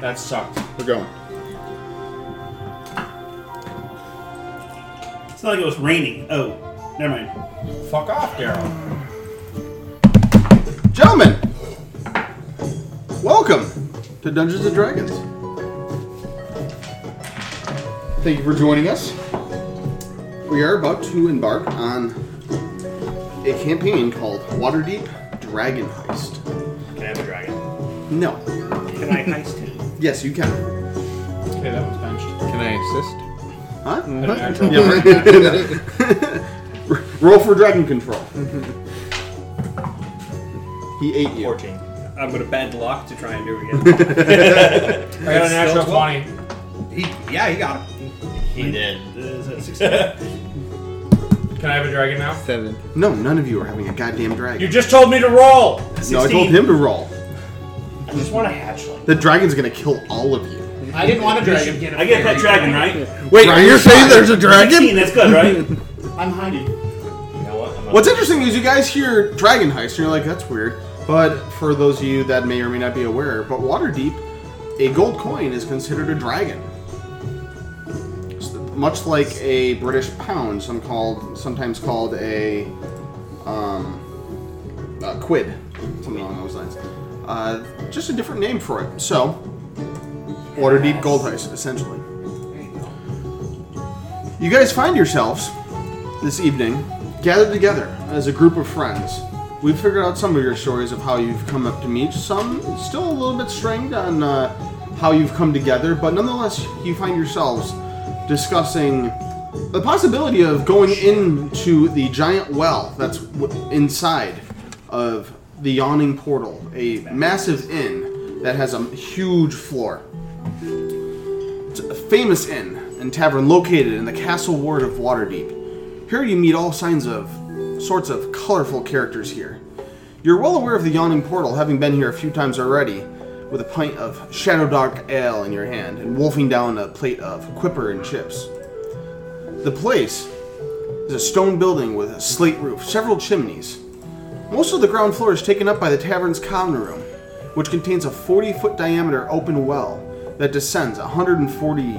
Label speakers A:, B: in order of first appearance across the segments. A: That sucked.
B: We're going.
C: It's not like it was raining. Oh, never mind.
A: Fuck off, Daryl.
B: Gentlemen, welcome to Dungeons and Dragons. Thank you for joining us. We are about to embark on a campaign called Waterdeep Dragon Heist.
C: Can I have a dragon?
B: No.
C: Can I heist him?
B: Yes, you can.
A: Okay, that was benched.
D: Can I assist?
B: Huh?
A: Had a natural
B: Yeah,
A: one.
B: right. Roll for dragon control. he ate you.
E: Fourteen.
C: I'm gonna bad luck to try and do it again.
A: I got a natural 20.
E: He, yeah, he got it. He did.
C: Is that success?
A: Can I have a dragon now?
D: Seven.
B: No, none of you are having a goddamn
A: You
B: dragon.
A: just told me to roll!
B: No, I
C: 16.
B: told him to roll.
E: I just want a hatchling.
B: The dragon's gonna kill all of you.
A: I didn't want a dragon.
C: I get that dragon right.
D: Wait,
B: Dragon you're saying there's a
C: Sixteen, that's good, right?
E: I'm hiding. You know what? I'm
B: What's interesting is you guys hear dragon heist and you're like, that's weird. But for those of you that may or may not be aware, but Waterdeep, a gold coin is considered a dragon. S- Much like a British pound, some called, sometimes called a, um, a quid, something along those lines. Uh, just a different name for it. So, Waterdeep Gold Heist, essentially. You guys find yourselves this evening gathered together as a group of friends. We've figured out some of your stories of how you've come up to meet, some still a little bit strained on uh, how you've come together, but nonetheless, you find yourselves discussing the possibility of going into the giant well that's w- inside of the yawning portal, a massive inn that has a huge floor a famous inn and tavern located in the castle ward of Waterdeep. Here you meet all signs of sorts of colorful characters here. You're well aware of the yawning portal, having been here a few times already, with a pint of Shadow Dark Ale in your hand and wolfing down a plate of quipper and chips. The place is a stone building with a slate roof, several chimneys. Most of the ground floor is taken up by the tavern's common room, which contains a 40 foot diameter open well that descends 140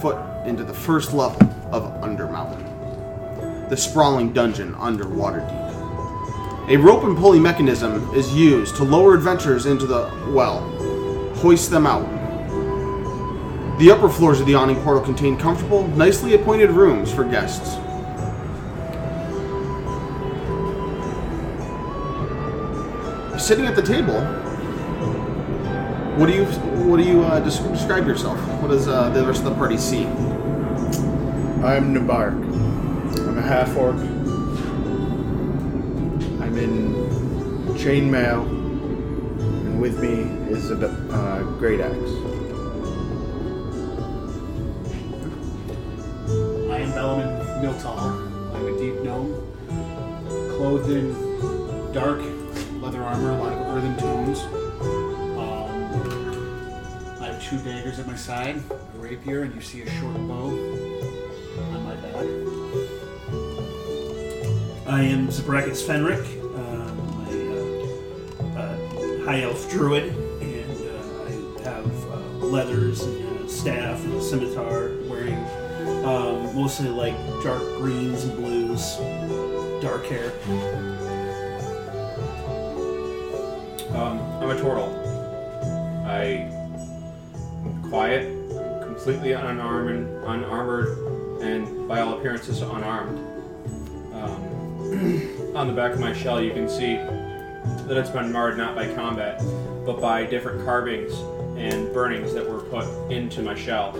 B: foot into the first level of Undermountain, the sprawling dungeon underwater deep. A rope and pulley mechanism is used to lower adventurers into the well, hoist them out. The upper floors of the awning portal contain comfortable, nicely appointed rooms for guests. sitting at the table. What do you what do you uh, des- describe yourself? What does uh, the rest of the party see?
D: I'm Nabark. I'm a half orc. I'm in chainmail, and with me is a uh, great axe.
F: I am Bellman Miltal. I'm a deep gnome, clothed in dark leather armor, a lot of earthen tones. Um, I have two daggers at my side, a rapier, and you see a short bow on my back.
C: I am Zabrakis Fenric. Um, I'm a uh, high elf druid, and uh, I have uh, leathers and a staff and a scimitar, wearing um, mostly like dark greens and blues, dark hair.
A: Um, I'm a turtle. I am quiet, completely unarmed, unarmored, and by all appearances unarmed. Um, on the back of my shell, you can see that it's been marred not by combat, but by different carvings and burnings that were put into my shell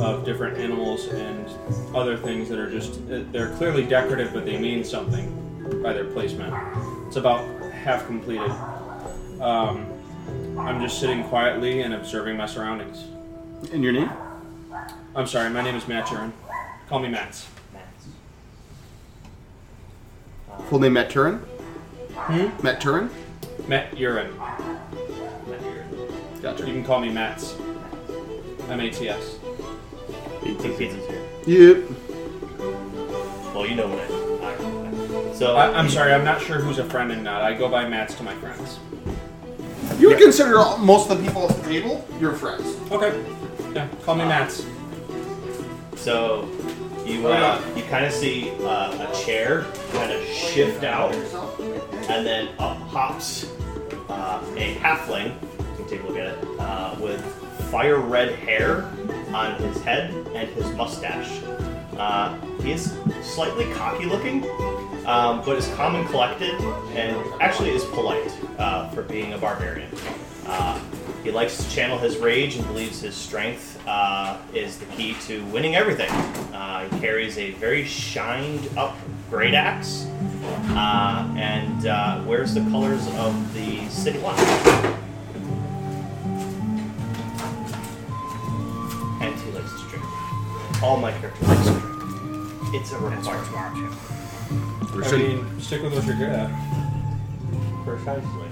A: of different animals and other things that are just uh, they're clearly decorative, but they mean something by their placement. It's about half completed. Um, I'm just sitting quietly and observing my surroundings.
B: And your name?
A: I'm sorry, my name is Matt Turin. Call me Mats.
B: Full name Matt Turin. Matt Turin.
A: Matt Urin. You
B: Gotcha.
A: can call me Mats. M-A-T-S.
B: Yep.
E: Well, you know what I. I so
A: I, I'm sorry, I'm not sure who's a friend and not. I go by Mats to my friends.
B: You would consider all, most of the people at the table your friends.
A: Okay. Uh, Yeah, call me Mats.
G: So you uh, you kind of see uh, a chair kind of shift out, and then up hops uh, a halfling. You can take a look at it uh, with fire red hair on his head and his mustache. Uh, he is slightly cocky looking, um, but is calm and collected, and actually is polite uh, for being a barbarian. Uh, he likes to channel his rage and believes his strength uh, is the key to winning everything. Uh, he carries a very shined up great axe uh, and uh, wears the colors of the city line. And he likes to drink. All my characters like to drink. It's a requirement.
A: I mean, stick with what you're good at.
G: Precisely.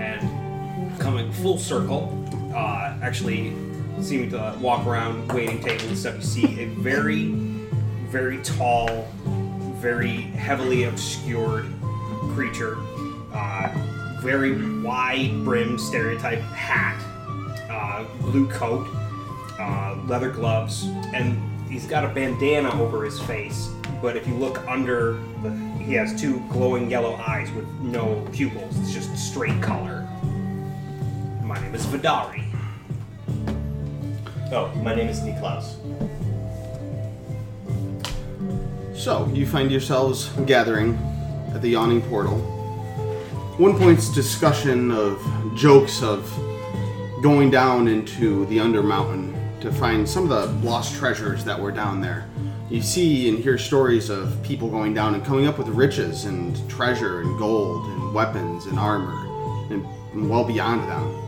H: and coming full circle, uh, actually seeming to walk around waiting tables and stuff, you see a very, very tall, very heavily obscured creature, uh, very wide brim stereotype hat, uh, blue coat, uh, leather gloves, and he's got a bandana over his face. But if you look under, the, he has two glowing yellow eyes with no pupils. It's just straight color. My name is Vidari.
G: Oh, my name is Niklaus.
B: So, you find yourselves gathering at the yawning portal. One point's discussion of jokes of going down into the Undermountain to find some of the lost treasures that were down there. You see and hear stories of people going down and coming up with riches and treasure and gold and weapons and armor and, and well beyond them.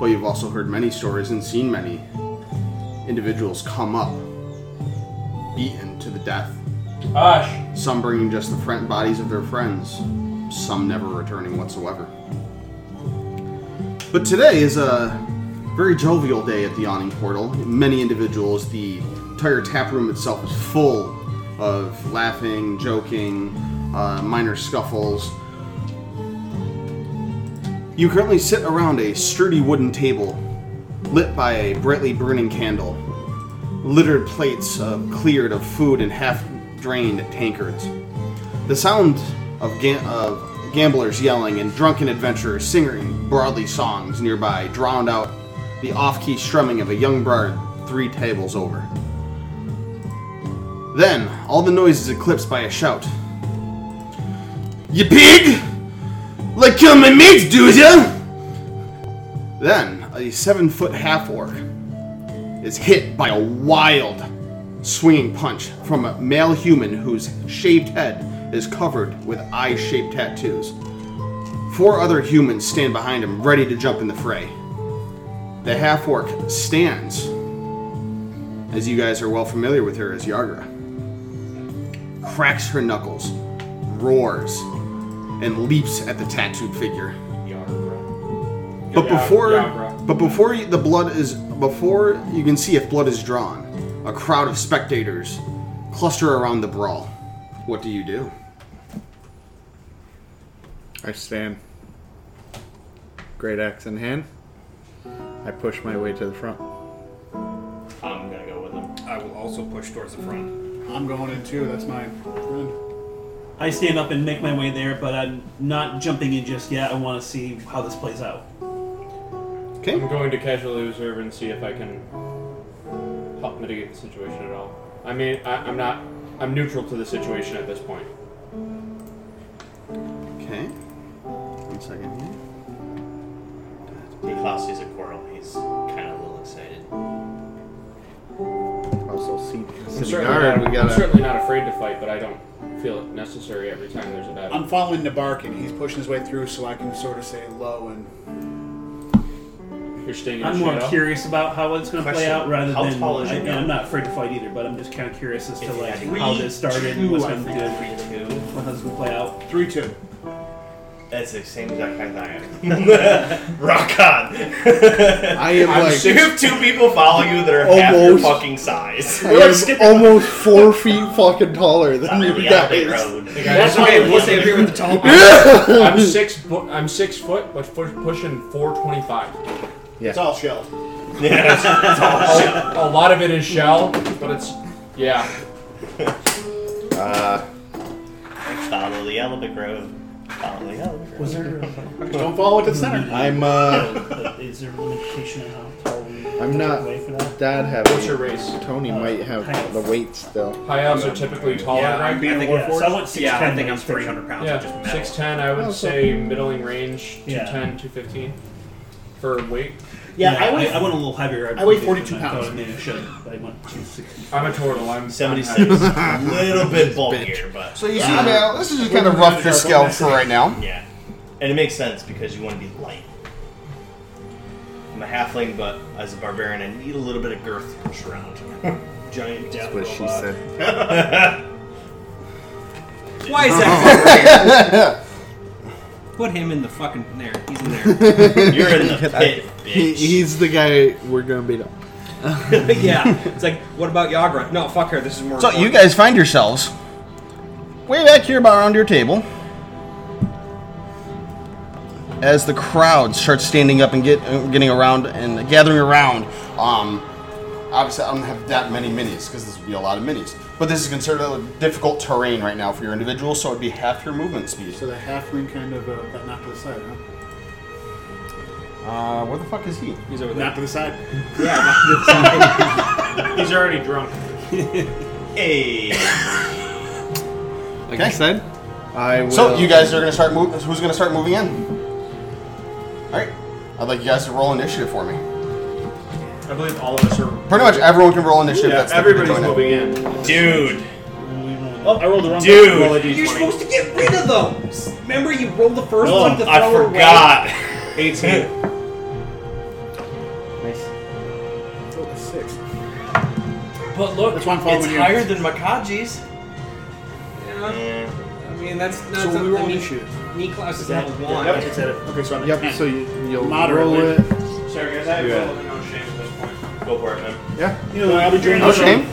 B: But you've also heard many stories and seen many individuals come up beaten to the death
A: Hush!
B: some bringing just the front bodies of their friends, some never returning whatsoever. But today is a very jovial day at the Yawning Portal. Many individuals, the entire tap room itself is full of laughing, joking, uh, minor scuffles. You currently sit around a sturdy wooden table lit by a brightly burning candle littered plates uh, cleared of food and half drained tankards. The sound of, ga- of gamblers yelling and drunken adventurers singing broadly songs nearby drowned out the off key strumming of a young bard three tables over. Then, all the noise is eclipsed by a shout. You pig! Like kill my mates, do ya? Then, a seven foot half orc is hit by a wild swinging punch from a male human whose shaved head is covered with eye shaped tattoos. Four other humans stand behind him, ready to jump in the fray. The half orc stands, as you guys are well familiar with her as Yagra, cracks her knuckles, roars, and leaps at the tattooed figure. But
A: Yeah,
B: before,
A: yeah, bro.
B: but before you- the blood is, before you can see if blood is drawn, a crowd of spectators cluster around the brawl. What do you do?
I: I stand. Great axe in hand. I push my way to the front.
G: I'm gonna go with him.
H: I will also push towards the front.
D: I'm going in too. That's my friend.
C: I stand up and make my way there, but I'm not jumping in just yet. I want to see how this plays out.
B: Okay.
A: I'm going to casually observe and see if I can help mitigate the situation at all. I mean, I, I'm not. I'm neutral to the situation at this point.
B: Okay. One second here.
G: Niklaus sees a quarrel. He's kind of a little excited.
I: Also, see,
A: I'm
I: city
A: certainly,
I: guard.
A: not,
I: We
A: I'm
I: gotta.
A: certainly not afraid to fight, but I don't feel it necessary every time there's a battle.
D: I'm following the bark, and he's pushing his way through, so I can sort of say low and
A: You're staying in
C: I'm
A: the
C: more
A: shadow.
C: curious about how it's going to play
G: Question.
C: out rather
G: How
C: than.
G: tall is
C: I,
G: your
C: and
G: guy?
C: I'm not afraid to fight either, but I'm just kind of curious as to
G: If you
C: like
G: had
C: how this started, and what's going to do,
G: Three, two.
C: how this going to play out.
D: three two.
G: Uh, That's the same exact kind I am. Rock on.
I: I am
G: I'm
I: like-
G: sure you have two people follow you that are half your
I: Almost.
G: fucking size.
I: I am almost four feet fucking taller than
G: I'm
I: you
G: really out the
I: guys.
G: road.
J: That's okay. We'll stay up here with the tall.
A: I'm six. Foot, I'm six foot, but fu- pushing 425.
D: It's all shell.
A: A, a lot of it is shell, but it's yeah.
I: Uh,
G: Follow the yellow brick road. Follow the yellow brick road.
C: Was there a,
D: Don't follow it to the center.
I: I'm uh,
C: is there a limitation on how tall we
I: I'm not-
C: away for that?
I: dad
A: What's your
I: have
A: rails?
I: Tony might have the weight still.
A: High elves are typically taller,
J: Yeah,
A: right?
J: I'm, I think,
C: Yeah, so I went six
J: yeah, I
C: ten
J: think I'm
C: range for
J: 300 pounds.
A: Yeah,
J: of just metal.
A: 6'10, I would
I: Oh,
A: say middling range,
C: Yeah.
A: 210, 215 for weight.
C: Yeah, I, went, I went a little heavier.
D: I weigh
C: did
D: 42
C: than I thought
D: pounds.
C: I may have should, but I went 260.
A: I'm a turtle, I'm
G: 76. A little bit bulkier, but
B: So you see, Mal, this is just kind of rough your scale for right now.
G: yeah. And it makes sense because you want to be light. I'm a halfling, but as a barbarian, I need a little bit of girth to push around. Giant death
I: That's what she
G: robot.
I: said.
J: Why is that? over here? Put him in the fucking there. He's in there.
G: You're in the pit,
I: He,
G: bitch.
I: he's the guy we're gonna beat up.
J: yeah. It's like, what about Yagra? No, fuck her. This is more.
B: So you
J: important.
B: guys find yourselves way back here, about around your table, as the crowd starts standing up and get uh, getting around and gathering around. Um, obviously, I don't have that many minis because this would be a lot of minis. But this is considered a difficult terrain right now for your individual, so it'd be half your movement speed.
D: So the halfling kind of uh, got knocked to the side, huh?
B: Uh, where the fuck is he?
J: He's over there.
D: Knocked to the side.
A: He's already drunk.
G: Hey.
I: Like I said, I will.
B: So you guys are gonna start moving. Who's gonna start moving in? All right. I'd like you guys to roll initiative for me.
A: I believe all of us are.
B: Pretty much everyone can roll initiative.
A: Yeah,
B: that's typically
A: everybody's
B: joined in.
A: moving in.
G: Dude.
A: Oh, I rolled the wrong
G: Dude.
A: roll a d20.
J: You're supposed to get rid of them. Remember, you rolled the first
G: Oh,
J: one to throw
G: I
J: away.
G: forgot.
A: 18.
D: Oh, that's six.
J: But look,
D: That's why I'm following
J: it's
D: you.
J: higher than Makaji's. Yeah. I mean, that's not
D: So when we roll
J: I mean,
D: initiative.
J: knee class is level one.
D: Yep.
C: It's at a
D: Okay, so I'm at
I: Yep.
D: 10.
I: So you you'll
D: Moderately.
I: roll it.
A: Sorry, guys, I have
G: Yeah.
A: totally no shame at this point.
G: Go for it, man.
I: Yeah.
D: You know, I'll be drinking.
B: No shame.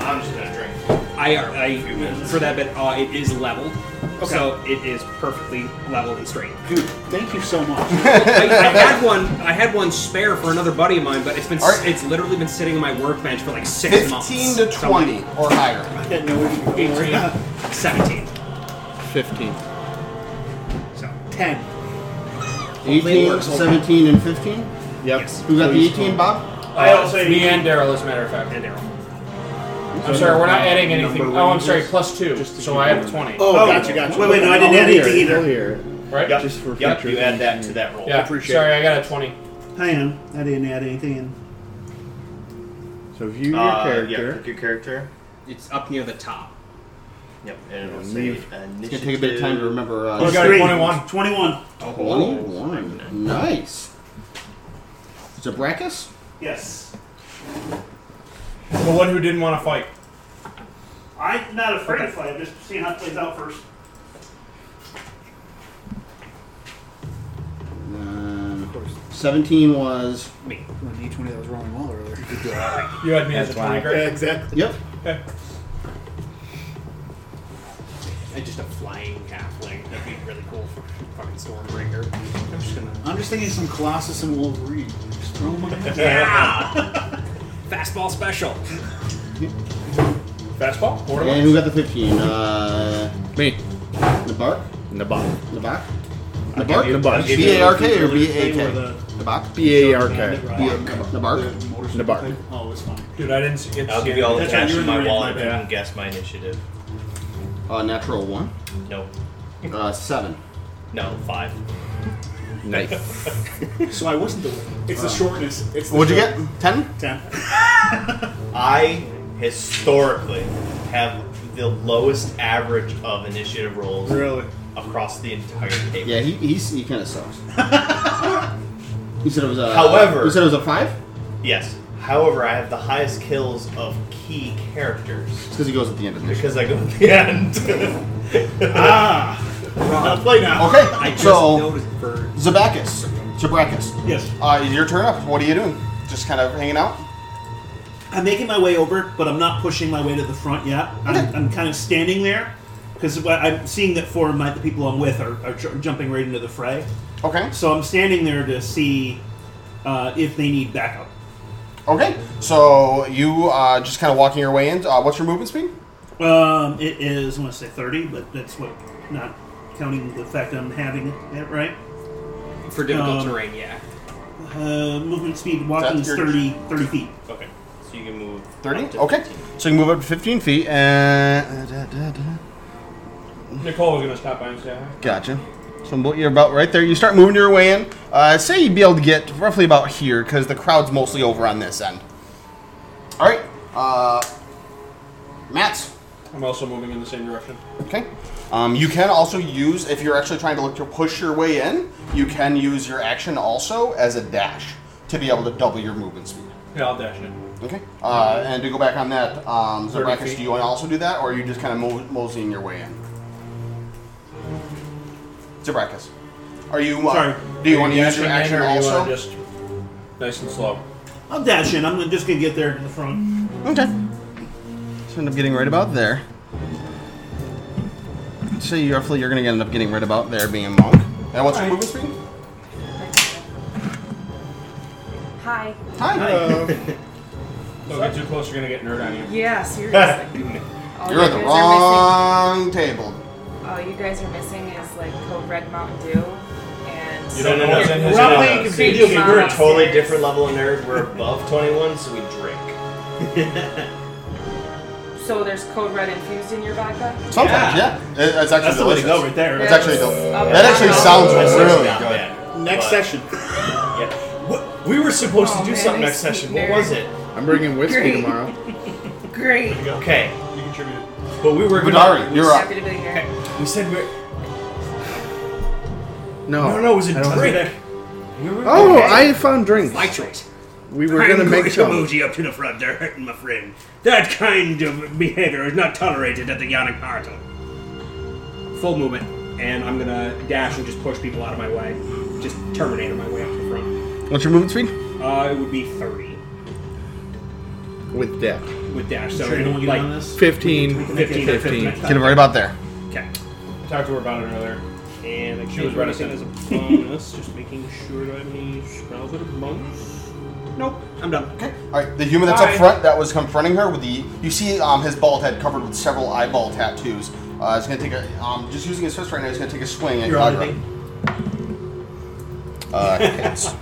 G: I'm just gonna drink.
J: I, I for that bit, uh, it is leveled, so it is perfectly level and straight.
D: Dude, thank you so much.
J: I, I had one, I had one spare for another buddy of mine, but it's been,
B: Alright.
J: it's literally been sitting on my workbench for like six months.
B: 15 to
J: So I'm
B: 20 or higher.
D: Didn't know we could go.
J: like Seventeen.
I: Fifteen.
J: So
D: 10.
B: 18, 17, and 15?
I: Yep.
J: Yes.
B: Who got the 18, Bob?
A: I also Uh, me and Daryl, as a matter of fact.
J: and Daryl.
A: I'm sorry, we're not adding anything.
D: Number
A: Oh, I'm
D: ranges,
A: sorry, plus two.
D: just to
A: So
D: keep
A: I have
D: it.
A: 20.
D: Oh, gotcha, gotcha.
C: Wait, wait, no, I didn't
I: I'll
C: add
I: hear
C: anything
I: it,
C: either.
I: I'll hear it.
A: Right?
G: Yep.
I: Just for
G: yep.
I: future
G: You add that to
I: thinking.
G: that roll.
A: Yeah.
D: appreciate
A: Sorry, I got a 20.
C: I am. I didn't add anything in.
I: So view your
G: Uh, Yeah,
I: character.
G: pick your character.
J: It's up near the top.
G: Yep. And it'll
I: And
G: say
I: leave.
G: initiative.
B: It's going to take a bit of time to remember. Uh,
A: You got a 21.
C: 21.
B: 21. Nice. It's a Brachus?
C: Yes.
A: The one who didn't want to fight.
C: I'm not afraid to fight. I'm just seeing how it plays out first.
B: Um, 17 was.
J: Me.
D: When D20 that was rolling well earlier.
A: You had me as a
I: That's
A: 20
I: why.
A: grade.
D: exactly.
B: Yep.
J: I just a flying halfling. That'd be really cool for fucking Stormbreaker. I'm just gonna
D: I'm just thinking some Colossus and Wolverine. Just throw 'em on.
J: Yeah. Fastball special.
A: Fastball? Borderline.
B: And who got the 15? Uh,
I: Me.
B: Nabark?
I: Nabok.
B: Nabak?
I: I'll give you- I'll
B: Nabark?
I: give you
B: B A R K or B A
D: They were
B: K?
D: the-
B: Nabak?
I: B A R K.
D: Right.
B: Nabark?
D: The motorcycle
I: Nabark.
D: thing? Oh, it's fine.
A: Dude, I didn't see- get to
G: I'll
A: see
G: give you all the
A: anything.
G: cash
D: you're
G: in my
D: doing it,
G: wallet
D: my
G: if you
D: bad.
G: can guess my initiative.
B: Uh, natural 1.
G: No.
B: Uh, 7.
G: No, five.
I: Nice.
D: So I wasn't the one. It's the shortness. It's the
B: What'd you
D: short-
B: get? 10?
D: 10.
G: I historically have the lowest average of initiative rolls
D: Really?
G: across the entire table.
B: Yeah, he he's, he kind of sucks. you said it was a.
G: However-
B: you said it was a five.
G: Yes. However, I have the highest kills of key characters
B: It's because he goes at the end of the mission.
G: because I go at the end.
K: Rob,
C: play now.
B: Okay,
K: I just
B: so
K: noticed for
B: Zabacus, Jabrakis,
C: Yes.
B: uh, your turn up. What are you doing? Just kind of hanging out.
C: I'm making my way over, but I'm not pushing my way to the front yet. I'm, I'm kind of standing there because I'm seeing that four of my the people I'm with are, are ju- jumping right into the fray.
B: Okay.
C: So I'm standing there to see uh, if they need backup.
B: Okay. So you uh, just kind of walking your way in. Uh, what's your movement speed?
C: Um, it is I want to say 30, but that's what not counting the fact I'm having it right.
K: for difficult
C: Um,
K: terrain, yeah.
C: Uh, movement speed walking
B: That's
C: is
B: your-
C: 30, 30 feet.
G: Okay. So you can move.
B: Thirty.
G: up to
B: Okay.
G: 15.
B: So you can move up to fifteen feet. And da, da, da.
A: Nicole was gonna stop by and say hi.
B: Gotcha. So about- you're about right there. You start moving your way in. Uh, say you'd be able to get roughly about here because the crowd's mostly over on this end. All right. Uh, Matt's.
A: I'm also moving in the same direction.
B: Okay. Um, you can also use if you're actually trying to look to push your way in. You can use your action also as a dash to be able to double your movement speed.
A: Yeah, I'll dash it.
B: Okay. Uh, and to go back on that, um,
A: 30
B: Zebrakus,
A: feet.
B: do you want to also do that, or are you just kind of mo- moseying your way in? Zebrakus, are you? Uh,
C: Sorry.
B: Do you
A: Are
B: want to use
A: dashing
B: your
A: in,
B: action
A: or do you wanna
B: also?
A: Just nice and slow.
C: I'll dash in. I'm just gonna get there to the front.
B: Okay. So end up getting right about there. So you roughly you're gonna end up getting right about there, being a monk. And what's your
A: Alright.
B: movement speed?
J: Hi.
B: Hi.
A: Don't get too close, you're gonna get nerd on you.
J: Yeah, seriously. All
B: You're
J: you
B: at the
J: guys are
B: wrong table.
J: missing- All uh, you guys are missing is like Code Red Mountain Dew and.
A: You don't know what's in his
J: We're all
A: house.
J: playing
G: See,
J: computer games
G: We're a
J: upstairs.
G: totally different level of nerd. We're above 21, so we drink.
J: So there's Code Red infused in your vodka?
B: Sometimes, yeah. It- it's actually
C: That's the way to
B: delicious.
C: go right there.
B: It's actually del-
J: Okay.
B: that actually sounds
G: That's actually
B: really
G: not
B: good.
G: bad.
D: Next
G: But-
D: session.
G: Yeah. What, we were supposed
J: Oh,
G: to do
J: man,
G: something
J: they
G: next session.
J: speak
G: What was
J: very-
G: it?
I: I'm bringing whiskey
J: Great.
I: tomorrow.
J: Great.
G: Okay.
A: You contributed.
G: But we were
B: Vidari, you're up.
J: Happy to be here.
G: We said we're.
I: No.
G: No, no, it was a
I: I don't think-
G: drink. We were,
I: Oh, I found drinks.
K: My choice.
I: We were gonna
C: I'm
I: make
C: going
I: some.
C: to mosey up to the front. They're hurting my friend. That kind of behavior is not tolerated at the Yannick Martel.
K: Full movement, and I'm gonna dash and just push people out of my way. Just terminator my way up to the front.
B: What's your movement speed?
K: Uh, it would be 30
I: with death.
K: with dash, so
C: Sure, you don't want to get on
K: like
C: this?
I: 15,
K: 15,
I: 15.
B: Get it right about there.
K: Okay.
A: Talked to her about it earlier.
K: And I
A: She was
K: can't do anything
A: reticent.
K: as a bonus, just making sure do I have any spells that are bonus? Nope, I'm done.
B: Okay. All right. The human that's up
K: Hi.
B: front that was confronting her with the you see um, his bald head covered with several eyeball tattoos. Uh, he's gonna take a um, just using his fist right now. He's gonna take a swing at
K: You're on me.
B: Kadra. Uh, hits.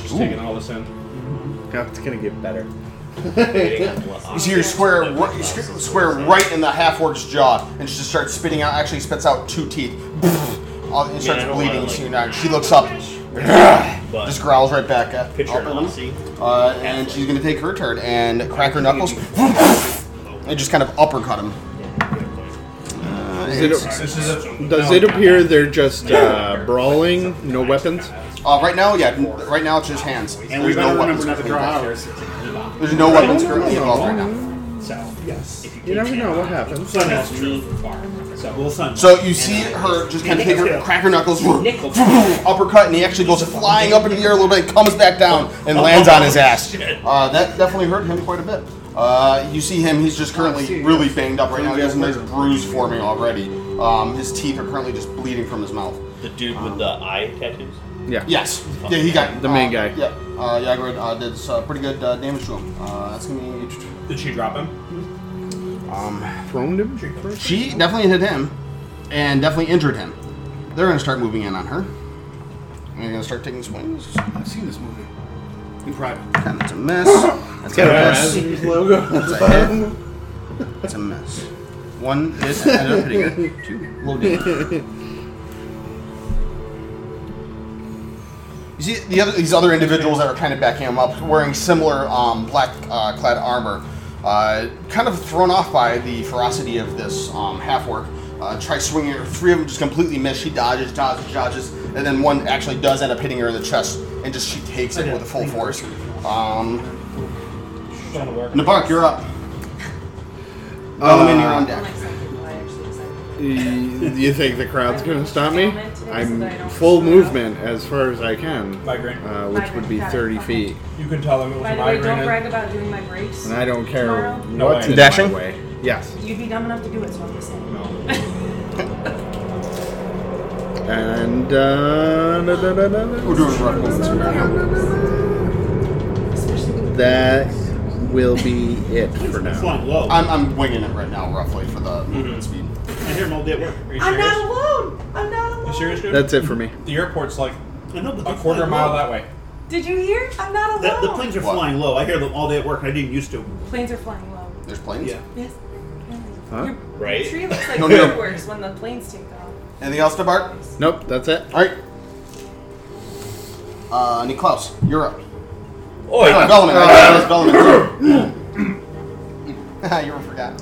A: She's taking all this in.
I: Oh, it's gonna get better.
B: You see her square, ri- squ- square right in the half orc's jaw, and she just starts spitting out. Actually, spits out two teeth, Uh, and starts
G: I don't
B: bleeding.
G: wanna,
B: so
G: like-
B: you're not- she looks up,
G: But-
B: just growls right back at.
G: Picture
B: up
G: an
B: at him.
G: Aussie.
B: Uh, and she's gonna take her turn and crack her knuckles, and just kind of uppercut him. Uh,
I: Does it,
A: This is a,
I: does
A: no,
I: it appear they're just uh, brawling, no weapons?
B: Uh, right now, yeah, n- right now it's just hands.
D: And we
B: There's no
D: better
B: weapons.
D: remember not to draw
B: currently
D: ours.
B: involved. There's no weapons currently involved right now.
K: So, yes.
I: You never know what happens.
C: Sun has
K: So,
C: Well, sun.
B: So you see her just kind of take her, crack her knuckles,
K: Nickel.
B: uppercut, and he actually goes flying up into the air a little bit, comes back down, and lands on his ass. Uh, that definitely hurt him quite a bit. Uh, you see him; he's just currently really banged up right now. He has a nice bruise forming already. Um, his teeth are currently just bleeding from his mouth.
G: The dude with the eye tattoos.
I: Yeah.
B: Yes. Yeah, he got
I: The main
B: uh,
I: guy.
B: Yeah, uh, Yagrid uh, did uh, pretty good uh, damage to him. Uh, that's gonna be.
A: Did she drop him?
I: Thrown him?
B: She definitely hit him, and definitely injured him. They're gonna start moving in on her. And they're gonna start taking swings.
D: I've seen this movie. In private.
B: And that's a miss. That's a miss.
D: logo.
B: That's a hit. That's a miss. One hit ended up hitting her. Two low damage. You see the other, these other individuals that are kind of backing him up, wearing similar um, black uh, clad armor, uh, kind of thrown off by the ferocity of this um, half orc. Uh, try swinging her. Three of them just completely miss. She dodges, dodges, dodges, and then one actually does end up hitting her in the chest, and just she takes it with full force. Um,
A: She's trying to work.
B: Nabark, you're up. Bellman, you're on
J: I'll
B: deck.
J: make something quiet.
I: Y- Do you think the crowd's gonna stop me?
K: Moment so that I
I: I'm
K: don't
I: full
K: screw it up.
I: movement as far as I can,
A: Migraine.
I: uh, which would be
K: Migraine, got it,
I: 30
K: okay.
I: feet,
A: You can tell them it was
K: By
A: a
K: the way, don't
A: migraine.
K: brag about doing my brakes.
I: and I don't care
K: Tomorrow?
A: No
I: what's
A: way.
I: in
B: Dashing?
I: my way. Yes,
K: You'd be dumb enough to do it, so I'm just saying.
A: no.
I: and uh, da, da, da, da, da.
B: We're doing rough moments here.
I: that will be it for
C: It's
I: now.
C: flying low. I,
B: I'm, I'm winging it right now, roughly, for the movement speed.
C: hear them all day at work.
A: Are you
K: I'm
A: serious?
K: not alone! I'm not alone!
A: You serious, dude?
I: That's it for me.
A: the airport's like
C: I know, but
A: a
C: they
A: quarter
C: fly
A: mile
C: low.
A: that way.
K: Did you hear? I'm not
C: That-
K: alone!
C: the planes are
B: What?
C: flying low. I hear them all day at work, and I didn't used to.
K: Planes are flying low.
B: There's planes?
C: Yeah.
K: Yes.
I: Huh?
K: Your
G: Right?
K: tree looks like
B: No, no.
K: fireworks when the planes take off.
B: Anything else to bark?
I: Nope, that's it.
B: Alright. Uh, Niklaus, you're up.
G: Oi!
B: Oh, Bellman. I thought it was Bellman. you were forgot.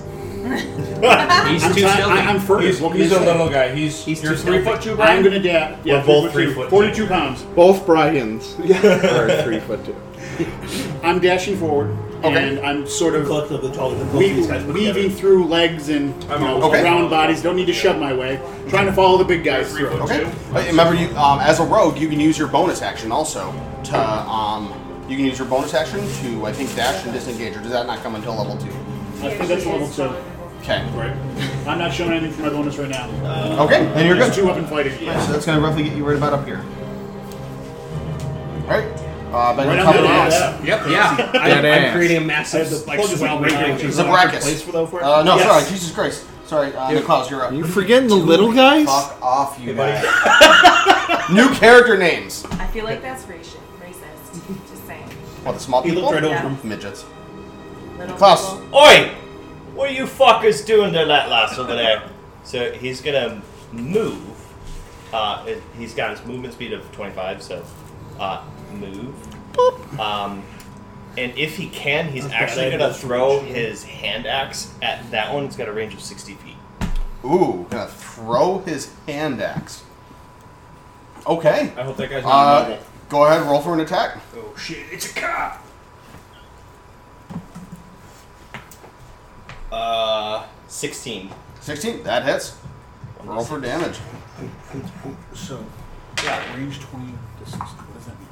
J: He's
C: I'm,
J: too
C: trying-
J: stealthy.
C: I, am
A: He's,
C: furthest. What can
A: he's
C: you
A: a
C: say?
A: little guy. He's,
J: He's
A: you're
J: too
A: three
J: stealthy.
A: foot two.
C: I'm
A: Brian?
C: gonna dab. Yeah,
G: We're both
C: two.
G: three foot
C: Forty-two pounds.
I: Both Brian's are three foot two.
C: I'm dashing forward,
B: Okay.
C: and I'm sort of
G: Collectively taller than both
C: we-
G: these guys put together.
C: weaving through legs and you
A: I'm
C: know,
A: almost
B: Okay.
C: round bodies. Don't need to shove my way. Trying to follow the big guys
A: Three
C: through.
A: foot.
B: Okay.
A: Two.
B: Uh, remember, you um, as a rogue, you can use your bonus action also to um, you can use your bonus action to I think dash and disengage, or does that not come until level two?
C: I think that's level two.
B: Okay.
C: Right. I'm not showing anything for my bonus right now.
B: Okay. Then you're good.
C: There's two up and fighting.
B: Alright, so that's gonna roughly get you right about up here. All right. Uh, Ben,
C: Right
B: you
C: on
B: covered
C: the
B: all this.
C: ass.
J: Yep. Yeah. I,
I: Dead
J: am
I: ass.
J: creating a
C: I
J: massive
C: have the
J: like
C: plug is
J: swell
C: not breaking,
J: behind
C: which
J: you.
C: is
B: Zabrackus.
C: Place for though for it?
B: Uh, no,
C: Yes.
B: sorry, Jesus Christ. Sorry, uh, Niklaus, you're up.
I: You forgetting the little guys?
B: Fuck off, you
A: buddy.
B: guys. New character names.
K: I feel like that's racist. Racist. Just saying.
B: What, the small
C: He
B: people?
C: looked right over
K: Yeah.
C: him.
B: Midgets.
K: Little
B: Klaus.
K: people.
G: Oi! What are you fuckers doing to that lass over there? So he's gonna move. Uh, it- he's got his movement speed of 25, so uh, move. Um, and if he can, he's actually gonna throw his hand axe at that one. It's got a range of 60 feet.
B: Ooh, gonna throw his hand axe. Okay.
A: I hope that guy's not
B: Uh,
A: mobile.
B: go ahead, roll for an attack.
J: Oh shit! It's a cop.
G: Uh, 16.
B: 16, that hits. Roll for damage.
C: So
G: Yeah,
C: range twenty to sixty. What does that mean?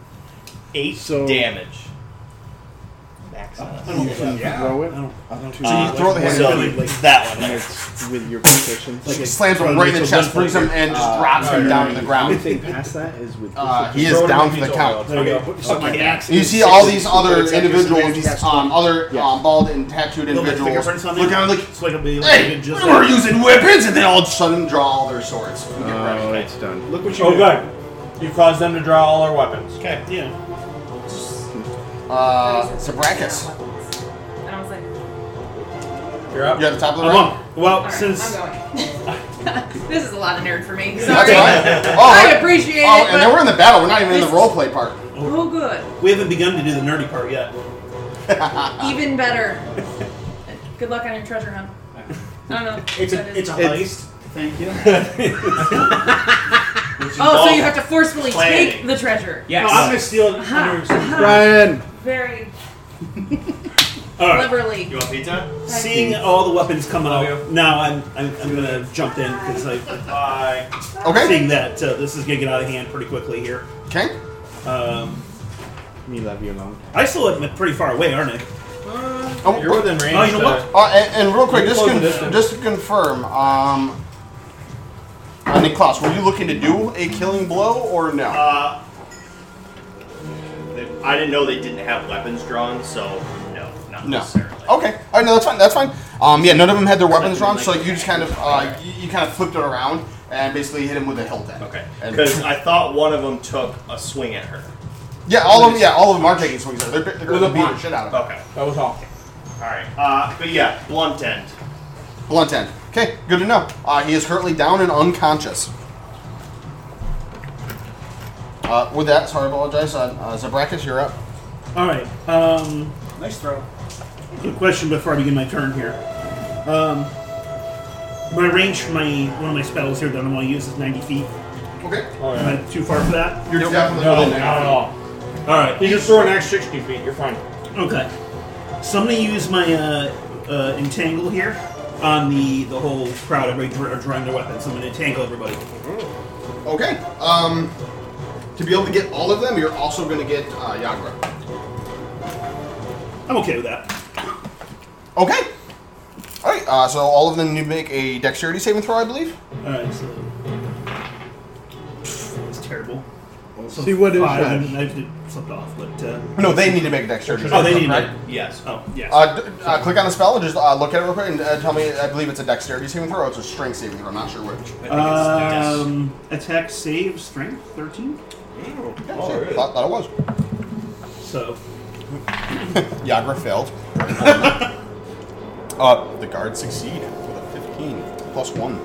G: 8
I: So-
G: damage. Max on
C: I
G: it.
C: don't know. what that-
I: Throw
C: I
I: it,
C: don't. I don't.
G: So you
B: throw the hand-
G: So
C: really, like,
G: that one.
I: and
G: That's
I: it's with your position.
C: like a-
B: Slams him right in the chest, brings him, and just drops him down to the ground.
I: Anything past that is with.
B: Uh, he
A: Throw
B: is
A: it
B: down
A: if
B: for
A: he's
B: the
A: over.
B: count.
C: There you go. So my
G: Okay.
C: axe.
B: You
C: is
B: see all
C: 60,
B: these
C: but
B: other
C: it's at
B: individuals,
C: disadvantage.
B: um, other
I: Yes.
B: um, bald and tattooed
C: Little bit
B: individuals,
C: fingerprints on
B: look
C: there?
B: at him
C: So I can be
B: like,
C: like,
B: "Hey, we
C: just
B: were
C: like-
B: using weapons," and they all of a sudden draw all their swords. and get ready.
I: Oh, it's done.
C: Look what you
A: Oh,
C: did.
A: good. You caused them to draw all our weapons.
G: Okay.
C: Yeah.
B: Uh, Sabrakis,
K: And I was like,
A: You're up.
B: you're at the top of the
C: I'm
B: round.
C: up. Well,
K: All right,
C: since
K: I'm going. this is a lot of nerd for me.
B: That's
K: Sorry.
B: fine.
K: I
B: Oh,
K: appreciate
B: oh,
K: it.
B: and then we're in the battle. We're not even in the
K: This-
B: role play part.
K: oh, good.
C: we haven't begun to do the nerdy part yet.
K: Even better. good luck on your treasure hunt. I don't know. what
C: It's
K: that
C: a
K: is.
C: it's a
I: It's-
C: heist. Thank you.
G: Uh-huh.
K: oh, so you have to forcefully
G: planning.
K: take the treasure.
C: No,
J: Yes.
C: I'm gonna steal. it.
K: Huh.
I: Brian!
K: Very
C: All right.
K: cleverly.
G: You want pizza?
C: Seeing all the weapons come
A: Love
C: out, now I'm, I'm, I'm gonna jump in because I
G: Bye.
B: Okay.
C: seeing that uh, this is gonna get out of hand pretty quickly here.
B: Okay.
C: Um,
I: Me love you long.
C: I still am pretty far away, aren't I?
B: Oh,
A: You're within range.
C: Oh, you know
A: to-
C: what?
B: Uh, and, and real quick,
A: You
B: just,
A: close
B: con-
A: the distance.
B: just to confirm, um, uh, Niklaus, were you looking to do a killing blow or no?
G: Uh, they- I didn't know they didn't have weapons drawn, so no, not
B: no. Oh.
G: necessarily.
B: Okay. All right. No, that's fine. That's fine. Um, yeah, none of them had their weapons drawn, so you just kind of uh, you, you kind of flipped it around and basically hit him with a hilt end.
G: Okay.
B: And-
G: Because I thought one of them took a swing at her.
B: yeah, all of them. Yeah, all of them are taking swings. at it. They're, they're
A: With
B: going to
A: a Oh.
B: beat the
A: punch.
B: shit out of him.
G: Okay.
A: That was all.
G: All right. Uh, but yeah, blunt end.
B: Blunt end. Okay. Good to know. Uh, he is currently down and unconscious. Uh, with that, sorry, I apologize. Uh, uh, Zabrakis, you're up.
C: All right. Um,
J: Nice throw.
C: good question. Before I begin my turn here, um, my range for my one of my spells here that I'm gonna use is 90 feet.
B: Okay.
A: Oh, yeah.
C: Am I too far for that?
B: You're definitely
A: No,
B: within
A: not
B: there.
A: at all.
C: All right.
A: You just throw an axe 60 feet. You're fine.
C: Okay. So I'm gonna use my uh, uh, entangle here. on the the whole crowd. Everybody dra- drawing their weapons. I'm going to tangle everybody.
B: Okay. Um, to be able to get all of them, you're also going to get uh, Yagra.
C: I'm okay with that.
B: Okay. All right. Uh, so all of them, you make a dexterity saving throw, I believe.
C: All right, so it's terrible. So
I: See, what is
C: five,
I: that?
C: I, I I slipped off, but uh,
B: No, they need to make a dexterity.
C: oh,
B: saving
C: they
B: throw,
C: need
B: correct?
C: to.
G: Yes.
C: Oh, yes.
B: Uh, d- uh, click on the spell and just uh, look at it real quick and uh, tell me. I believe it's a dexterity saving throw. or It's a strength saving throw. I'm not sure which.
J: I think it's um,
C: Um, attack, save, strength, thirteen.
B: Yeah, sure. Thought, thought it was.
C: So
B: Yagra failed. uh, the guards succeed with a 15 plus one.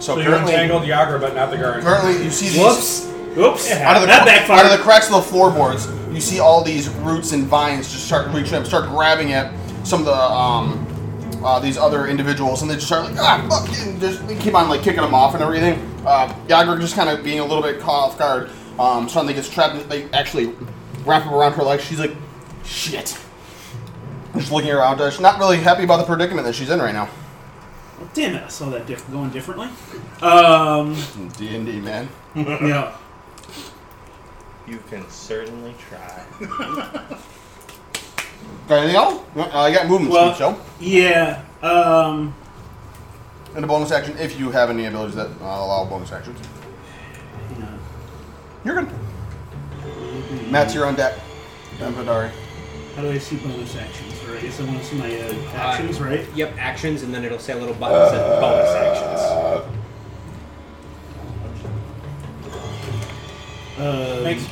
B: So,
A: So you
B: currently,
A: entangled Yagra, but not the guard.
B: currently you see these
C: Oops.
B: out of the
C: that
B: cra-
C: backfired.
B: out of the cracks of the floorboards. You see all these roots and vines just start reaching up, start grabbing at some of the um, uh, these other individuals, and they just start like ah fuck, and just they keep on like kicking them off and everything. Uh, Yagra just kind of being a little bit caught off guard. Um, suddenly gets trapped. and They actually wrap him around her legs. She's like, shit. Just looking around, uh, she's not really happy about the predicament that she's in right now.
C: Damn it! I saw that diff- going differently. Um,
B: D and D, man.
C: yeah.
G: You can certainly try.
B: Got anything else? Uh, I got movement
C: Well-
B: speed, Joe.
C: Yeah. Um,
B: And a bonus action if you have any abilities that uh, allow bonus actions.
C: hang on.
B: You're good. Matt's you're on deck. Dampadari.
C: How do I see bonus actions? Or I guess I want to see my uh, actions, right?
J: Yep, actions, and then it'll say a little button that says bonus actions.
C: Uh,
A: Thanks.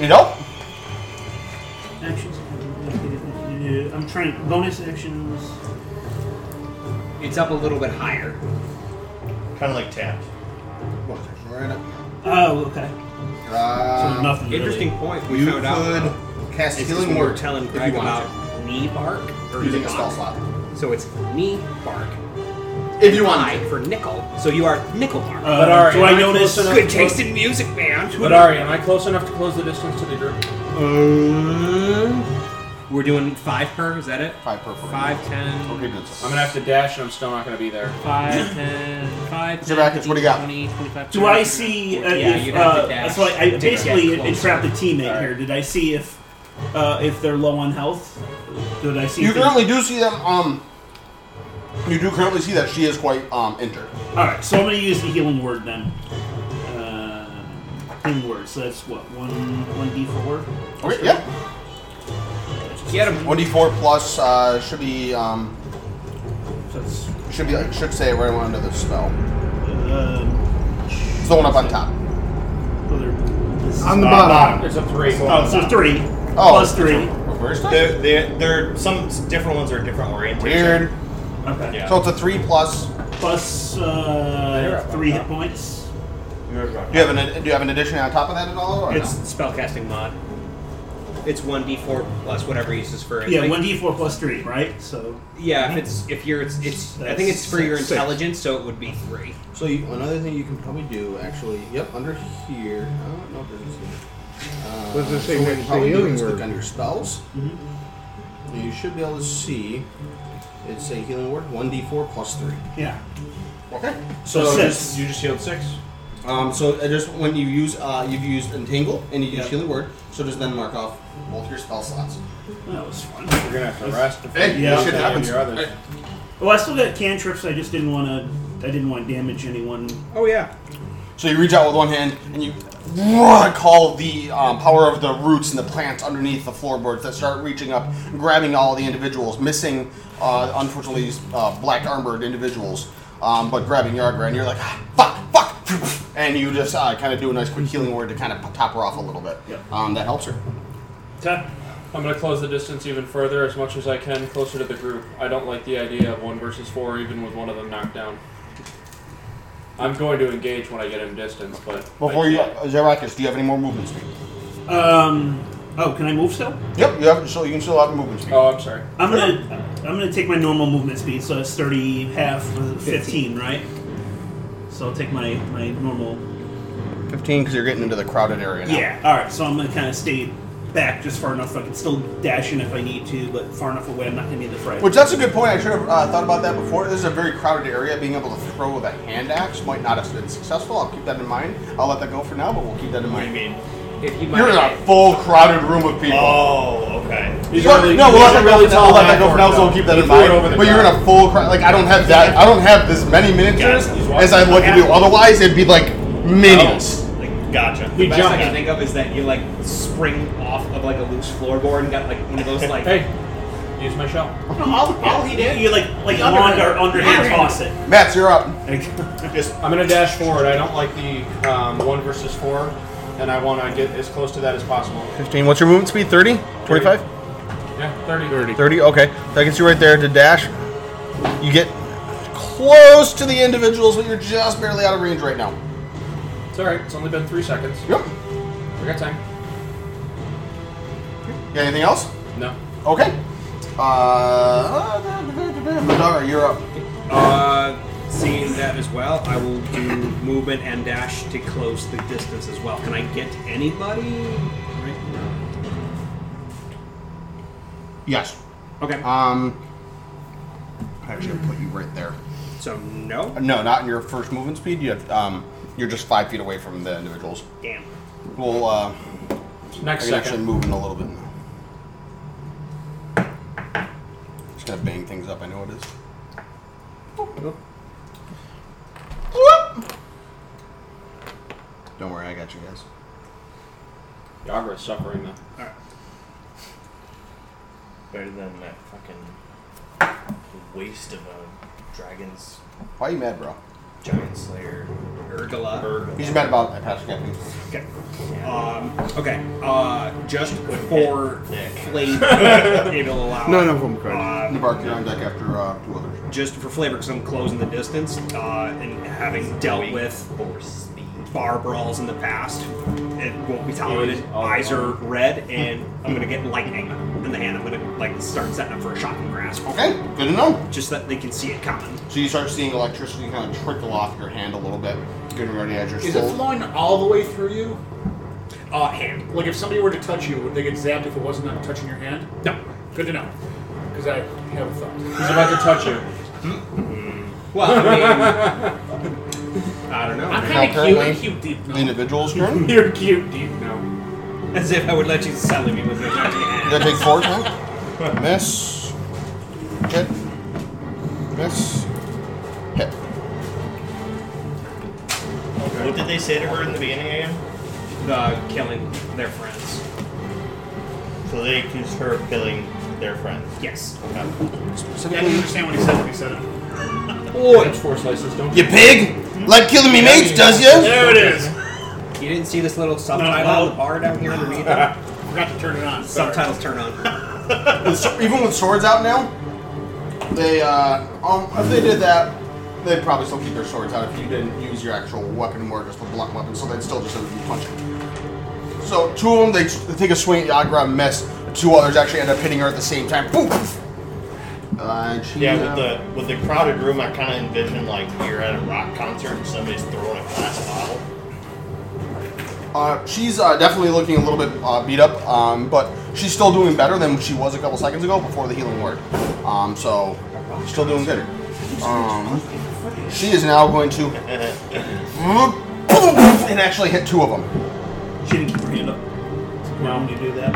B: You don't?
C: Actions. I'm trying. Bonus actions.
J: It's up a little bit higher.
G: kind of like tapped.
B: Bonus action, right up.
C: Oh, okay. So
B: Uh,
C: nothing.
J: Interesting point. We
B: you
J: found out.
B: could cast
J: Is
B: healing
J: this where
B: word
J: we're telling
B: if you
J: Greg
B: wanted
J: about knee bark or
B: to, using a
J: knock?
B: spell slot.
J: So it's knee bark.
B: If you
J: I
B: want to.
J: for nickel. So you are nickel bark.
C: Uh,
A: But alright,
C: do I
A: am I
C: notice?
A: close
J: Good taste in music, man.
A: But Ari, am I close enough to close the distance to the group?
J: We're doing five per. Is that it?
B: Five per per.
J: Five, ten,
B: Okay, that's-
A: I'm gonna have to dash, and I'm still not gonna be there.
J: five, ten, five,
B: Mr. Rackets, what do you got?
J: 20, 25,
C: Do I see uh,
J: yeah,
C: if
J: you'd have to
C: uh,
J: dash
C: so I,
J: to
C: I
J: get
C: basically
J: closer.
C: entrapped a teammate
B: Alright.
C: here? Did I see if uh, if they're low on health? Did I see?
B: You
C: if they-
B: currently do see them, um, you do currently see that she is quite, um, injured.
C: All right, so I'm going to use the healing word then. Uh, healing word. So that's what one one d four.
B: Okay, yeah.
J: Get him.
B: 1d4 plus, uh, should be, um,
C: So that's
B: should be, like, should say it right under the spell.
C: um,
B: It's the one up on top.
C: so they're- this is-
I: On the bottom.
A: There's a three.
C: Oh, so three
B: Oh.
C: plus three.
B: Reverse
G: They're, they're, they're, some different ones are different orientation.
B: Weird.
C: Okay.
G: Yeah.
B: So it's a 3 plus.
C: Plus
A: They're
C: uh,
A: up,
C: three
A: up.
C: hit points.
B: Do you have an do you have an addition on top of that at all? Or
J: It's
B: no?
J: spellcasting mod. It's one d4 plus whatever he uses for it.
C: Yeah,
J: Like,
C: one d four plus three, right? So
J: Yeah, if it's if you're it's, it's I think it's for your
I: Six.
J: intelligence, so it would be three.
I: So you, another thing you can probably do, actually, yep, under here. I don't know if there's this here. Uh,
B: Does it say
I: so what
B: next
I: you
B: to
I: probably do
B: healing Mm-hmm.
I: is
B: word?
I: click on your spells.
C: Mhm.
I: And You should be able to see. It's a healing word, one d four plus three.
C: yeah,
B: Okay.
I: So
C: So
I: just-
C: six.
A: You just healed six.
I: um, so I just when you use uh, you've used entangle and you use
C: Yep.
I: healing word, so just then mark off both your spell slots.
C: that was fun.
A: We're gonna have to rest. before
B: Hey,
A: we
C: yeah,
A: use
C: shit
A: any of
B: happens.
A: your others.
C: Well, Oh, I still got cantrips. I just didn't want to. I didn't want to damage anyone.
J: Oh yeah.
B: So you reach out with one hand and you roar, call the um, power of the roots and the plants underneath the floorboards that start reaching up, grabbing all the individuals, missing, uh, unfortunately, uh, black armored individuals, um, but grabbing Yargra, and you're like, "Ah, fuck, fuck, and you just uh, kind of do a nice quick healing word to kind of top her off a little bit.
C: Yep.
B: Um, that helps her.
A: Okay. I'm gonna close the distance even further, as much as I can, closer to the group. I don't like the idea of one versus four, even with one of them knocked down. I'm going to engage when I get in distance, but
B: Before you, Zerakis, do you have any more movement speed?
C: Um. Oh, can I move still?
B: Yep, you have. So you can still have movement speed.
A: Oh, I'm sorry.
C: I'm gonna I'm gonna take my normal movement speed, so it's thirty half uh, fifteen, right? So I'll take my my normal.
B: Fifteen, because you're getting into the crowded area now.
C: Yeah. All right. So I'm gonna kind of stay back just far enough. I can still dash in if I need to, but far enough away. I'm not going to be in the fray.
B: Which that's a good point. I should have uh, thought about that before. This is a very crowded area. Being able to throw with a hand axe might not have been successful. I'll keep that in mind. I'll let that go for now, but we'll keep that in
G: What do you
B: mind.
G: mean?
J: If you
B: You're in a full crowded room of people.
G: Oh, okay.
B: But- no, we'll let that go. for now. We'll let that go for now. So we'll keep that in mind. But you're in a full crowd. Like I don't have that. I don't have this many miniatures
G: Yeah.
B: as I look to do. Otherwise, it'd be like minions.
G: Oh, like, gotcha.
J: The best I
G: Gotcha.
J: can think of is that you like spring off of like a loose floorboard and got like one of those like
A: Hey, use my shell.
C: No, all, all Oh, he did, you like like
G: Under-
C: under, under, underhand toss it.
B: Matt, you're up.
G: Just
A: I'm gonna dash forward. I don't like the um, one versus four, and I want to get as close to that as possible.
B: 15. What's your movement speed? 30?
A: 25? Yeah, 30. 30.
B: 30? Okay. That gets you right there to dash. You get close to the individuals, but you're just barely out of range right now.
A: It's all right. It's only been three seconds.
B: Yep.
A: We got time.
B: You got anything else?
A: No.
B: Okay. Uh, Madara, you're up.
J: Uh, seeing that as well, I will do movement and dash to close the distance as well. Can I get anybody? Right now?
B: Yes.
J: Okay.
B: Um, I actually put you right there.
J: So no.
B: No, not in your first movement speed. You have, um, you're just five feet away from the individuals.
J: Damn.
B: We'll, uh, I
A: Next
B: can actually
A: second.
B: move in a little bit now. Just gonna bang things up. I know it is. Whoop. Don't worry, I got you guys.
A: Yagra is suffering though.
G: better than that fucking waste of a dragon's
B: Why are you mad, bro?
G: giant slayer.
J: Urgala.
G: Urg-
B: He's mad about I passed captain.
J: Okay. Um, okay. Uh, just for
G: Nick.
J: flavor, it'll allow.
I: None of them could.
J: Uh,
B: Nabark, you're on deck after uh, two others.
J: just for flavor, because I'm closing the distance uh, and having dealt with
G: or speed.
J: bar brawls in the past, it won't be tolerated.
A: Always, always.
J: Eyes are red, and I'm gonna get lightning in the hand. I'm gonna like start setting up for a shocking grasp.
B: Okay, good to know.
J: Just that they can see it coming.
B: So you start seeing electricity kind of trickle off your hand a little bit, getting ready as your
D: Is it
B: soul.
D: flowing all the way through you?
J: Uh, hand.
D: Like if somebody were to touch you, would they get zapped if it wasn't on touching your hand?
J: No.
D: Good to know. Because I have a thought.
A: He's about to touch you.
J: Well, I mean, I don't know.
D: I'm
B: Now,
D: kind of cute
B: currently,
D: and cute deep.
B: The
D: No.
B: individual's turn.
D: You're cute deep now.
J: As if I would let you sell me with your dirty
B: You
J: hand.
B: gotta take four huh? Miss. Hit. Miss. Hit.
G: What did they say to her in the beginning again?
J: The killing their friends.
G: So they accused her of killing their friends.
J: Yes.
D: Yeah, I didn't understand what he said when he said it.
A: Boy, force license. Don't
B: You pig! Like killing me mates, does ya?
D: There it is.
J: You didn't see this little subtitle
D: No.
J: on the bar down here underneath?
D: Forgot to turn it on. Sorry.
J: Subtitles turn on.
B: With sw- even with swords out now, they uh, um, if they did that, they'd probably still keep their swords out if you didn't use your actual weapon more just a blunt weapon, so they'd still just end up punching. So two of them, they, they take a swing at Yagra, miss. Two others actually end up hitting her at the same time. Boom! Uh, and she,
G: Yeah,
B: uh,
G: with the with the crowded room, I kind of envision like you're at a rock concert and somebody's throwing a glass bottle.
B: Uh, she's uh, definitely looking a little bit uh, beat up, um, but she's still doing better than she was a couple seconds ago before the healing word. Um, so, still doing good. Um, she is now going to and actually hit two of them.
C: She didn't keep her hand up. No, when you do that.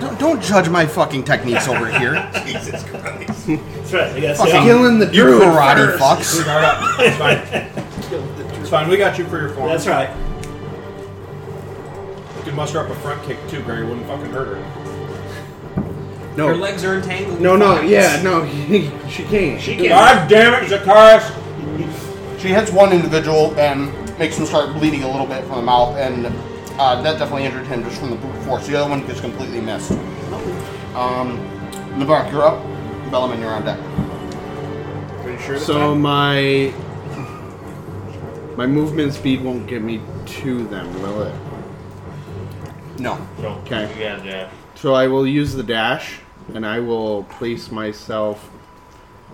B: Don't, don't judge my fucking techniques over here.
G: Jesus Christ!
C: That's right. I guess.
B: fucking
C: Yeah.
I: Killing the
B: you
I: druid
B: karate
I: first.
B: fucks.
A: Guard up. It's fine. It's fine. We got you for your form.
C: That's right.
A: You can muster up a front kick too, Gary. Wouldn't fucking hurt her.
J: Her
I: No,
J: legs are entangled.
I: no,
J: with
I: no.
J: vines.
I: Yeah, no. she can't.
C: She can't.
A: God damn it, Zakaris!
B: She hits one individual and makes him start bleeding a little bit from the mouth, and uh, that definitely injured him just from the brute force. The other one gets completely missed. Um, Nabark, you're up. Bellman, you're on deck.
A: Pretty sure.
I: So my my movement speed won't get me to them, will it?
B: No.
G: No,
I: Okay.
G: You got that.
I: So I will use the dash, and I will place myself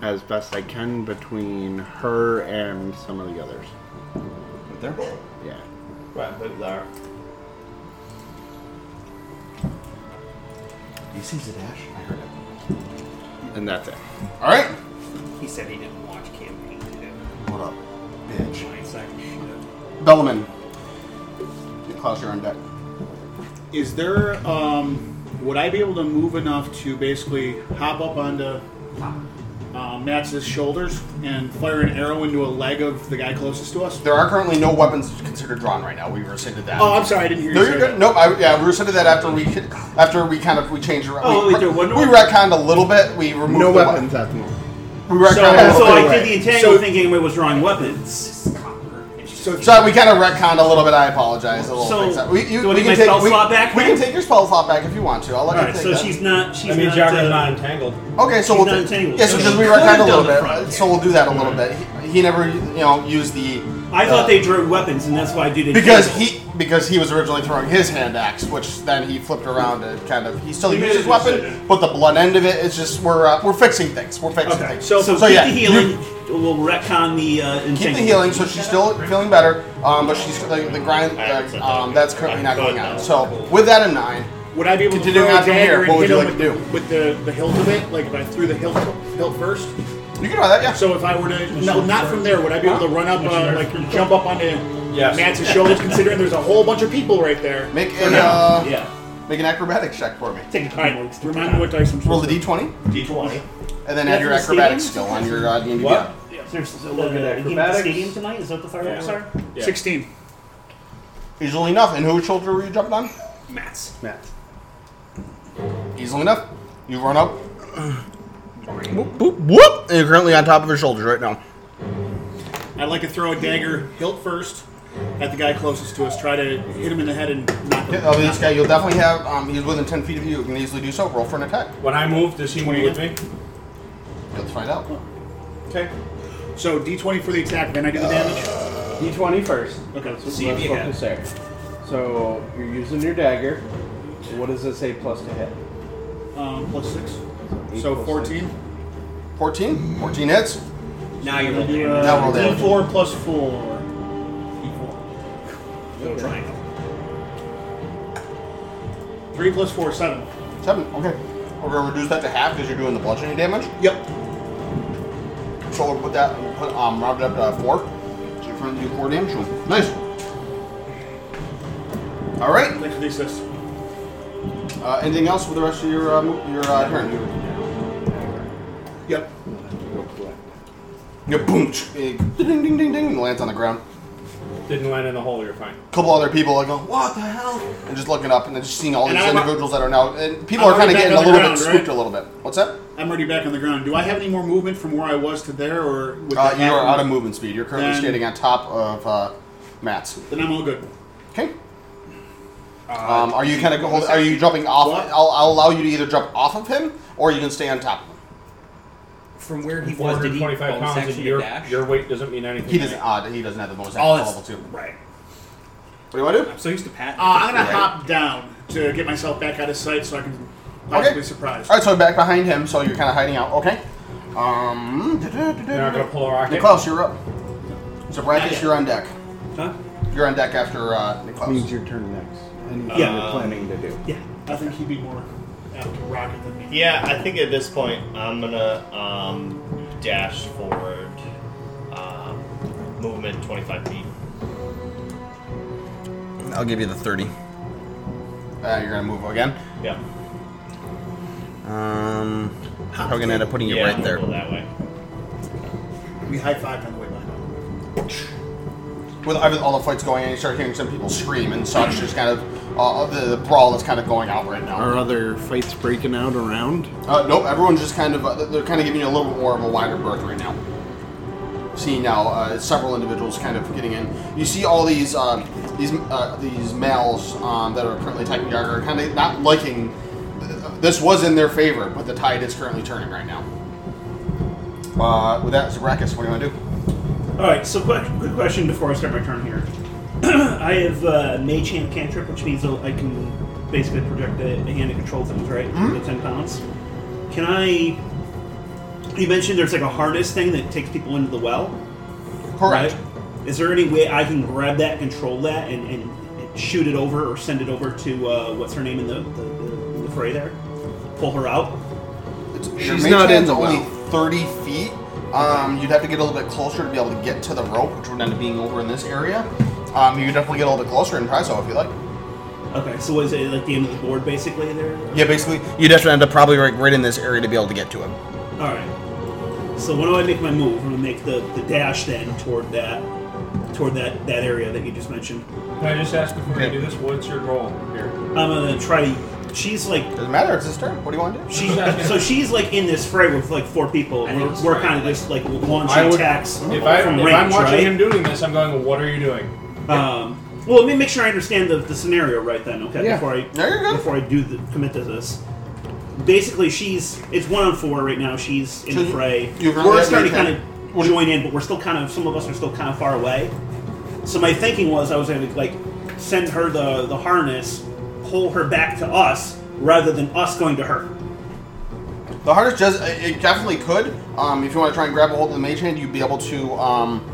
I: as best I can between her and some of the others.
B: There.
I: Yeah.
G: Right, look there. You see Zadash? I heard him.
I: and that's it.
B: All right.
J: He said he didn't watch campaign.
B: Hold up, bitch.
J: Nine seconds.
B: Bellman. Klaus, you're on deck.
D: Is there, um, would I be able to move enough to basically hop up onto uh, Matt's shoulders and fire an arrow into a leg of the guy closest to us?
B: There are currently no weapons considered drawn right now. We rescinded that.
D: Oh, I'm sorry, I didn't hear
B: no,
D: you.
B: you're
D: say
B: good.
D: that.
B: Nope. I, yeah, we rescinded that after we after we kind of we changed around.
C: Oh,
B: we,
C: we did one
B: we
C: more?
B: retconned a little bit. We removed
I: No
B: the
I: weapons at the moment.
B: we retconned
D: So-
B: a little
C: so
B: bit.
C: I did the entangle
D: So-
C: thinking it was drawing weapons.
D: So,
B: So we kind of retconned a little bit. I apologize. A little
C: So,
B: things up. We, you,
C: do I
B: we
C: need
B: can
C: my
B: take,
C: spell
B: we,
C: slot back
B: We
C: then?
B: can take your spell slot back if you want to. I'll let you
C: Alright,
B: take
C: so
B: that.
C: she's not. She's
A: I mean,
C: not.
A: Jocker's
C: uh,
A: not entangled.
B: Okay, so
C: She's
B: we'll
C: not
B: do,
C: entangled,
B: yeah, so
C: so
B: because
C: she
B: we
C: could
B: retconned a
C: have
B: little
C: done
B: bit,
C: the front.
B: so we'll do that a little bit. He, he never, you know, used the.
C: I
B: uh,
C: thought they drew weapons, and that's why I did it.
B: because he because he was originally throwing his hand axe, which then he flipped around and kind of he still
A: He made
B: used
A: a
B: his weapon,
A: decision.
B: but the blunt end of it is just we're uh, we're fixing things. We're fixing
C: Okay.
B: things.
C: So, so, keep
B: yeah,
C: the
B: you-
C: healing. We'll retcon the uh, entangle.
B: keep the healing, so she's still feeling better. Um, but she's the, the grind uh, um, that's currently not going on. So with that in mind,
D: would I be able to
B: Continuing
D: throw
B: on
D: a
B: from here,
D: dagger
B: what
D: and
B: would
D: hit
B: you
D: him
B: like
D: with,
B: to do?
D: with the, the hilt of it? Like if I threw the hilt, hilt first?
B: you can do that. Yeah.
D: So if I were to, no, not from there, would I be able to run up, uh, like jump up onto
A: Yes.
D: Matt's shoulders considering there's a whole bunch of people right there?
B: Make a uh,
G: Yeah.
B: make an acrobatics check for me.
C: Take the
D: All right, remind me what dice I'm
B: Roll
D: supposed
B: the
D: to
B: d20,
G: D20.
B: and then add your
C: That's the
B: acrobatics skill
C: stadium?
B: on your uh, D&D.
A: What?
C: Seriously, so uh,
A: Look at that,
C: the- the game at the
A: acrobatics.
C: stadium tonight is that the fireworks
A: Yeah.
C: are?
A: Yeah.
D: 16.
B: Easily enough. And whose shoulder were you jumping on?
J: Mats.
I: Matt.
B: Easily enough. You run up. Whoop, whoop, whoop. And you're currently on top of her shoulders right now.
D: I'd like to throw a dagger hilt first at the guy closest to us. Try to hit him in the head and knock him.
B: Yeah, uh, this guy, you'll definitely have, um, he's within 10 feet of you. You can easily do so. Roll for an attack.
A: When I move, does he move with me?
B: Let's find out.
A: Okay.
D: So d20 for the attack, then I do the damage.
I: D20 first.
D: Okay, so
J: See if you
I: Let's focus
J: have.
I: there. So you're using your dagger. What does it say plus to hit?
D: um, plus six.
I: eight
D: So
I: plus
D: 14.
B: 14. 14 hits.
J: Now you're
D: I do,
J: rolling.
B: Now roll
D: uh,
B: damage.
D: d4 plus four. D4.
J: Little triangle.
D: Three plus four, seven.
B: 7. Okay. We're going to reduce that to half because you're doing the bludgeoning damage.
D: Yep.
B: So we'll put that, put, um, round it up to 4. So you're going to do 4 damage. to him. Nice. All right.
D: Thanks for the assist.
B: Uh, anything else for the rest of your uh, mo- your uh, turn?
D: Yep.
B: You boom, ding, ding, ding, ding, lands on the ground.
A: Didn't land in the hole. You're fine.
B: couple other people like going, "What the hell?" and just looking up and then just seeing all
D: And
B: these
D: I'm-
B: individuals that are now and people
D: I'm
B: are kind
D: already
B: of getting
D: back
B: a
D: on the
B: little bit
D: ground, right?
B: spooked a little bit. What's that?
D: I'm already back on the ground. Do I have any more movement from where I was to there, or with
B: Uh, you
D: the
B: are
D: half-
B: out of movement speed. You're currently
D: Then-
B: standing on top of uh, Matt's.
D: Then I'm all good.
B: Okay. Um, are you kind of hold, are you jumping off?
D: Uh, What?
B: I'll, I'll allow you to either jump off of him or you can stay on top of him.
J: From where he was, did he
A: 425
J: bonus
A: pounds.
J: action
A: And
J: to
A: your
J: dash?
A: your weight doesn't mean anything.
B: He
A: to me.
B: doesn't. Uh, he doesn't have the bonus action
J: Oh,
B: oh,
J: that's-
B: level two. What
J: Right.
B: do you want to do?
J: I'm so used to Pat.
D: Uh, I'm gonna
B: Right.
D: hop down to get myself back out of sight so I can
B: Okay.
D: possibly surprise.
B: All right, so back behind him, so you're kind of hiding out. Okay. Um.
A: You're not gonna pull a rocket.
B: Niklaus, you're up. So Brackus, you're on deck.
C: Huh?
B: You're on deck after uh,
I: Means
B: Niklaus.
I: your turn next. And
G: Yeah.
I: you're planning to do.
C: Yeah.
D: I think he'd be more apt to rocket than me.
G: Yeah, I think at this point I'm gonna um, dash forward, um, movement 25 feet.
B: I'll give you the 30. Uh, you're gonna move again.
G: Yeah.
B: Um, probably gonna end up putting you
G: yeah,
B: right
G: I'm
B: there.
G: gonna Go that way.
D: We high fived on the way by.
B: With every- all the fights going on, you start hearing some people scream and such. There's kind of uh, the, the brawl that's kind of going out right now.
I: Are other fights breaking out around?
B: Uh, nope, everyone's just kind of uh, they're kind of giving you a little bit more of a wider berth right now. See now uh, several individuals kind of getting in. You see all these um, these uh, these males um, that are currently attacking Yarger, kind of not liking. This was in their favor, but the tide is currently turning right now. Uh, with that, Zabrakus, what do you want to do?
C: All right. So, quick, good question before I start my turn here. I have uh, Mage Hand cantrip, which means I can basically project a, a hand to control things, right? The ten pounds. Can I? You mentioned there's like a harness thing that takes people into the well.
B: Correct.
C: Right? Is there any way I can grab that, control that, and, and shoot it over or send it over to uh, what's her name in the the, the, the fray there? pull her out.
B: Your
L: She's
B: mage
L: not in
B: hand's
L: the
B: only
L: well.
B: 30 feet. Um, you'd have to get a little bit closer to be able to get to the rope, which would end up being over in this area. Um, you could definitely get a little bit closer and try so if you like.
C: Okay, so was it like the end of the board basically there?
B: Yeah, basically, you'd have to end up probably right, right in this area to be able to get to him.
C: All right. So when do I make my move? I'm gonna make the, the dash then toward that toward that that area that you just mentioned.
A: Can I just ask before you do this, what's your goal here?
C: I'm gonna try. to- She's like
B: Doesn't matter. It's his turn. What do you want to do?
C: she. so she's like in this fray with like four people.
A: I
C: We're,
A: think it's
C: we're
A: right.
C: kind of just like launching
A: I would-
C: attacks
A: If, I,
C: from
A: if
C: range,
A: I'm watching
C: right?
A: him doing this, I'm going, what are you doing?
C: Um, well, let me make sure I understand the, the scenario right then, okay?
L: Yeah.
C: Before I
B: Yeah, you're good.
C: before I do the, commit to this. Basically, she's it's one on four right now. She's in
B: So
C: the
B: you-
C: fray.
B: you've already
C: We're
B: had
C: starting to
B: the
C: kind
B: attack.
C: of join in, but we're still kind of some of us are still kind of far away. So my thinking was I was going to like send her the the harness, pull her back to us rather than us going to her.
B: The hardest does it definitely could. Um, if you want to try and grab a hold of the mage hand, you'd be able to. Um,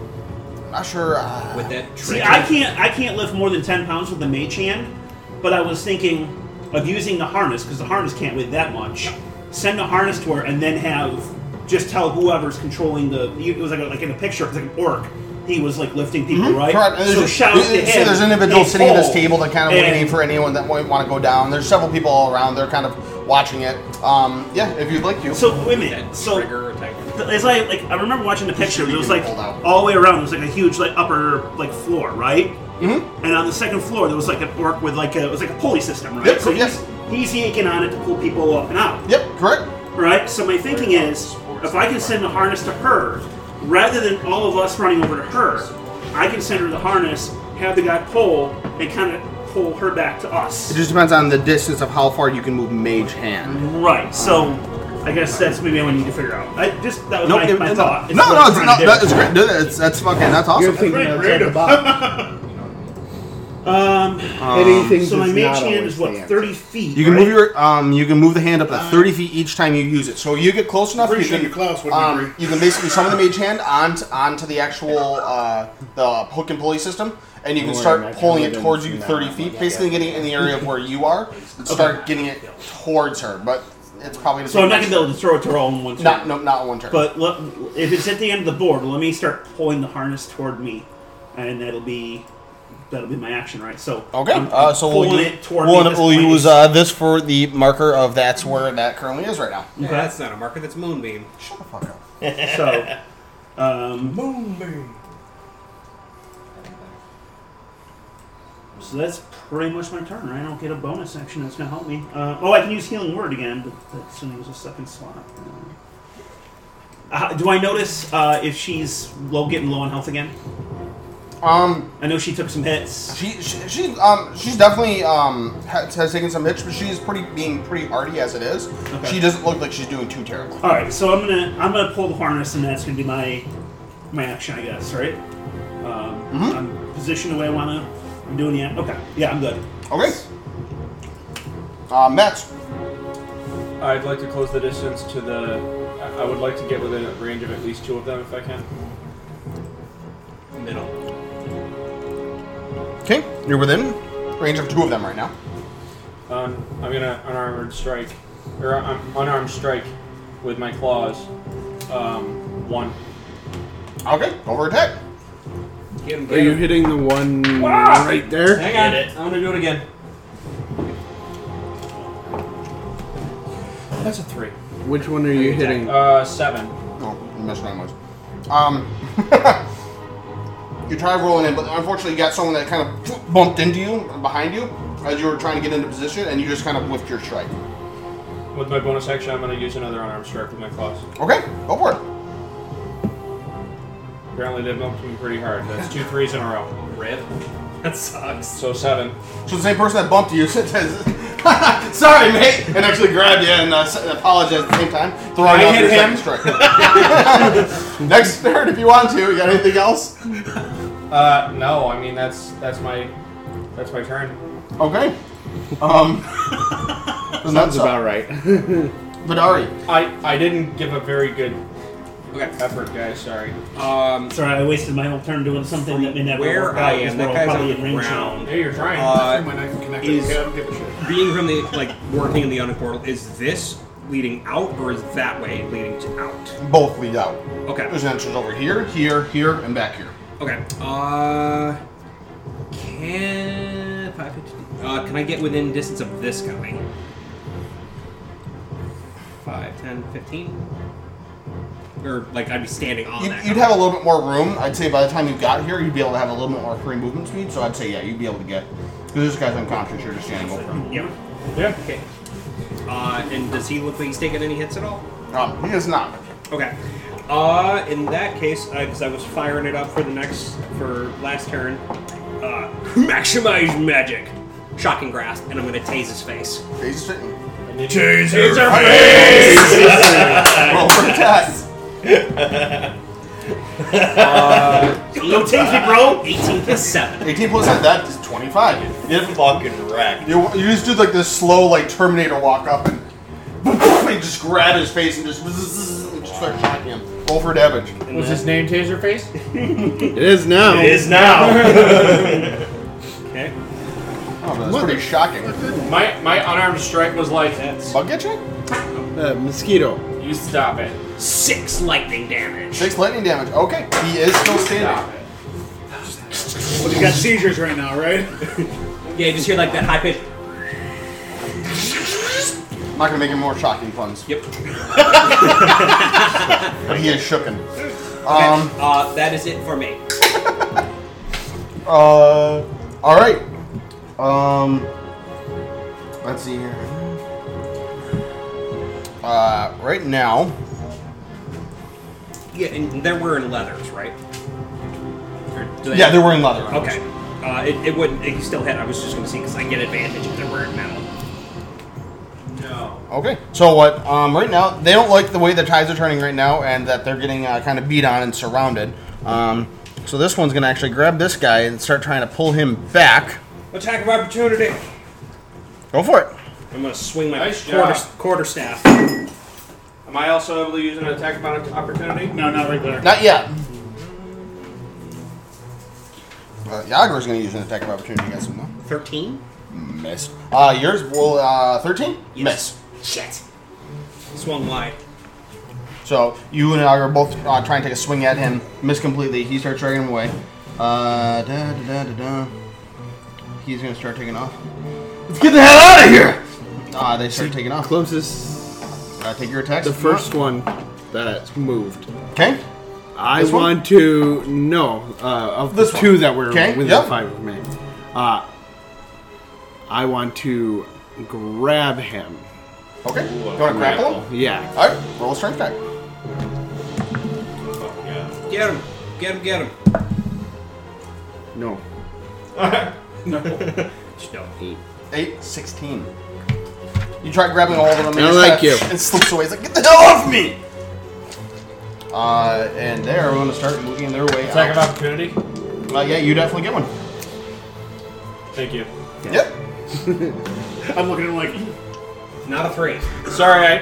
B: not sure. Uh,
J: with that.
C: See,
J: trick.
C: I can't I can't lift more than ten pounds with the mage hand, but I was thinking of using the harness because the harness can't weigh that much. Send the harness to her and then have just tell whoever's controlling the. It was like a, like in a picture, it was like an orc. He was like lifting people, right?
B: Mm-hmm. Correct. And there's
C: So
B: a-
C: shout
B: you-
C: to him.
B: So there's individuals
C: "Hey,
B: sitting at this
C: pull,"
B: table that kind of
C: and-
B: waiting for anyone that might want to go down. There's several people all around. They're kind of watching it. Um, yeah, if you'd like to.
C: So wait a minute.
J: That
C: So
J: trigger attack.
C: It's like, like I remember watching the picture. It was like
B: Hold out.
C: all the way around. It was like a huge like upper like floor, right? Mm-hmm. And on the second floor, there was like an orc with like a it was like a pulley system, right?
B: Yep,
C: so he's,
B: yes.
C: he's yanking on it to pull people up and out,
B: yep, correct.
C: right? So my thinking is, if I can send the harness to her, rather than all of us running over to her, I can send her the harness, have the guy pull, and kind of pull her back to
I: It
C: us,
I: just depends on the distance of how far you can move mage hand.
C: right? So. I guess that's maybe I need to figure out. I just that was
I: Nope,
C: my,
I: it-
C: my
I: no,
C: thought.
I: no,
C: what
I: no,
C: I'm
I: it's
C: trying
I: not.
C: to do.
I: That's great. No, That's, that's fucking. That's
L: You're
I: awesome.
L: thinking
C: Great
L: outside the
C: reader.
L: box.
C: Um,
L: Anything
C: so my
L: does
C: mage
L: not
C: hand
L: always
C: is what
L: the answer.
C: thirty feet.
I: You can
C: right?
I: move your um. You can move the hand up
C: Uh,
I: to thirty feet each time you use it.
B: So
I: So
B: you get close enough, you
D: Pretty sure
B: can,
D: your Klaus wouldn't
B: um,
D: agree.
B: you can basically summon the mage hand onto, onto the actual uh, the hook and pulley system, and you can
L: Or
B: start
L: imagine
B: pulling it
L: within
B: towards you
L: that
B: 30
L: one,
B: feet,
L: yeah.
B: basically getting it in the area of where you are, and start getting it towards her. But it's probably
C: So I'm not gonna be able to throw it to her all in one turn.
B: Not no, not one turn.
C: But let, if it's at the end of the board, let me start pulling the harness toward me, and that'll be that'll be my action, right? So
B: Okay,
C: I'm
B: uh, so we'll,
C: pulling
B: u-
C: it toward
B: we'll,
C: me. at this
B: we'll
C: point.
B: use uh, this for the marker of that's where that currently is right now.
J: Yeah, that's not a marker. That's moonbeam.
B: Shut the fuck up.
C: so. Um, So that's pretty much my turn. Right? I don't get a bonus action that's gonna help me. Uh, oh, I can use healing word again, but that's only was a second slot. Uh, do I notice uh, if she's low, getting low on health again?
B: Um,
C: I know she took some hits.
B: she, she she's um she's definitely um has, has taken some hits, but she's pretty being pretty arty as it is.
C: Okay.
B: She doesn't look like she's doing too terribly.
C: All right, so I'm gonna I'm gonna pull the harness, and that's gonna be my my action, I guess. Right? Um, I'm positioned the way I wanna. I'm doing the okay. Yeah, I'm good.
B: Okay. Um, Matt,
A: I'd like to close the distance to the. I- I would like to get within a range of at least two of them if I can.
J: Middle.
B: okay, you're within range of two of them right now.
A: Um, I'm gonna unarmored strike, or um, unarmed strike, with my claws. Um, one.
B: Okay, over attack.
J: Get him, get
L: Are you
J: him.
L: hitting the one
A: Wow.
L: right there?
A: Hang on,
G: Get it.
A: I'm gonna do it again. That's a three.
L: Which one are you hitting?
A: Uh, seven.
B: No, you missed anyways. Um, you try rolling in, but unfortunately you got someone that kind of bumped into you behind you as you were trying to get into position, and you just kind of whiffed your strike.
A: With my bonus action, I'm gonna use another unarmed strike with my claws.
B: Okay, go for it.
A: Apparently, they bumped me pretty hard. That's two threes in a row.
J: Rip. That sucks.
A: So seven.
B: So the same person that bumped you says, "Sorry, mate," and actually grabbed you and uh, s- apologized at the same time, throwing
A: I
B: out
A: hit
B: your
A: him.
B: second strike. Next turn, if you want to. You got anything else?
A: Uh, no, I mean that's that's my that's my turn.
B: Okay. Um,
L: Sounds about right.
B: Vidari.
A: I I didn't give a very good
J: Okay.
A: Effort, guys. Sorry.
J: Um,
C: Sorry, I wasted my whole turn doing something that may never
J: where
C: work out
J: I
C: 'cause
J: am,
C: we're
J: that
C: all
J: guy's
C: probably in
J: on the
C: range now.
J: ground.
A: Hey, you're trying.
J: Uh,
D: my knife and connect
J: is-
D: it. Okay, I don't give a shit.
J: being from the like working in the Unic portal, is this leading out or is that way leading to out?
B: Both lead out.
J: Okay.
B: There's entrances over here, here, here, and back here.
J: Okay. Uh, can five fifty? Uh, can I get within distance of this guy? 5, 10, 15? Or, like, I'd be standing on
B: You'd,
J: that.
B: you'd
J: guy.
B: have a little bit more room. I'd say by the time you got here, you'd be able to have a little bit more free movement speed. So I'd say, yeah, you'd be able to get. Because this guy's unconscious, you're just standing over him.
J: Yeah.
A: Yeah.
J: Okay. Uh, and does he look like he's taking any hits at all?
B: Um, he is not.
J: Okay. Uh, in that case, because I was firing it up for the next, for last turn, uh, maximize magic, shocking grasp, and I'm gonna tase his face.
B: He's sitting.
J: Tase her
B: Roll for attack.
J: Don't tase me, bro. 18 plus seven.
B: 18 plus that, that is 25.
G: You're fucking wrecked.
B: You, you just do like this slow, like Terminator walk up and, and just grab his face and just, and just start shocking him. Roll for damage.
A: What's his name? Taserface.
L: It is now.
G: It is now.
J: Okay.
B: Oh, that's pretty shocking.
A: My my unarmed strike was like,
B: Bug get you?
L: Uh, mosquito.
A: you stop it.
J: Six lightning damage.
B: Six lightning damage. Okay, he is still
A: Stop
B: standing.
A: it.
D: Well, you got seizures right now, right?
J: Yeah, you just hear like that high pitch.
B: I'm not gonna make any more shocking puns,
J: Yep.
B: but he is shooken. Um,
J: Uh, that is it for me.
B: uh, all right. Um, let's see here. Uh, right now,
J: Yeah, and they're wearing leathers, right? Or do they-
B: yeah, they were in leather.
J: Okay. Uh, it, it wouldn't. It still hit. I was just going to see because I get advantage if they're wearing metal.
A: No.
B: Okay. So what? Um, right now, they don't like the way the tides are turning right now, and that they're getting uh, kind of beat on and surrounded. Um, so this one's gonna actually grab this guy and start trying to pull him back.
J: Attack of opportunity.
B: Go for it.
J: I'm going to swing my
A: Nice
J: quarter,
A: job.
J: quarter staff.
A: Am I also able to use an attack of opp- opportunity?
D: No, not right there.
B: Not yet. Uh, Yagra's gonna use an attack of opportunity against him. though.
J: Thirteen.
B: Miss. Uh, yours will uh, thirteen.
J: Yes. Shit. Swung wide.
B: Miss. So you and Yagra both uh, try and take a swing at him. Miss completely. He starts dragging him away. Uh, da, da, da, da, da. He's gonna start taking off. Let's get the hell out of here! Ah, they start taking off.
L: Closest.
B: Uh, take your attacks.
L: The
B: if you want.
L: first one that's moved.
B: Okay.
L: I
B: This one?
L: want to know uh, of
B: This
L: the
B: one.
L: two that were
B: Okay,
L: within
B: yep.
L: five of me. Uh, I want to grab him.
B: Okay. you want to grapple? him?
L: Yeah.
B: All right. Roll a strength check.
A: Yeah.
J: Get him. Get him. Get him.
L: No.
J: No. Eight.
B: Eight. Sixteen. You try grabbing all of them. and
L: I
B: just
L: like
B: kinda-
L: you.
B: And slips away. It's like, get the hell off me! Uh, and they're going to start moving their way
A: Attack of
B: out.
A: opportunity.
B: Uh, yeah, you definitely get one.
A: Thank you.
B: Yep.
D: I'm looking at him like,
J: Not a three.
A: Sorry, I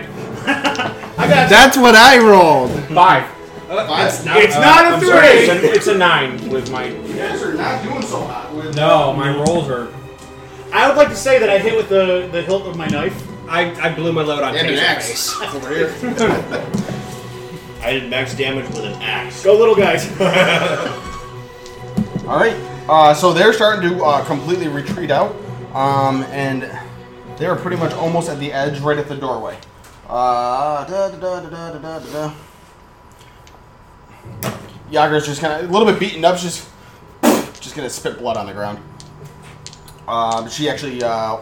L: That's what I rolled.
A: five.
B: It's not.
A: It's not a three. it's, a, it's a nine with my.
B: You guys are not doing so hot. With
A: No, my rolls are.
D: I would like to say that I hit with the, the hilt of my knife.
J: I, I blew my load on
B: and an
J: taser
B: axe.
J: face.
B: It's over here.
G: I did max damage with an axe.
D: Go, little guys.
B: All right. Uh, so they're starting to uh, completely retreat out, um, and they are pretty much almost at the edge, right at the doorway. Uh, da, da, da, da, da, da, da, da. Yager's just kind of a little bit beaten up. She's just gonna spit blood on the ground. Uh, she actually uh,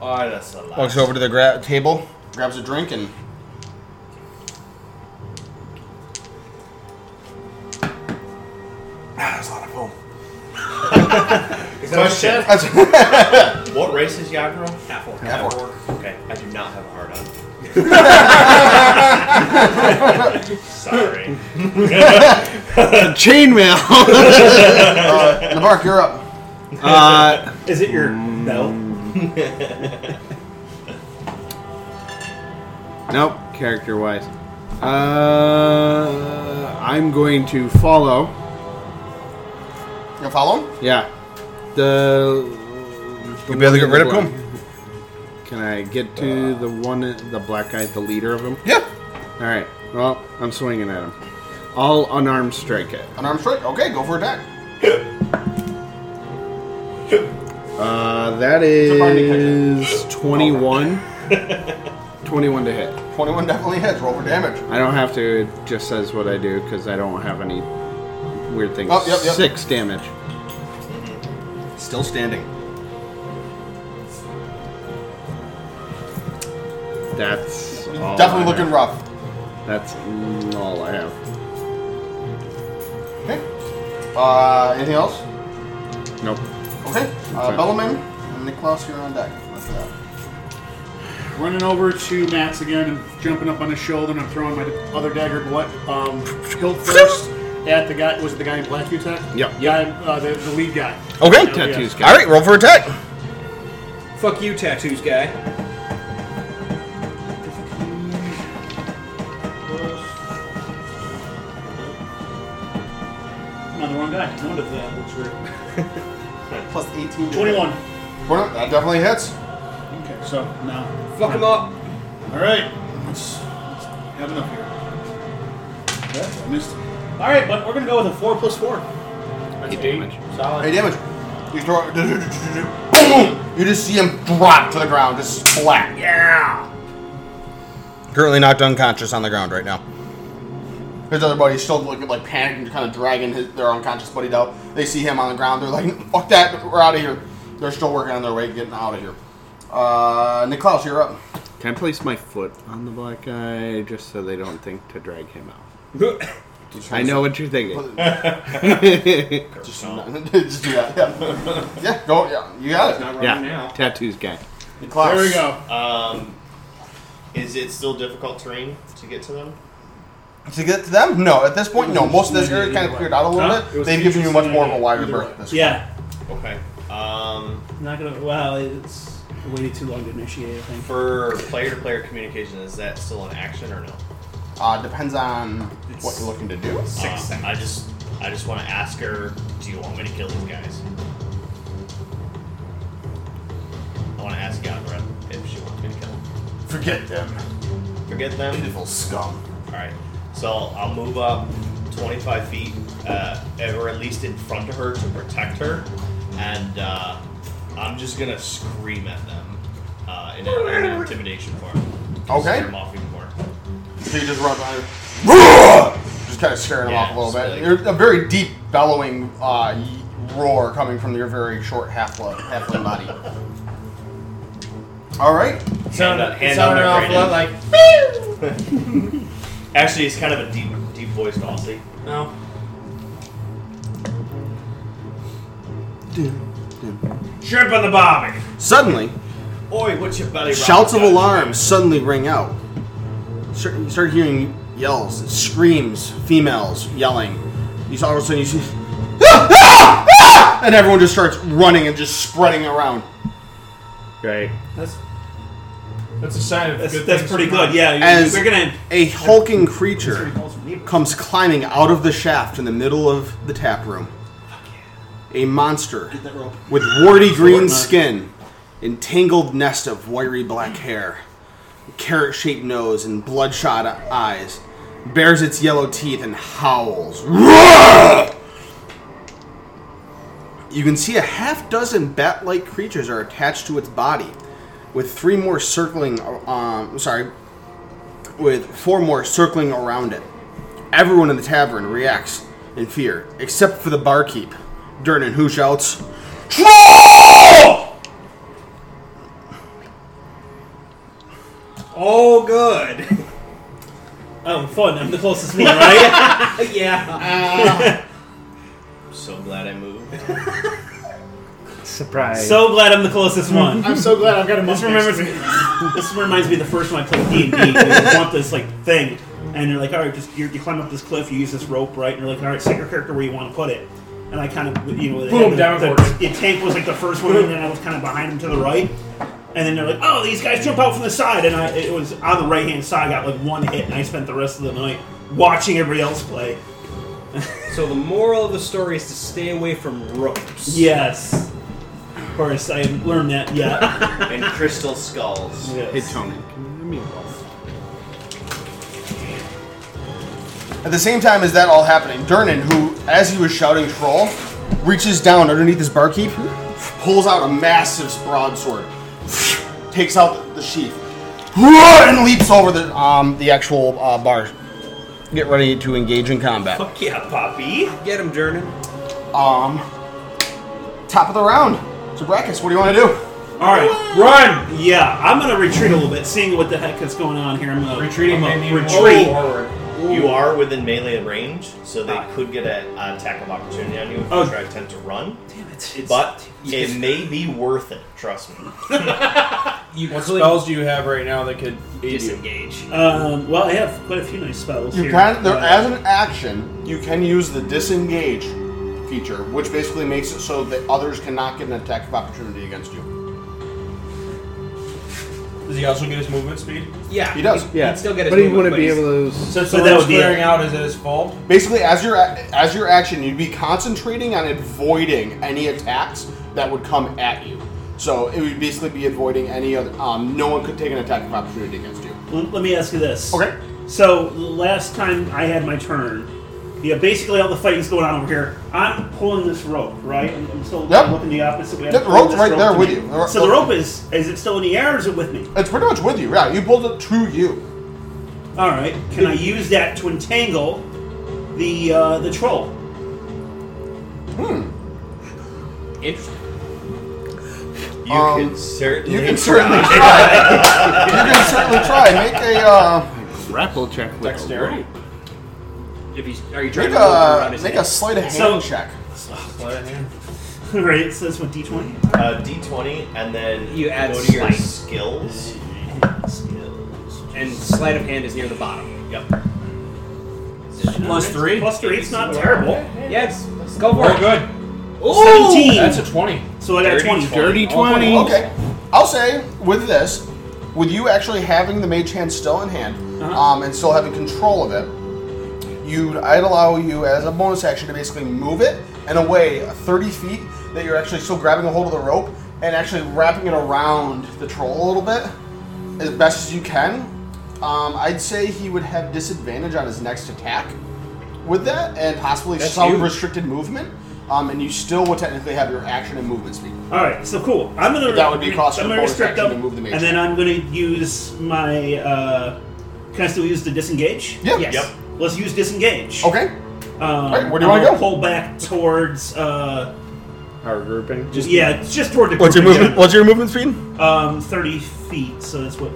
G: Oh, that's a lot.
B: walks over to the gra- table, grabs a drink, and
G: Question.
B: that's
G: What race is Yagra?
J: Half orc.
B: Half orc.
G: Okay, I do not have a hard on. Sorry.
L: Chainmail.
B: uh, Navark, you're up.
L: uh,
D: Is it your bell?
L: nope. Character wise.
I: Uh, I'm going to follow.
M: You follow him?
I: Yeah. The. the
M: You barely
I: one-
M: got rid of him?
I: Can I get to the one, the black guy, the leader of him?
M: Yeah.
I: All right. Well, I'm swinging at him. I'll unarmed strike it.
M: An arm strike. Okay, go for attack.
I: Uh, that
M: a binding
I: is 21. 21 to hit.
M: Twenty-one definitely hits. Roll for damage.
I: I don't have to. It just says what I do because I don't have any weird things.
M: Oh, yep, yep.
I: Six damage.
M: Still standing.
I: That's all
M: definitely
I: I
M: looking
I: have.
M: rough.
I: That's mm, all I have.
M: Okay. Uh, anything else?
I: Nope.
M: Okay. Uh,
I: Okay.
M: Bellman and Niklaus, you're on deck. uh, What's that?
D: Running over to Max again and jumping up on his shoulder, and I'm throwing my other dagger, what, um, hilt first at the guy. Was it the guy in black you attacked?
I: Yep.
D: Guy, uh, the, the lead guy.
M: Okay.
D: Yeah.
I: Tattoos
M: All
I: guy.
M: right. Roll for attack.
J: Fuck you, tattoos guy.
C: Another one guy. No wonder that looks weird.
M: Plus eighteen.
C: 21.
M: Well, that definitely hits.
D: Okay, so now.
J: Fuck him up.
D: All right. Let's, let's have enough here. Yeah, I missed.
C: All right, but we're gonna go with a four plus four.
A: That's eight. Solid.
M: Hey, damage. You throw. Boom! You just see him drop to the ground, just splat. Yeah. Currently knocked unconscious on the ground right now. His other buddy's still looking like panicking, kind of dragging his, their unconscious buddy down. They see him on the ground. They're like, "Fuck that! We're out of here." They're still working on their way getting out of here. Uh, Niklaus, you're up.
I: Can I place my foot on the black guy just so they don't think to drag him out? I know what you're thinking.
M: Just, just do that. Yeah. yeah. Go. Yeah. You got it.
A: Not running
I: yeah.
A: now.
I: Tattoos guy.
M: Niklaus.
D: There we go.
G: Um, is it still difficult terrain to get to them?
M: To get to them? No, at this point, no. Most of this area kind of cleared out a little
C: Huh?
M: bit. They've given you much more of a wider berth at this point.
C: Yeah.
G: Okay. Um,
C: Not gonna. Wow, it's waited too long to initiate. I think.
G: for player-to-player communication, is that still an action or no?
M: Uh, depends on what you're looking to do.
G: Um, I just, I just want to ask her. Do you want me to kill these guys? I want to ask Gavra if she wants me to kill them.
M: Forget them.
G: Forget them.
M: Evil scum.
G: All right. So I'll move up 25 feet, uh, or at least in front of her to protect her, and uh, I'm just gonna scream at them uh, in an in an intimidation form. to
M: Okay.
G: Scare them off even more.
M: So you just run behind her. Just kind of scaring them
G: Yeah,
M: off a little
G: just
M: bit.
G: like-
M: You're a very deep, bellowing uh, y- roar coming from your very short half halfling body. All right.
G: Hand, on- hand on
A: Sounded
G: their
A: an awful lot
G: brain.
A: like.
G: Actually, it's kind of a deep, deep voiced Aussie.
A: No.
J: Shrimp on the barbie.
B: Suddenly,
G: uh, Oi, what's your belly? rub
B: shouts of
G: got?
B: alarm suddenly ring out. Start- You start hearing yells, screams, females yelling. You saw all of a sudden you see, "Ah! Ah! Ah!" and everyone just starts running and just spreading around.
I: Right.
C: That's
A: That's a sign of
C: that's,
A: good
C: that's
A: things
C: pretty
A: to
C: good.
A: come.
C: Yeah, you-
B: As-
C: we're gonna.
B: A hulking creature
C: calls from neighbor.
B: comes climbing out of the shaft in the middle of the tap room. A monster
D: That rope.
B: with warty green skin, entangled nest of wiry black hair, carrot shaped nose, and bloodshot eyes, bares its yellow teeth and howls. Roar! You can see a half dozen bat like creatures are attached to its body, with three more circling, um, sorry, with four more circling around it. Everyone in the tavern reacts in fear, except for the barkeep, Dernan, who shouts,
J: Oh, good.
C: Oh, fun! I'm the closest one, right?
J: yeah.
G: So glad I moved.
N: Surprise.
C: so glad I'm the closest one.
D: I'm so glad I've got a
C: This
D: monster.
C: remembers me. this reminds me of the first time I played D and D. You want this like thing, and you're like, all right, just you you climb up this cliff, you use this rope, right? And you're like, all right, set your character where you want to put it. And I kind of, you know,
A: Boom,
C: the,
A: downward.
C: The, the tank was like the first one, and then I was kind of behind him to the right. And then they're like, "Oh, these guys jump out from the side," and I it was on the right hand side. I got like one hit, and I spent the rest of the night watching everybody else play.
J: So the moral of the story is to stay away from ropes.
C: Yes, of course I haven't learned that yet.
G: and crystal skulls.
C: Yes.
L: Hey, Tony, can you give me a ball?
B: At the same time as that all happening, Dernan, who, as he was shouting troll, reaches down underneath his barkeep, pulls out a massive broadsword, takes out the sheath, and leaps over the um, the actual uh, bar. Get ready to engage in combat.
J: Fuck yeah, Poppy. Get him, Jernan.
B: Um, top of the round. So Brackus, what do you want to do?
C: All right,
A: Run!
C: yeah, I'm gonna retreat a little bit, seeing what the heck is going on here. I'm gonna
A: Retreating
C: I'm
A: made me
C: gonna retreat.
A: roll forward.
G: You are within melee range, so they
C: Ah.
G: could get an attack of opportunity on you if
C: Oh.
G: you try to attempt to run.
C: Damn it! It's,
G: But it may be worth it, trust me.
J: You
A: What
J: could
A: spells do you have right now that could aid you?
J: disengage.
C: um, well, I have quite a few nice spells
B: You
C: here. Uh,
B: can there
C: but-
B: as an action, you can use the disengage feature, which basically makes it so that others cannot get an attack of opportunity against you.
A: Does he also get his movement speed?
J: Yeah.
B: He does.
L: Yeah,
J: He'd still get his
L: but he
J: movement,
L: wouldn't be
J: but he's-
L: able to.
A: Since
C: So
A: the
C: that
A: rope's
C: would be it.
A: clearing out is at his fault,
B: Basically, as your a- as your action, you'd be concentrating on avoiding any attacks that would come at you. So it would basically be avoiding any other. Um, no one could take an attack of opportunity against you.
C: L- Let me ask you this.
B: Okay.
C: So last time I had my turn, yeah, basically all the fighting's going on over here. I'm pulling this rope, right? And and so
B: Yep.
C: I'm looking the opposite way. I'm
B: Yep, the
C: pulling
B: rope's
C: this
B: right
C: rope
B: there
C: to
B: with
C: me.
B: you. The ro-
C: So the rope is is it still in the air or is it with me?
B: It's pretty much with you. Yeah, you pulled it to you.
C: All right. Can I use that to entangle the uh, the troll?
J: Interesting.
G: You
B: Um,
G: can certainly.
B: You can certainly try. you can certainly try. Make a uh,
L: Grapple check with
A: dexterity.
J: If he's, are you trying
B: make
J: to rope around
B: a
J: his
B: make a
J: neck?
B: sleight of hand
C: So-
B: check.
C: right. So that's what D twenty.
G: uh, D20, and then
J: You add
G: go to your
J: slight.
G: skills.
J: and sleight of hand is near the bottom.
G: Yep.
A: Plus three?
C: Plus three. It's not terrible.
J: Yes, go for
A: Oh,
J: it.
A: good.
B: Oh!
C: Seventeen.
A: That's a 20.
C: so I got
G: Dirty
C: twenty.
G: 20.
L: Dirty 20.
B: Okay. I'll say with this, with you actually having the mage hand still in hand,
C: Uh-huh.
B: um, and still having control of it, you I'd allow you as a bonus action to basically move it and away 30 uh, feet that you're actually still grabbing a hold of the rope and actually wrapping it around the troll a little bit as best as you can. Um, I'd say he would have disadvantage on his next attack with that, and possibly
J: That's
B: some
J: huge.
B: restricted movement. Um, and you still would technically have your action and movement speed.
C: All right, so cool. I'm gonna.
B: That would be cost
C: I'm
B: of
C: gonna
B: bonus
C: restrict
B: action
C: up,
B: to move the mage.
C: and then I'm gonna use my. Uh, can I still use the disengage?
B: Yeah.
J: Yes.
G: Yep.
C: Let's use disengage.
B: Okay.
C: Um,
B: right, where do you
C: I'm
B: wanna
C: gonna
B: go?
C: Pull back towards. Uh,
L: Our grouping.
C: just yeah, it's just toward the. group in general.
B: What's your movement speed?
C: Um, thirty feet. So that's what.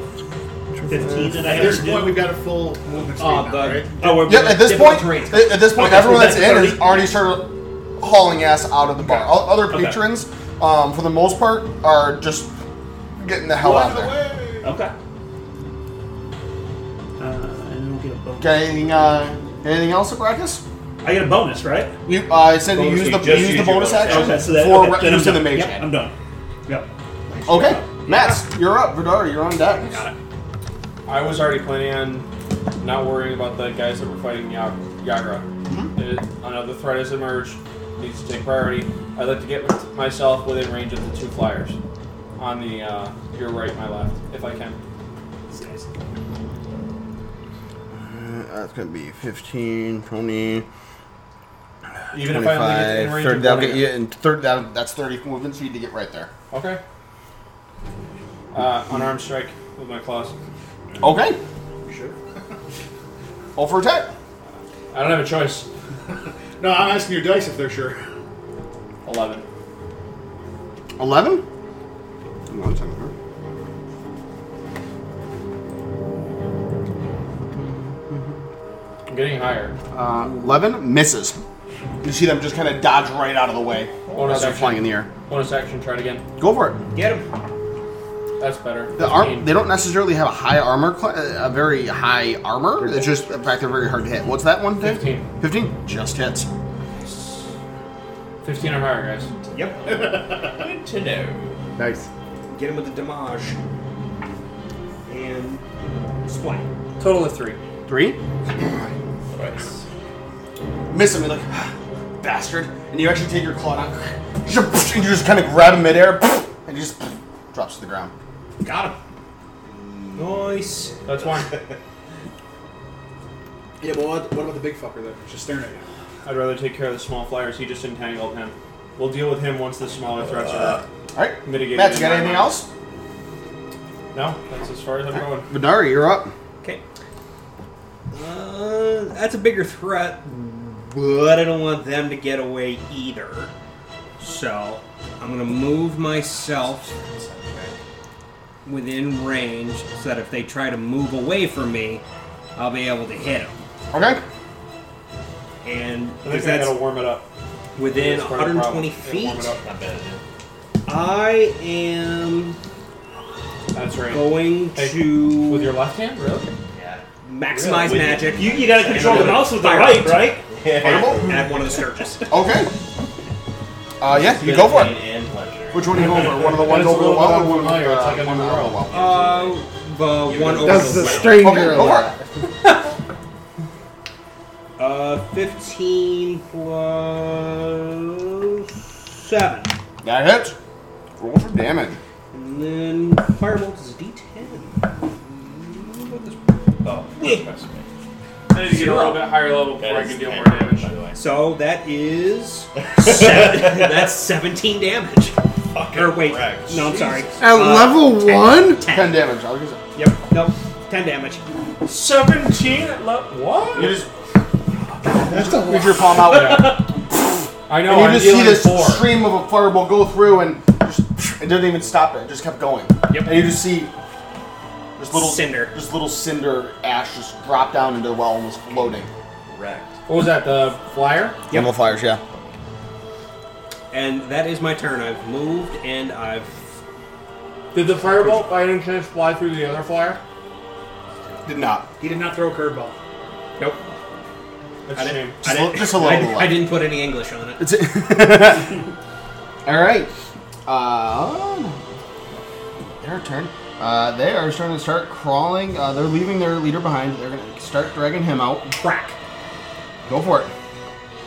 C: Fifteen that I
D: At
C: have
D: this
C: to
D: point,
C: do.
D: we've got a full movement speed
J: Uh,
D: now,
J: the-
D: right?
C: Oh, we're,
B: Yeah, at this
J: Different
B: point,
J: terrains.
B: at at this point,
C: Okay, so
B: everyone
C: that's
B: that's in has
C: 30.
B: already started hauling ass out of the bar. All Other
C: Okay.
B: patrons, um, for the most part, are just getting the hell out of there.
C: okay. Uh, and we'll get a bonus.
B: Okay, anything, uh, anything else, Abracus?
C: I get a bonus, right?
B: You, uh, I said you
G: Bonus,
B: use
G: you
B: the
G: just
B: use
G: use
B: the
G: your
B: bonus
G: bonus
B: action
C: Okay, so that,
B: for
C: okay,
B: re-
C: then I'm
B: use to the
C: done.
B: mage
C: Yep,
B: hand.
C: I'm done. Yep.
B: Okay, Matt, you're up. Vidar, you're on deck.
A: I was already planning on not worrying about the guys that were fighting Ya- Yagra. Uh, Another threat has emerged, needs to take priority. I'd like to get my- myself within range of the two flyers on the uh, your right, my left, if I can.
B: That's gonna be 15, 20,
A: Even if I only get in range of one of them.
B: and third. That, that's 30 movement speed to get right there.
A: Okay. Uh, unarmed strike with my claws.
B: Okay. Sure. All for attack.
A: I don't have a choice.
D: No, I'm asking your dice if they're sure.
A: Eleven.
B: 11?
A: I'm getting higher.
B: Uh, 11 misses. You see them just kind of dodge right out of the way
A: Bonus
B: as they're
A: action.
B: flying in the air.
A: Bonus action. Try it again.
B: Go for it.
J: Get him.
A: That's better.
B: The arm,
A: 15.
B: they don't necessarily have a high armor, cla- uh, a very high armor. It's just, in fact, they're very hard to hit. What's that one? Dave?
A: 15.
B: 15? Just hits.
A: 15 or higher, guys.
G: Yep. Good to know.
L: Nice.
J: Get him with the damage. And splat.
A: Total of three.
I: Three?
B: miss him, you're like, bastard. And you actually take your claw down, and you just kind of grab him midair, and he just drops to the ground.
J: Got him. Nice.
A: That's one.
D: Yeah, but what, what about the big fucker that's just staring at you?
A: I'd rather take care of the small flyers. He just entangled him. We'll deal with him once the smaller threats
G: Uh,
A: are
B: All right.
A: mitigated.
B: Matt, you
A: in
B: got
A: my
B: anything
A: mind.
B: else?
A: No, that's as far as I'm going.
I: Vidari, you're up.
J: Okay. Uh, that's a bigger threat, but I don't want them to get away either. So I'm gonna move myself within range so that if they try to move away from me, I'll be able to hit them.
B: Okay.
J: And
A: I think
J: because
A: I
J: that's
A: gotta warm it up.
J: within
A: That's part of the problem.
J: 120
A: Gotta warm it
J: feet,
A: up.
J: I am
A: That's right.
J: going
A: Hey,
J: to
A: With your left hand, really?
J: maximize
G: Really?
J: magic.
C: You, you gotta control the mouse with the
J: Fire
C: right,
J: it.
C: right?
B: Fireball?
J: Add one of the sturges.
B: Okay. Uh, yeah, you go for it.
G: And pleasure.
B: Which one do you go for? One of the ones
A: It's a
B: over the
A: little
B: well?
A: bit
B: or one
A: unfamiliar.
B: with,
A: It's
B: uh,
A: like a
B: one
A: new
B: over the
A: world.
B: well?
J: Uh, the one over
I: That's
J: the
I: the
J: well.
I: stranger.
B: Okay, go for
I: alert.
B: it.
J: Uh, 15 plus 7.
B: That hits. Roll for damage.
J: And then Firebolt is d10.
G: Oh,
B: Eh.
G: impressive.
A: I need to get a little bit higher level before I can deal more damage.
G: By the way.
J: So that is. seven, that's 17 damage.
G: Fucking
J: Or wait.
G: wrecked.
J: No, I'm sorry.
I: At
J: Uh,
I: level one?
B: 10
J: 10.
B: damage. I was gonna say.
J: Yep. Nope. 10 damage.
A: 17 at level. What?
B: You just. Reach your palm out.
A: I know,
B: And you
A: Oh, I'm
B: just see
A: dealing
B: this
A: four.
B: stream of a fireball go through and just, it didn't even stop it. It just kept going.
J: Yep.
B: And you just see this little
J: Cinder.
B: this little cinder ash just drop down into the well and was floating.
G: Wrecked.
A: What was that, the flyer?
B: Yep. fires, yeah.
J: And that is my turn. I've moved and I've.
A: Did the firebolt by any chance fly through the other flyer?
B: Did not.
D: He did not throw a curveball.
J: Nope.
A: That's a shame.
B: Just, a, li- just a
J: I,
B: little.
J: I didn't put any English on it.
B: It's All right. Uh, their turn. Uh, they are starting to start crawling. Uh, they're leaving their leader behind. They're going to start dragging him out.
J: Crack.
B: Go for it.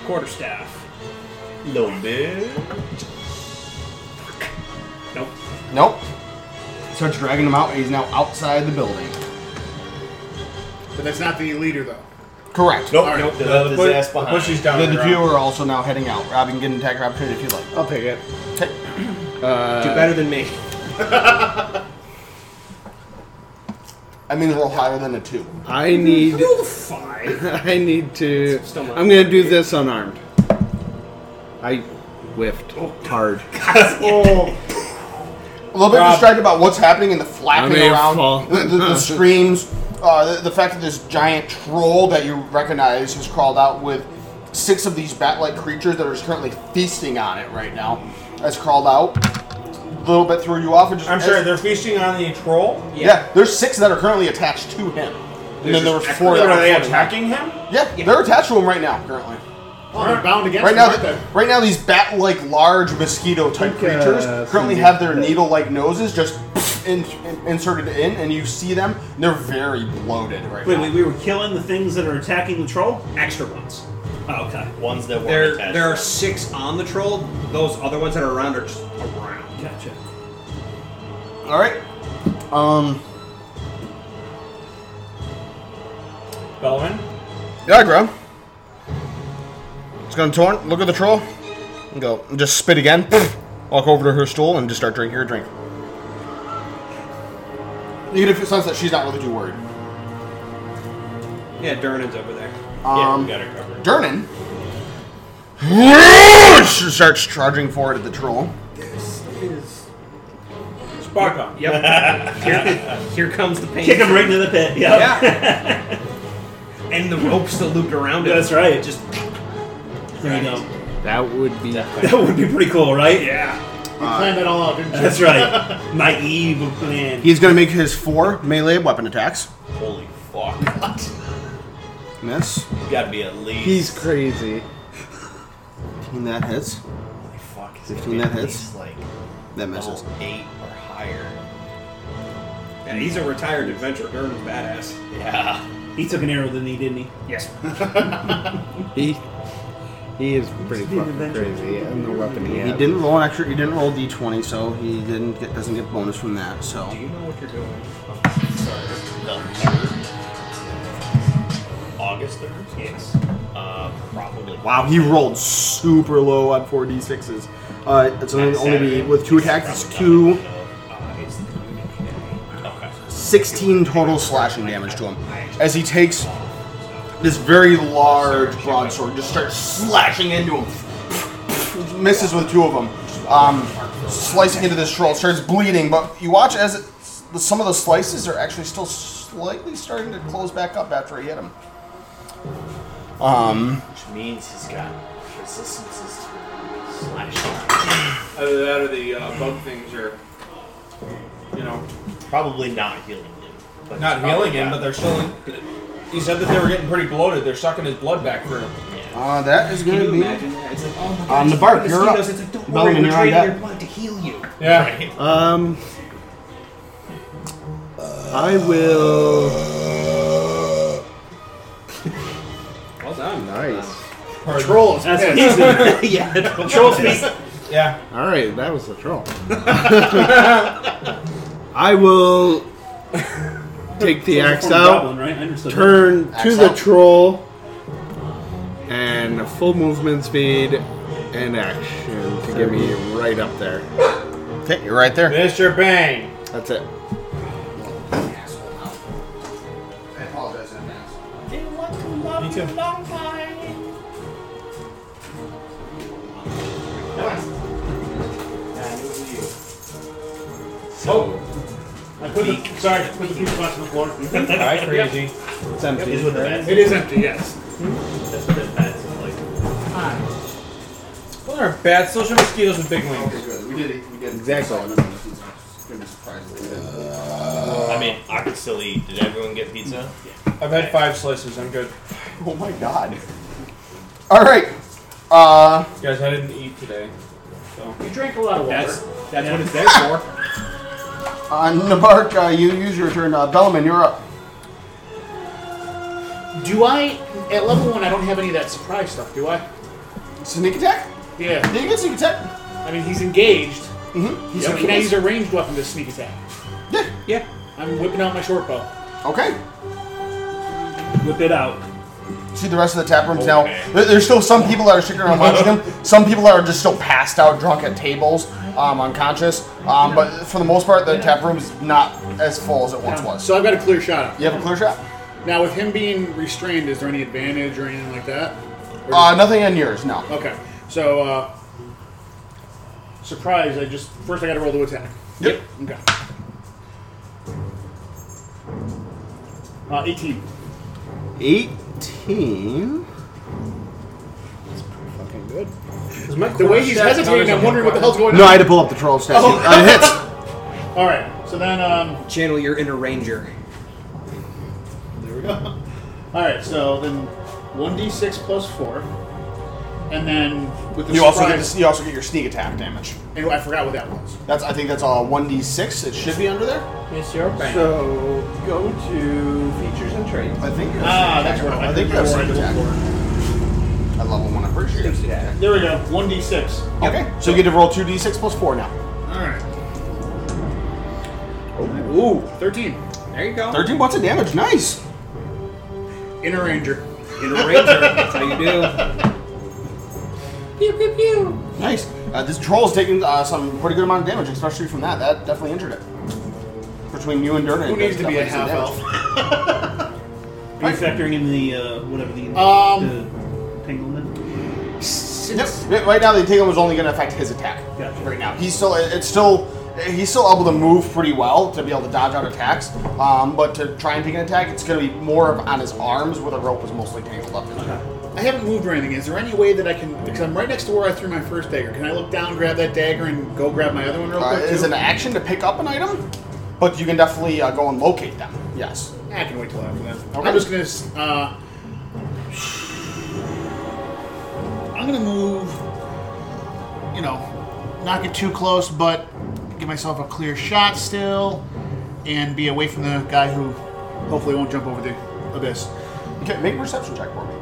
J: Quarterstaff.
G: No bit.
J: Nope.
B: Nope. Starts dragging him out, and he's now outside the building.
D: But that's not the leader, though.
B: Correct.
G: Nope.
J: right.
G: Nope. The,
A: The
G: the,
A: push-
G: ass
A: the
G: behind.
A: pushies down
B: The,
A: on
B: the
A: ground.
B: two are also now heading out. Rob, you can get an attacker opportunity if you like.
I: I'll pick it.
B: Okay.
J: Do better than me.
B: I mean, roll higher than a two.
L: I need.
J: Roll five.
L: I need to.
J: Still not
L: I'm gonna do this unarmed. I whiffed hard.
B: A little bit
A: Rob.
B: distracted about what's happening and the flapping
L: may have
B: around,
L: fall.
B: the, the, the screams, uh, the, the fact that this giant troll that you recognize has crawled out with six of these bat-like creatures that are just currently feasting on it right now. Has crawled out. A little bit threw you off. And just,
A: I'm sure they're feasting on the troll.
B: Yeah. there's six that are currently attached to him. And then there were four that
A: Are they
B: were attacking.
A: attacking him?
B: Yeah, they're attached to him right now, currently.
D: Oh, they're bound against
B: Right
D: him,
B: now,
D: aren't
B: th-
D: they?
B: right now, these bat-like, large mosquito-type
L: Think, uh,
B: creatures currently
L: Cindy-
B: have their needle-like noses just in, in- inserted in, and you see them. and They're very bloated right
C: Wait,
B: now.
C: wait, we were killing the things that are attacking the troll? Extra ones. Oh, okay.
G: Ones that were
J: There,
G: attached.
J: there are six on the troll. Those other ones that are around are just around.
C: Gotcha.
B: All right. Um.
A: Bellman?
B: Yeah, Grub. It's gonna taunt. Look at the troll. And go. And just spit again. Walk over to her stool and just start drinking her drink. Even if it sounds that she's not really too worried.
J: Yeah, Durnan's over there.
G: Yeah,
B: Um,
G: we got her covered.
B: Dernan starts charging forward at the troll.
A: Sparka.
J: Yep. here, here comes the pain.
C: Kick him right into the pit. Yeah.
J: Yeah. and the rope's still looped around it.
C: That's right.
J: Just
C: There you go.
L: That would be.
C: That would be pretty cool, right?
J: yeah.
D: You
I: Uh,
D: planned that all out, didn't you?
C: That's right. My evil plan.
B: He's gonna make his four melee weapon attacks.
G: Holy fuck.
B: Miss.
G: you gotta be at least.
L: He's crazy.
B: And that hits.
G: Holy fuck.
I: 15,
G: gonna
I: that
G: be at
I: hits.
G: least, Like
I: That misses.
G: level eight or higher.
J: Yeah, he's a retired adventurer. Durham's badass.
G: Yeah.
C: He took an arrow, didn't he? Didn't he?
J: Yes.
L: He he is pretty fucking crazy, and the weapon he
I: He
L: has.
I: didn't roll an extra. He didn't roll d20, so he didn't get doesn't get bonus from that. So
J: Do you know what you're doing?
G: Sorry. The third. August third.
J: Yes.
G: Uh, probably.
I: wow, he rolled super low on four d6s. Uh, it's only, only be with two attacks. It's two
J: Uh, it's the community day.
G: Okay.
I: 16 total slashing damage to him as he takes this very large broadsword, just starts slashing into him. Misses with two of them, um, slicing into this troll. Starts bleeding, but you watch as it, the, some of the slices are actually still slightly starting to close back up after he hit him. Um,
G: Which means he's got resistances to slash.
A: Either that or the uh, bug things are, you know,
G: Probably not healing him. But
A: not healing him, but they're still. In, he said that they were getting pretty bloated. They're sucking his blood back through.
G: Yeah.
I: uh, that is going
J: Can
I: to
J: you
I: be
J: imagine that? It's like, oh my
I: On
J: gosh,
I: the bark,
J: it's
I: you're
J: mosquitoes.
I: up.
J: It's like, don't
I: Melvin,
J: worry, we're
I: you're on
J: trading
I: deck.
J: your blood to heal you.
A: Yeah.
L: Um, I will.
J: Well done.
L: Nice.
A: Pardon.
D: Troll is
C: That's
D: pissed.
J: yeah.
C: Troll speak.
A: Yeah.
L: All right, that was the troll. I will take the axe
C: Form of
L: out,
C: Goblin, right? I understood.
L: turn to
B: Axe
L: the
B: out.
L: troll, and full movement speed and action to get me right up there.
B: Okay, you're right there.
A: Mr. Bang.
L: That's it.
B: I apologize in advance.
A: Me too. Oh,
C: I put the, sorry, I put the piece of glass on the floor.
A: all right, crazy.
L: It's empty.
G: Is with the bats.
C: it is empty, yes.
G: That's what the bats is like.
A: Well, there are bats. Those are mosquitoes with big wings.
B: good. We did it. We did
L: Exactly.
G: I mean, I could still eat. Did everyone get pizza?
A: I've had five slices. I'm good.
B: Oh my god. All right. Uh,
A: Guys, I didn't eat today. So.
C: You drank a lot of water.
J: That's that's what it's there for.
B: on Nabark, uh, you use your turn. Uh, Bellman, you're up.
D: Do I at level one? I don't have any of that surprise stuff, do I?
B: Sneak attack?
D: Yeah.
B: Did you get sneak attack?
D: I mean, he's engaged.
B: Mm-hmm.
D: So can I use a ranged weapon to sneak attack?
B: Yeah.
J: Yeah.
D: I'm whipping out my short bow.
B: Okay.
C: Whip it out.
B: See the rest of the tap rooms
G: Okay.
B: now. There, there's still some people that are sticking around watching him. Some people are just still passed out, drunk at tables, um, unconscious. Um, but for the most part, the tap room is not as full as it once was.
D: So I've got a clear shot.
B: You have a clear shot.
D: Now, with him being restrained, is there any advantage or anything like that? Or-
B: Uh, nothing on yours. No.
D: okay. So, uh, surprise! I just first I got to roll the attack.
B: Yep.
D: Okay. Uh, 18.
I: 18.
L: Fucking good.
D: The way he's hesitating, I'm wondering what the hell's going
I: No, I
D: on.
I: had to pull up the troll statue. Uh, it hits.
D: All right. So then, um,
J: Channel your inner ranger.
D: there we go. All right. So then, 1d6 plus four, and then with the
B: You also get
D: surprise.
B: this, you also get your sneak attack damage.
D: and I forgot what that was.
B: That's I think that's all one d six. It should be under there.
L: So go to features and traits.
B: I think.
D: Ah, that's right.
B: I think you have
D: that's
B: sneak attack. At level one, I'm pretty sure. you have sneak attack.
D: There we go. 1d6.
G: Oh,
B: Okay, so you get to roll two d6 plus four now.
D: All right.
L: Ooh,
D: 13.
J: There you go.
B: Oh. Thirteen points of damage. Nice.
D: Inner Ranger.
J: Inner ranger. That's how you do.
K: Pew pew pew.
B: Nice. Uh, this troll's taking uh, some pretty good amount of damage, especially from that. That definitely injured it. Between you and Durden,
D: Who
B: it
D: needs to be a
B: definitely did some
D: half
B: damage.
D: elf?
C: Are you factoring in the, uh, whatever the,
D: Um,
C: the penguin?
B: Yep. Right- Right now, the Tingle was only going to affect his attack.
C: Gotcha.
B: Right now, he's still it's still he's still able to move pretty well to be able to dodge out attacks. Um, but to try and take an attack, it's going to be more of on his arms where the rope was mostly tangled up. In.
D: I haven't moved or anything. Is there any way that I can? Because I'm right next to where I threw my first dagger. Can I look down, grab that dagger, and go grab my other one real
B: Uh,
D: quick?
B: it is
D: too?
B: an action to pick up an item, but you can definitely uh, go and locate them. Yes.
D: I can wait till after that.
B: Okay.
D: I'm just gonna. s- Uh, I'm gonna move. You know, not get too close, but give myself a clear shot still, and be away from the guy who hopefully won't jump over the abyss.
O: Okay, make a perception check for me.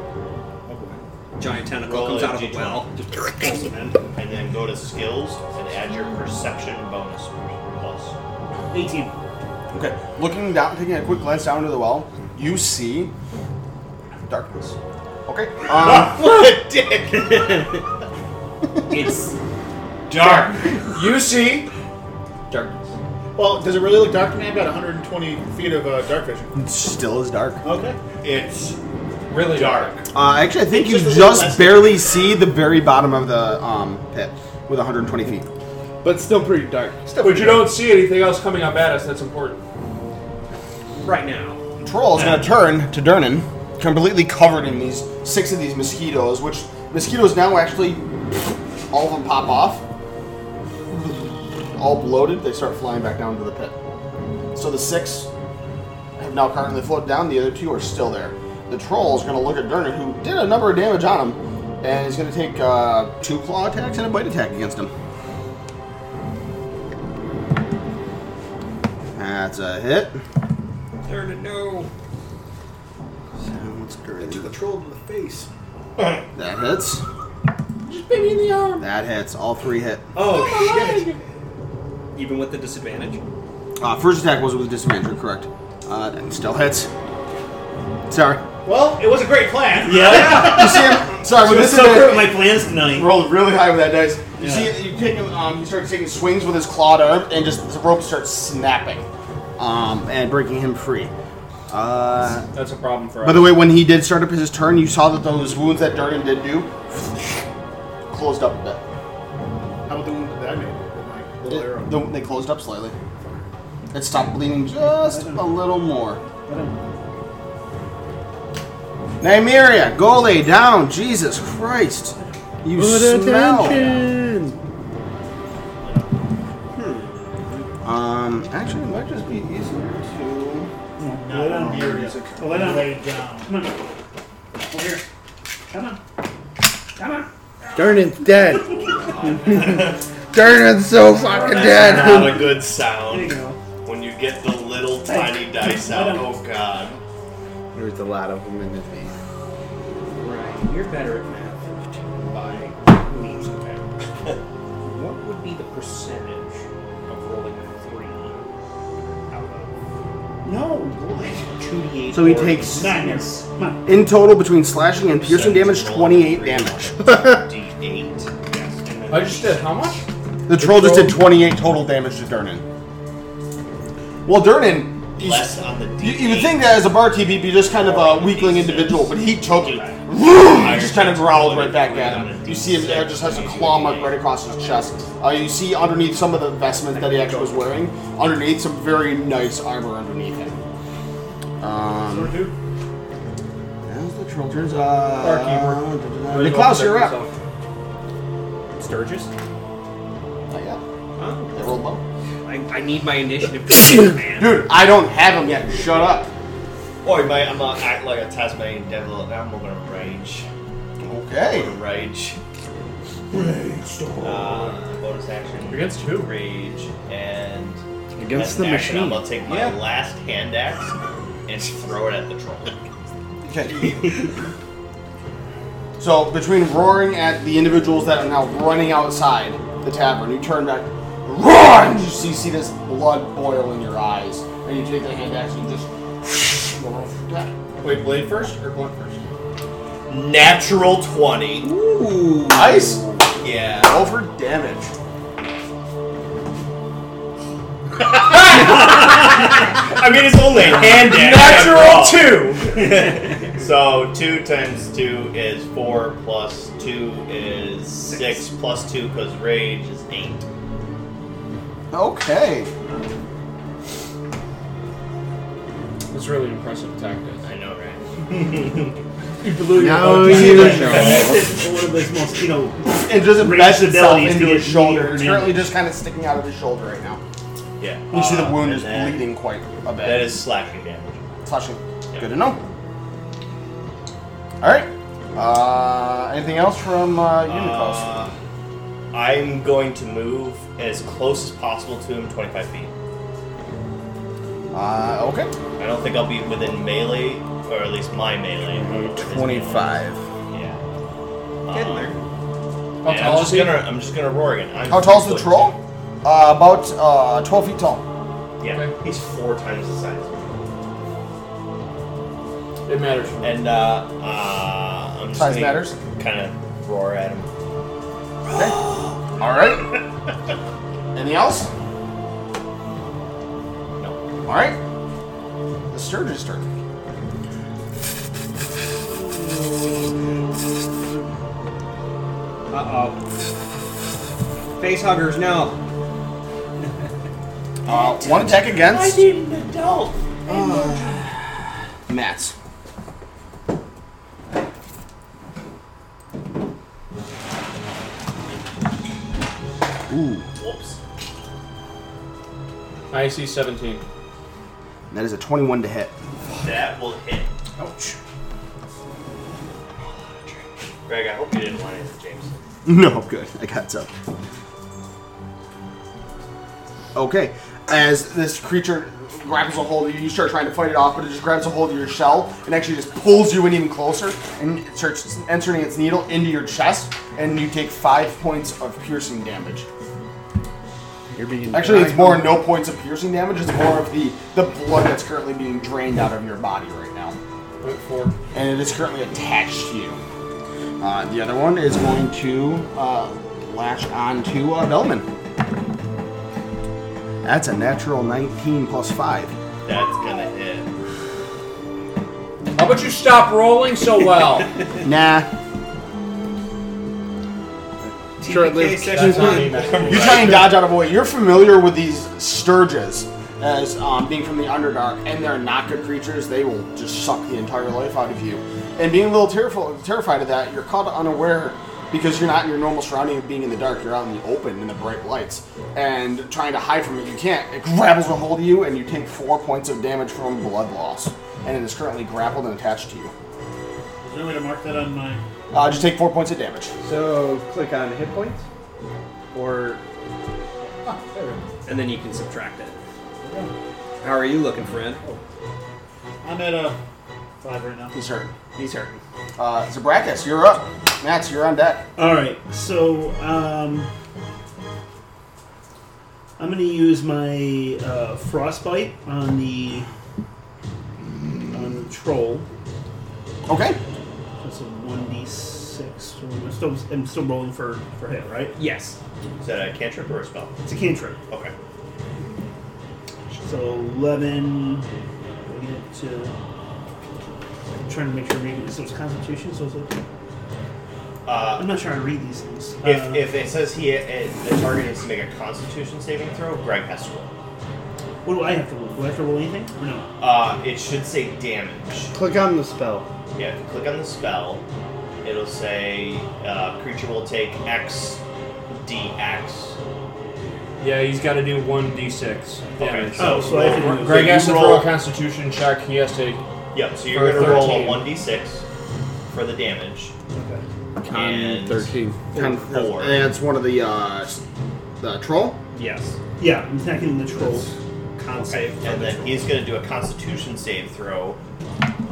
J: Giant tentacle
G: Roll
J: comes
G: a
J: out of the
G: D12.
J: well.
G: Pulse them in, and then go to skills and add your perception bonus plus.
C: 18.
O: Okay, looking down, taking a quick glance down into the well, you see darkness. Okay. Um,
J: It's
O: dark. You see darkness.
D: Well, does it really look dark to me? I've got 120 feet of uh, dark vision.
B: It still is dark.
D: Okay.
G: It's
A: Really
G: dark.
B: Uh, actually, I think
G: It's
B: you
G: just a
B: just,
G: little less-
B: barely see the very bottom of the um, pit with 120 feet.
P: But still pretty dark.
A: But you don't see anything else coming up at us that's important.
J: right now.
O: Troll is going to turn to Dernan, completely covered in these six of these mosquitoes, which mosquitoes now actually, all of them pop off. All bloated, they start flying back down to the pit. So the six have now currently floated down, the other two are still there. The troll is going to look at Dernan, who did a number of damage on him, and he's going to take uh, two claw attacks and a bite attack against him. That's a hit.
J: There to know.
B: Sounds great.
P: The troll in the face.
B: That hits.
P: Just bit me in the arm.
B: That hits. All three hit.
J: Oh shit! Even with the disadvantage.
B: Uh, first attack was with disadvantage, you're correct. Uh, and still hits. Sorry.
D: Well, it was a great plan.
C: Yeah.
B: You see him? Sorry, with
C: I'm so good
B: disadvantage.
C: with my plans tonight.
O: rolled really high with that dice. You
C: Yeah.
O: see, you take him. Um, he starts taking swings with his clawed arm, and just the rope starts snapping.
B: Um, and breaking him free. Uh,
A: That's a problem for us.
B: by the way, when he did start up his turn, you saw that those
O: Those wounds that Durden did do closed up a
D: How about the wound that I made with my
O: bit.
D: little arrow?
O: It- the- they closed up slightly. It stopped bleeding just a little more.
B: Nymeria, go lay down. Jesus Christ. You smell. Um, actually, it might just be easier to.
D: Not on the music.
K: Oh,
C: Let him
D: Lay down.
C: Come on. Over here. Come on. Come on.
I: Dernan's dead. Dernan's so fucking dead.
G: Not a good
C: There you
G: sound
C: go.
G: when you get the little tiny dice out. Oh god.
I: There's a lot of them in this game.
J: Right, you're better at math by leaps and bounds. what would be the percentage of rolling a three out of
C: No, boy.
J: two d eight?
B: So he takes-
C: Madness. Come on.
B: In total, between slashing and piercing damage,
G: Percentage roll
B: 28
G: three
B: damage.
G: D8. Yes. and then
A: I just did how much?
B: The troll just did 28 total damage to Durnan. Well, Durnan, you,
G: Less uh, on the D8.
B: you, you would think that as a bar he'd be just kind of a weakling individual, but he choked it. Vroom! Just kind of growled right back at him. You see him there, just has a claw mark right across his chest. Uh, you see underneath some of the vestment that he actually was wearing, underneath some very nice armor underneath him. Um, as the troll turns, uh, Niklaus, you're up.
J: Sturgis.
B: Not yet.
J: Oh,
B: They rolled low.
J: I, I need my initiative to save, man.
B: Dude, I don't have him yet. Shut up.
G: Oi, mate, I'm gonna act like a Tasmanian devil and I'm gonna rage.
B: Okay.
G: I'm gonna rage. Rage. Uh, bonus action.
A: Against who?
G: Rage and.
I: Against
G: as
I: the
G: an action, I'm
I: machine.
G: gonna take my last hand axe and throw it at the troll.
B: Okay. so between roaring at the individuals that are now running outside the tavern, you turn back, roar, and you see, see this blood boil in your eyes, and you take the hand axe and you just roll off your attack.
A: Wait, blade first or blunt first?
G: Natural 20.
B: Nice.
G: Yeah.
B: Roll for damage.
G: I mean, it's only a hand axe. Natural 2! so 2 times 2 is 4, plus 2 is 6, plus 2 because rage is 8.
B: Okay.
A: It's really impressive tactic.
G: I know, right?
I: Now you know.
C: This is one of those mosquito.
B: It doesn't
C: Range
B: mesh itself
C: abilities
B: into
C: to
B: his
C: get
B: shoulder.
C: near
B: It's
C: an
B: currently
C: enemy.
B: just kind of sticking out of his shoulder right now.
G: Yeah.
B: You see the
G: uh,
B: wound
I: Oh,
G: and
B: is
G: that-
B: bleeding quite a bit.
G: That is slashing damage.
B: Slashing. Good to know. All right. Uh, anything else from uh, Unicos?
G: Uh, I'm going to move as close as possible to him, 25 feet.
B: Uh, okay.
G: I don't think I'll be within melee, or at least my melee. I'm not within his melee.
B: 25.
G: Yeah.
J: Getting there.
G: How
B: tall
G: I'm just
B: is he?
G: gonna, I'm just gonna roar again. I'm
B: How tall is the
G: six foot
B: troll? Uh, about uh, 12 feet tall.
G: two. Yeah, he's four times the size.
A: It matters.
G: And uh, uh, I'm just
B: Size
G: gonna
B: matters.
G: Kind of roar at him.
B: All right. Anything else?
G: No.
B: All right. The Sturgeon's turn.
J: Uh oh. Face huggers, no.
B: Uh, one attack against Uh,
G: need an adult.
B: Matt's. Ooh,
G: Whoops.
A: I see 17.
B: that is a 21 to hit.
G: That will hit.
B: Ouch.
G: Greg, I hope you didn't want it, James.
B: No, good. I got some. Okay. As this creature grabs a hold of you, you start trying to fight it off, but it just grabs a hold of your shell and actually just pulls you in even closer and it starts entering its needle into your chest, and you take five points of piercing damage.
L: You're being
B: Actually, it's more no points of piercing damage. It's more of the the blood that's currently being drained out of your body right now,
A: Point four.
B: and it is currently attached to you. Uh, the other one is going to uh, lash on to uh, Bellman. That's a natural 19 plus five.
G: That's gonna hit.
A: How about you stop rolling so well?
B: Nah,
I: Short-lived.
J: TPK session
A: That's on me.
J: one.
A: That's
B: you try and dodge out of the way. You're familiar with these sturges as um, being from the Underdark, and they're not good creatures. They will just suck the entire life out of you. And being a little terrified, terrified of that, you're caught unaware because you're not in your normal surrounding of being in the dark. You're out in the open in the bright lights, and trying to hide from it, you can't. It grabbles a hold of you, and you take four points of damage from blood loss, and it is currently grappled and attached to you.
Q: Is there a way to mark that on my?
B: Uh, just take four points of damage.
L: So click on hit points, or
J: And then you can subtract it. How are you looking, friend?
Q: I'm at a five right now.
B: He's hurt.
J: He's hurting.
B: Uh, Zabrakas, you're up. Max, you're on deck.
C: All right, so um, I'm going to use my uh, frostbite on the on the troll.
B: Okay.
C: That's a one d six. I'm still, I'm still rolling for for hit, right?
J: Yes.
G: Is that a cantrip or a spell?
C: It's a cantrip.
G: Okay.
C: So eleven. we get to- I'm trying to make sure I'm reading this. It was Constitution, so it's like,
G: Uh,
C: I'm not sure I read these things.
G: if,
C: Uh,
G: if it says he it, the target needs to make a Constitution saving throw, Greg has to roll.
C: what do I have to roll? Do I have to roll anything? Or no.
G: Uh, it should say damage.
L: click on the spell.
G: Yeah, if you click on the spell. It'll say uh, creature will take X DX.
A: Yeah, he's got to do 1d6 damage.
G: Okay.
C: Oh, so I have to do.
A: Greg
G: you
A: has to throw
G: roll-
A: a constitution check. He has to.
G: Yep. So you're
A: For
G: gonna roll a
A: 13.
G: one d6 for the damage.
I: Con
G: And-
I: 13.
B: Ten
G: Four.
I: And it's one of the uh, s- the troll.
J: Yes.
C: Yeah, I'm attacking the troll.
J: Con
G: Okay,
J: save. for
G: and
J: the
G: then
J: troll.
G: he's going to do a Constitution save throw.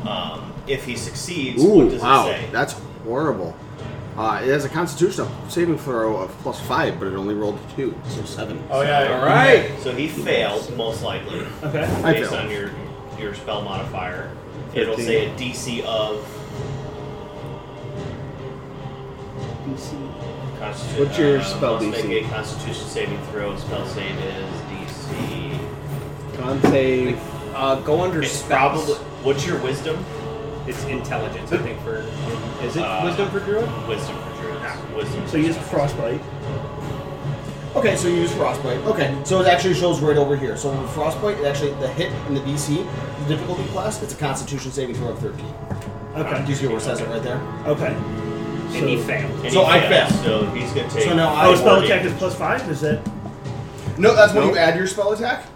G: Um, if he succeeds,
I: Ooh,
G: what does
I: wow,
G: it say?
I: that's horrible. Uh, it has a Constitution saving throw of plus five, but it only rolled a two, so seven.
A: Oh, yeah.
J: All right.
G: So he failed, most likely,
C: Okay.
I: I
G: based
I: failed.
G: on your your spell modifier. It'll
L: Fifteen.
G: say a DC of
C: DC.
G: Constitution.
L: What's your
G: uh,
L: spell
G: must
L: DC?
G: Make a Constitution saving throw. Spell save is DC.
L: Con save.
J: Uh, go under
G: It's
J: spells.
G: probably what's your wisdom?
J: It's intelligence, I think. For is it
G: Uh,
J: wisdom for druid?
G: Wisdom for druids. Wisdom.
C: So you use frostbite.
B: Okay, so you use frostbite. Okay, so it actually shows right over here. So with frostbite, it actually the hit and the DC, the difficulty class, it's a Constitution saving throw of thirteen. Do
C: Okay.
B: you see where it says it right there?
C: Okay.
J: And he
C: So,
J: failed.
G: And
B: So
G: he
B: I
G: failed,
B: failed.
G: So he's going to take.
B: So now I
C: oh, spell
G: four
C: attack
G: damage.
C: is plus five. Is that?
B: No, that's when you add your spell attack. Th-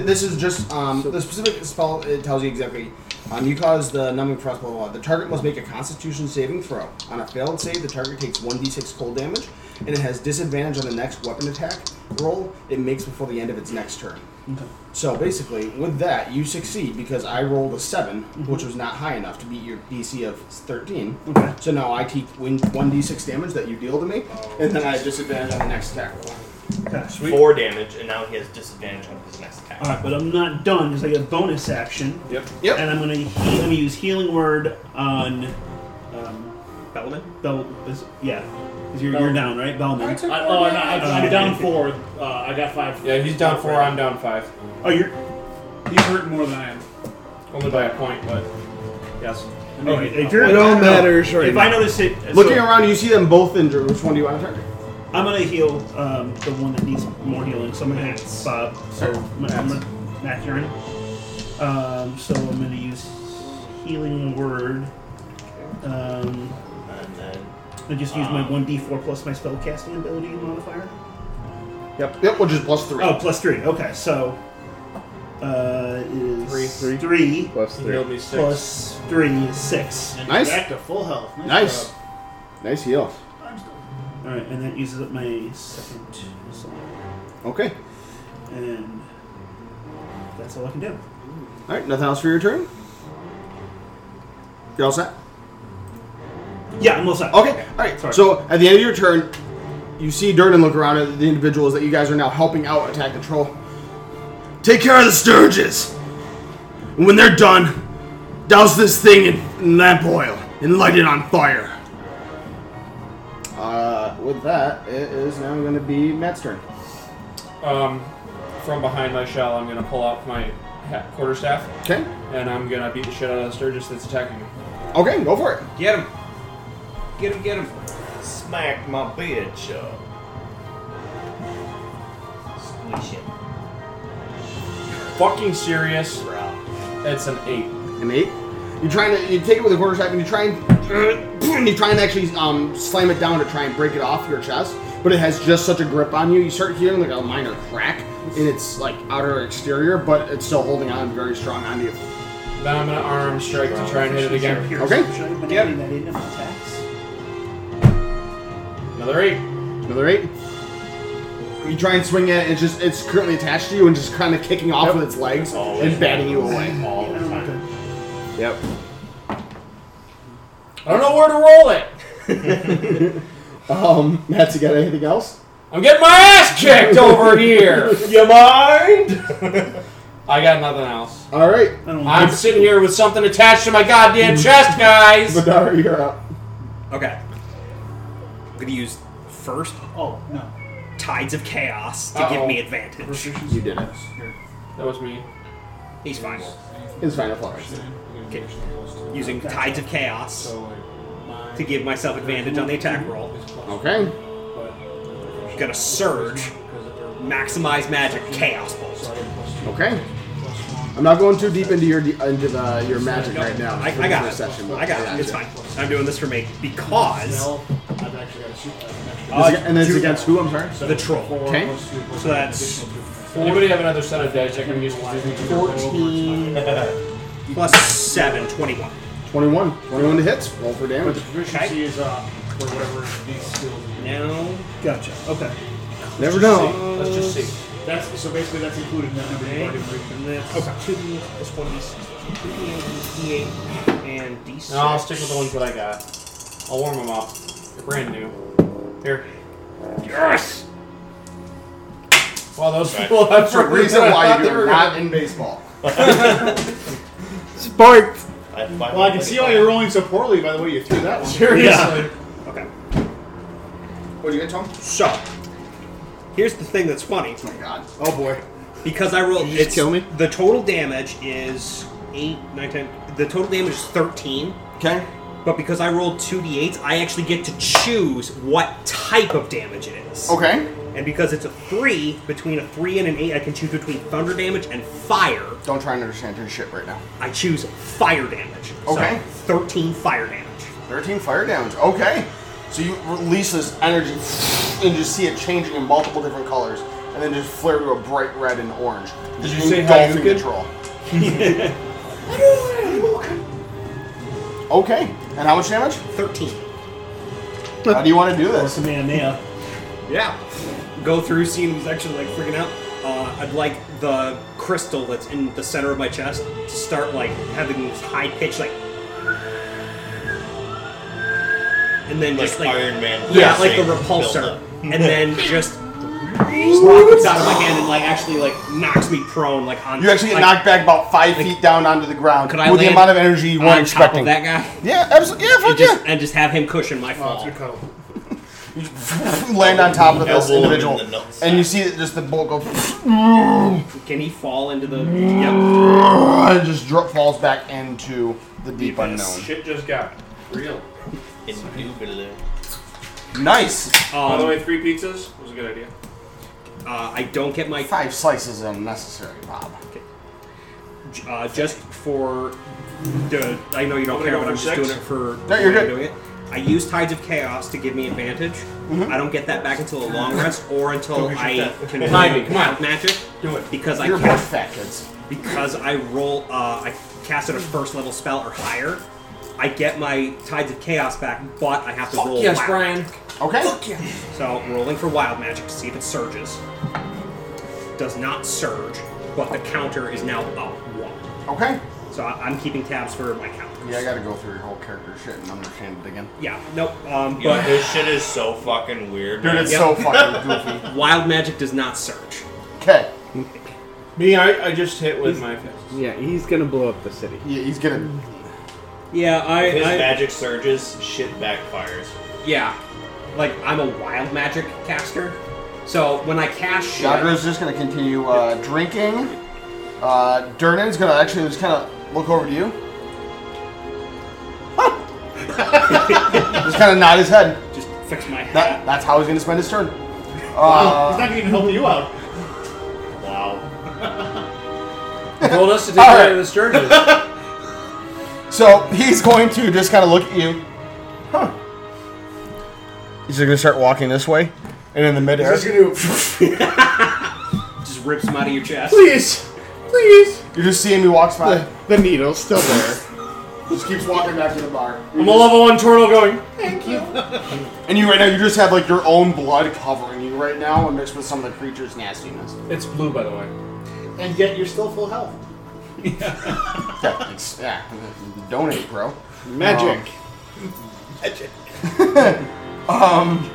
C: Okay.
B: This is just um, the specific spell. It tells you exactly
R: Um, you cause the numbing frost, blah, blah, blah. The target must make a constitution saving throw. On a failed save, the target takes 1d6 cold damage, and it has disadvantage on the next weapon attack roll it makes before the end of its next turn. So basically, with that, you succeed because I rolled a 7, which was not high enough to beat your DC of 13.
C: Okay.
R: So now I take win 1d6 damage that you deal to me, and then I have disadvantage on the next attack roll.
C: Sweet.
G: Four damage, and now he has disadvantage on his next attack.
C: All right, but I'm not done because I get a bonus action.
A: Yep.
R: Yep.
C: And I'm gonna he- I'm gonna use healing word on um,
J: Bellman?
C: Bell. Is, yeah, 'Cause you're, you're down, right, Bellman?
K: I, oh, I'm, not- I'm, I'm
C: Uh,
K: down four. Uh, I got five.
A: Yeah, he's down four. I'm down five.
C: Oh, you're
K: He's hurting more than I am.
A: Only by a point, but yes.
C: Oh, if you're,
I: It all matters right
C: if I notice it, so
B: Looking around, you see them both injured. Which one do you want to target?
C: I'm gonna heal um, the one that needs more healing. So I'm gonna hit Bob. So I'm gonna- I'm gonna Matt Huron. Um, so I'm gonna use healing word. Um,
G: And then
C: I just use my
G: Um,
C: 1d4 plus my spellcasting ability modifier.
B: Yep. Yep. We'll just plus three.
C: Oh, plus three. Okay, so uh, is three, three
I: Plus
A: He
I: three.
A: healed me six.
C: plus three is six.
D: And
B: Nice.
D: you're back to full health. Nice.
B: Nice.
D: job.
B: Nice heal.
C: All right, and that uses up my second missile,
B: Okay.
C: and that's all I can do.
B: All right. Nothing else for your turn. You're all set.
C: Yeah, I'm all set.
B: Okay. All right.
C: Sorry.
B: So at the end of your turn, you see Durden look around at the individuals that you guys are now helping out attack the troll. Take care of the sturges. And when they're done, douse this thing in- in lamp oil and light it on fire. Uh, with that, it is now going to be Matt's turn.
A: Um, from behind my shell, I'm gonna pull out my ha- quarterstaff,
B: Okay.
A: and I'm gonna beat the shit out of the Sturgis that's attacking me.
B: Okay. Go for it.
J: Get him! Get him, get him!
G: smack my bitch up. Squish him,
A: Fucking serious.
G: bro.
A: It's an eight.
B: An eight. You trying to you take it with a quarter staff and you try and, and you try and actually um, slam it down to try and break it off your chest, but it has just such a grip on you. You start hearing like a minor crack in its like outer exterior, but it's still holding on very strong on you.
A: Then I'm gonna arm strike to try and hit it again.
B: Okay.
C: Should I have been
A: Yep.
C: adding that in if it attacks?
A: Another eight.
B: Another eight. You try and swing it. It's just it's currently attached to you and just kind of kicking off with its legs
G: Always.
B: and batting you away.
G: All the time.
B: Yep.
A: I don't know where to roll it.
B: Um, Matt, you got anything else?
A: I'm getting my ass kicked over here.
G: You mind?
A: I got nothing else.
B: All right,
C: I don't
A: I'm
C: know.
A: sitting here with something attached to my goddamn chest, guys.
B: Badara, you're up.
J: Okay. I'm gonna use first
D: Oh no.
J: Tides of Chaos to
A: Uh-oh.
J: give me advantage.
B: You did it.
A: That was me.
J: He's fine.
B: It's final flash.
J: Okay. Using Tides of Chaos
D: So like mine
J: to give myself advantage on the attack roll.
D: is plus
B: Okay.
J: Gonna surge,
D: because of their
J: maximize magic, Chaos Bolt.
B: Okay. I'm not going too deep into your into the your magic right now.
J: I,
B: for
J: I got
B: this
J: it.
B: session, but-
J: I got
B: yeah.
J: it. It's fine. I'm doing this for me because
D: Well, I've actually got to shoot that next
B: It's aga-
J: Uh,
B: and it's
J: two-
B: against who? I'm sorry.
J: the troll.
D: four
B: Okay.
D: plus two plus
J: So that's
A: Anybody have another set of dice I can use? 'Cause these are-
J: 14 plus 7, 21.
B: 21. 21 to hits. Roll for
D: But the
B: damage.
D: proficiency is uh for whatever these skills. Are.
J: Now,
C: Gotcha. Okay.
B: Never know.
A: Let's just see.
D: That's so basically that's included in that number you've already written.
J: that's 2d, that's 1d, 2d, and d6.
A: No, I'll stick with the ones that I got. I'll warm them up. They're brand new. Here.
J: Yes!
A: Well, those people have
B: That's the reason why you're not in baseball.
I: Spark.
G: I
D: Well, I can see why you're rolling so poorly by the way you threw that one.
A: Seriously.
J: Okay.
B: What do you get, Tom?
J: So, here's the thing that's funny.
B: Oh my god.
D: Oh boy.
J: Because I rolled.
I: just
J: it's-
I: kill me?
J: The total damage is 8, 9, 10. The total damage is 13.
B: Okay.
J: But because I rolled 2d8s, I actually get to choose what type of damage it is.
B: Okay.
J: And because it's a 3, between a 3 and an 8, I can choose between thunder damage and fire.
B: Don't try and understand your shit right now.
J: I choose fire damage.
B: Okay.
J: So 13 fire damage.
B: 13 fire damage. Okay. So you release this energy and just see it changing in multiple different colors and then just flare to a bright red and orange. Did
A: you say Hadouken?
B: control?
S: What do I look
B: Okay. And how much damage?
J: 13.
B: How do you want to do this?
C: Kamehameha.
J: Yeah. Go through, seeing who's actually like freaking out. Uh, I'd like the crystal that's in the center of my chest to start like having this high pitch, like. And then just
G: Like
J: like.
G: Iron Man
J: Yeah,
G: pulsing
J: like the
G: built
J: repulsor.
G: up.
J: and then just. rockets out of my hand and like actually like knocks me prone, like on.
B: You actually get
J: like,
B: knocked back about five feet down onto the ground
J: Could I
B: with the
J: land
B: amount of energy you weren't
J: on top
B: expecting.
J: of that guy?
B: Yeah, absolutely. Oh, Yeah, fuck
J: And just, and just have him cushion my fall.
B: yeah. Land on top of this
J: Elbow him in
B: individual,
J: the nuts.
B: and you see that just the bolt go
J: Can he fall into the? Yep.
B: and just dro- falls back into the deep unknown.
A: Shit just got real.
G: Indubitably.
B: Nice.
A: By the way, three pizzas was a good idea.
J: Uh, I don't get my
B: five slices unnecessary, Bob.
J: Uh, just for the, I know you don't
A: I'm gonna
J: care,
A: go
J: but
A: for
J: I'm just
A: six.
J: doing it for
B: No, you're
J: the way I'm
B: good.
J: doing it. I use Tides of Chaos to give me advantage.
B: Mm-hmm.
J: I don't get that back until a long rest or until
A: Don't get
J: I
A: your death.
J: can
A: Hide me, come on.
J: out magic.
A: Do it.
J: because I
B: You're
J: ca-
B: both fat kids.
J: because I roll uh, I cast it a first level spell or higher. I get my Tides of Chaos back, but I have to roll. wild.
B: Okay.
J: So rolling for wild magic to see if it surges. Does not surge, but the counter is now up one.
B: Okay.
J: So I- I'm keeping tabs for my counters.
B: Yeah, I gotta go through your whole character shit and understand it again.
J: Yeah, nope. Um,
G: Yo,
J: but
G: this shit is so fucking weird.
B: Dude,
G: man.
B: it's
J: Yep.
B: so fucking goofy.
J: wild magic does not surge.
B: Okay.
A: Me, I, I just hit with my fist.
I: Yeah, he's gonna blow up the city.
B: Yeah, he's gonna.
J: Yeah, I,
G: His magic surges, shit backfires.
J: yeah, like I'm a wild magic caster, so when I cast shit,
B: Yagra's just gonna continue uh, drinking. Uh, Dernan's gonna actually just kind of look over to you. just kind of nod his head.
J: just fix my
B: That,
J: hat.
B: that's how he's gonna spend his turn. Uh,
D: He's not gonna even help you out.
G: Wow.
A: told us to take
B: All
A: care
B: right.
A: of the sturges.
B: so he's going to just kind of look at you. Huh. He's gonna start walking this way, and in the midair,
D: He's gonna do
J: Just rips him out of your chest.
T: Please, please.
B: you just see him. He walks by.
T: The, the needle's still there.
B: Just keeps walking back to the bar.
A: I'm a level one turtle going.
B: And you right now, you just have like your own blood covering you right now, and mixed with some of the creature's nastiness.
A: It's blue, by the way.
D: and yet you're still full health.
B: Yeah, it's, yeah. Donate, bro.
T: Magic.
B: Um,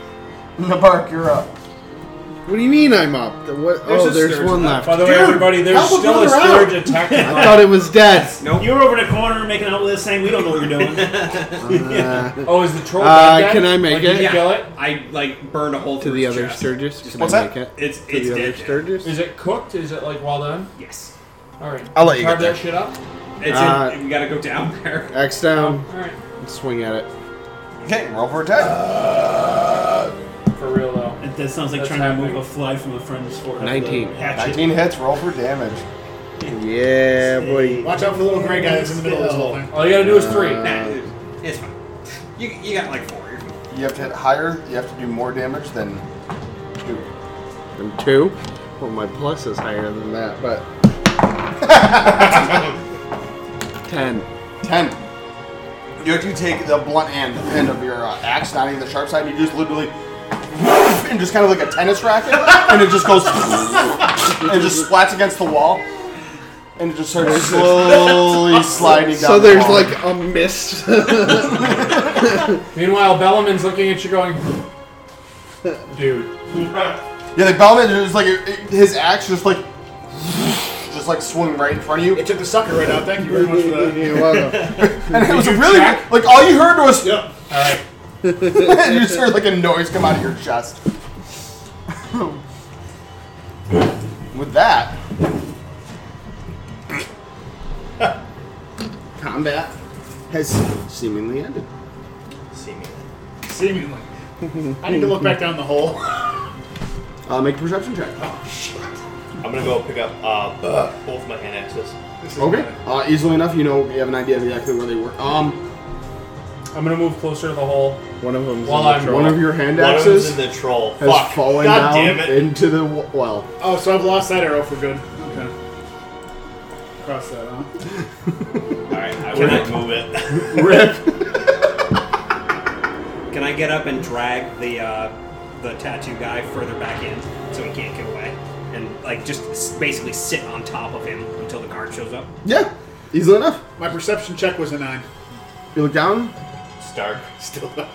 B: Nabark, you're up.
I: What do you mean I'm up? The what? oh,
A: a
I: there's
A: sturge
I: one
A: left.
I: left.
A: By the way, everybody, there's
T: help a
A: still a
T: brother out.
A: sturge attacking.
I: I thought it was dead.
J: Nope.
C: You were over in the corner making out with us saying we don't know what you're doing.
I: Uh,
A: Oh, is the troll
I: Uh,
A: back dead?
I: can I make
A: Like, you
I: it?
A: can
I: Yeah.
A: Kill it?
J: I like burned a hole
I: to
J: through
I: the
J: his
I: other
J: chest.
I: Sturgis. Can
B: What's
I: I
B: that?
I: make it?
J: It's
I: To
J: it's
I: the other
J: dead.
I: Sturgis.
A: Is it cooked? Is it like well done?
J: Yes.
A: All right.
B: I'll let you
A: Carve
B: get
A: that shit up.
J: It's
I: Uh,
J: in, we gotta go down there.
I: Axe down.
A: All right.
I: Swing at it.
B: Okay, roll for attack.
A: For real though.
C: That- That sounds like
A: That's
C: trying to
A: happening.
C: move a fly from a friend's forehead. with a
I: 19.
C: hatchet.
B: 19 hits. Roll for damage.
I: Yeah, boy.
D: Watch out for the little gray guy that's in the middle of this whole thing.
A: All you gotta do is three.
J: Nah, dude, it's fine. You, you got like four. You're fine.
B: You have to hit higher. You have to do more damage than two.
I: And two. Well, my plus is higher than that, but. Ten.
B: Ten. You have to take the blunt end end of your uh, axe, not even the sharp side. and You just literally and just kind of like a tennis racket, and it just goes and it just splats against the wall, and it just starts slowly sliding down.
I: So
B: the
I: there's
B: wall.
I: like a mist.
A: Meanwhile, Bellaman's looking at you going, dude.
B: Yeah, like Bellman just like it- it- his axe just like just like swung right in front of you,
D: It took the sucker right out. Thank you very much for that.
I: Yeah, well,
B: and it was really like all you heard was
D: Yep.
B: and you just heard like a noise come out of your chest. With that,
I: Combat has seemingly ended.
G: Seemingly.
D: Seemingly. I need to look back down the hole.
B: uh, make a perception check.
G: I'm gonna go pick up uh, both my hand axes.
D: This is
B: Okay.
D: bad.
B: Uh, easily enough, you know, you have an idea of exactly where they were. Um,
A: I'm gonna move closer to the hole.
I: One of them's
A: While
I: in the
A: I'm-
I: troll.
B: one of your hand
G: One of them's
B: axes
G: in the troll.
B: has
G: Fuck.
B: fallen
G: God
B: down
G: damn it.
B: into the w- well.
D: Oh, so I've lost that arrow for good. Okay. Cross that, huh?
G: All right, I Can I move it?
J: Can I get up and drag the uh, the tattoo guy further back in so he can't get away, and like just s- basically sit on top of him until the guard shows up?
I: Yeah, easily enough.
Q: My perception check was a nine.
I: You look down.
G: Stark.
Q: Still not.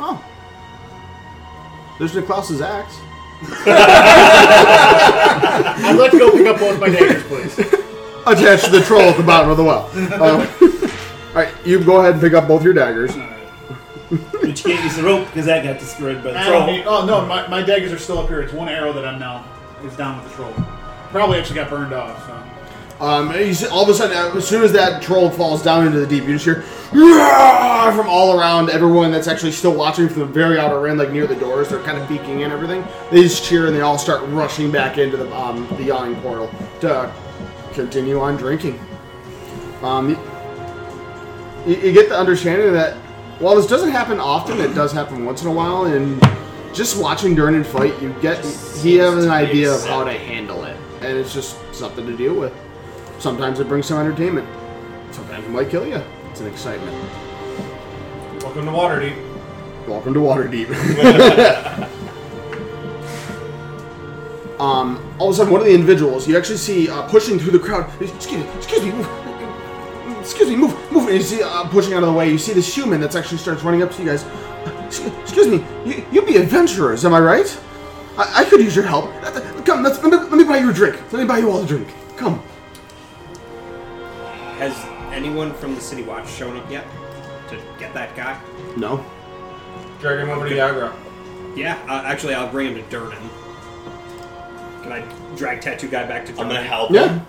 I: Oh, there's Niklaus's axe.
Q: I'd like to go pick up both my daggers, please.
I: Attached to the troll at the bottom of the well. Um, all right, you go ahead and pick up both your daggers.
C: But you can't use the rope because that got destroyed by the
Q: I don't
C: troll.
Q: need- oh no, my, my daggers are still up here. It's one arrow that I'm now is down with the troll. Probably actually got burned off. So.
I: Um, and you see, all of a sudden, uh, as soon as that troll falls down into the deep, you just hear "Roar!" from all around everyone that's actually still watching from the very outer end, like near the doors. They're kind of peeking in everything. They just cheer and they all start rushing back into the um, the yawning portal to continue on drinking. Um, you, you get the understanding that while this doesn't happen often, it does happen once in a while. And just watching Durnan fight, you get he has an idea of how to handle it, and it's just something to deal with. Sometimes it brings some entertainment. Sometimes it might kill you. It's an excitement.
A: Welcome to Waterdeep.
I: Welcome to Waterdeep. um, all of a sudden, one of the individuals you actually see uh, pushing through the crowd. Excuse me, excuse me, move, excuse me, move, move. And you see uh, pushing out of the way. You see this human that's actually starts running up to you guys. "Excuse- Excuse me, you, you'd be adventurers, am I right? I, I could use your help. Come, let's, let, me, let me buy you a drink. Let me buy you all a drink. Come.
J: Has anyone from the City Watch shown up yet to get that guy?
I: No.
A: Drag him over to Yagra.
J: Yeah, uh, actually, I'll bring him to Durnan. Can I drag tattoo guy back to Durnan?
G: I'm gonna help
I: Yeah.
G: him.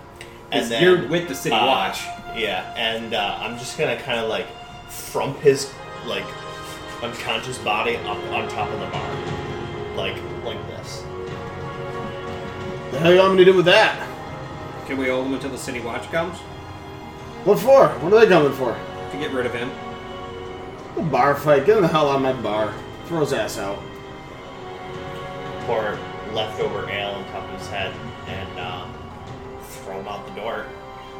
J: Because
G: And then,
J: you're with the city
G: uh,
J: watch.
G: Yeah, and uh, I'm just gonna kind of like frump his like unconscious body up on top of the bar, like like this.
I: The hell you want me to do with that?
J: Can we hold him until the city watch comes
I: What for? What are they coming for?
J: to get rid of him?
I: A bar fight. Get him the hell out of my bar. Throw his ass out.
G: Pour leftover ale on top of his head and uh, throw him out the door.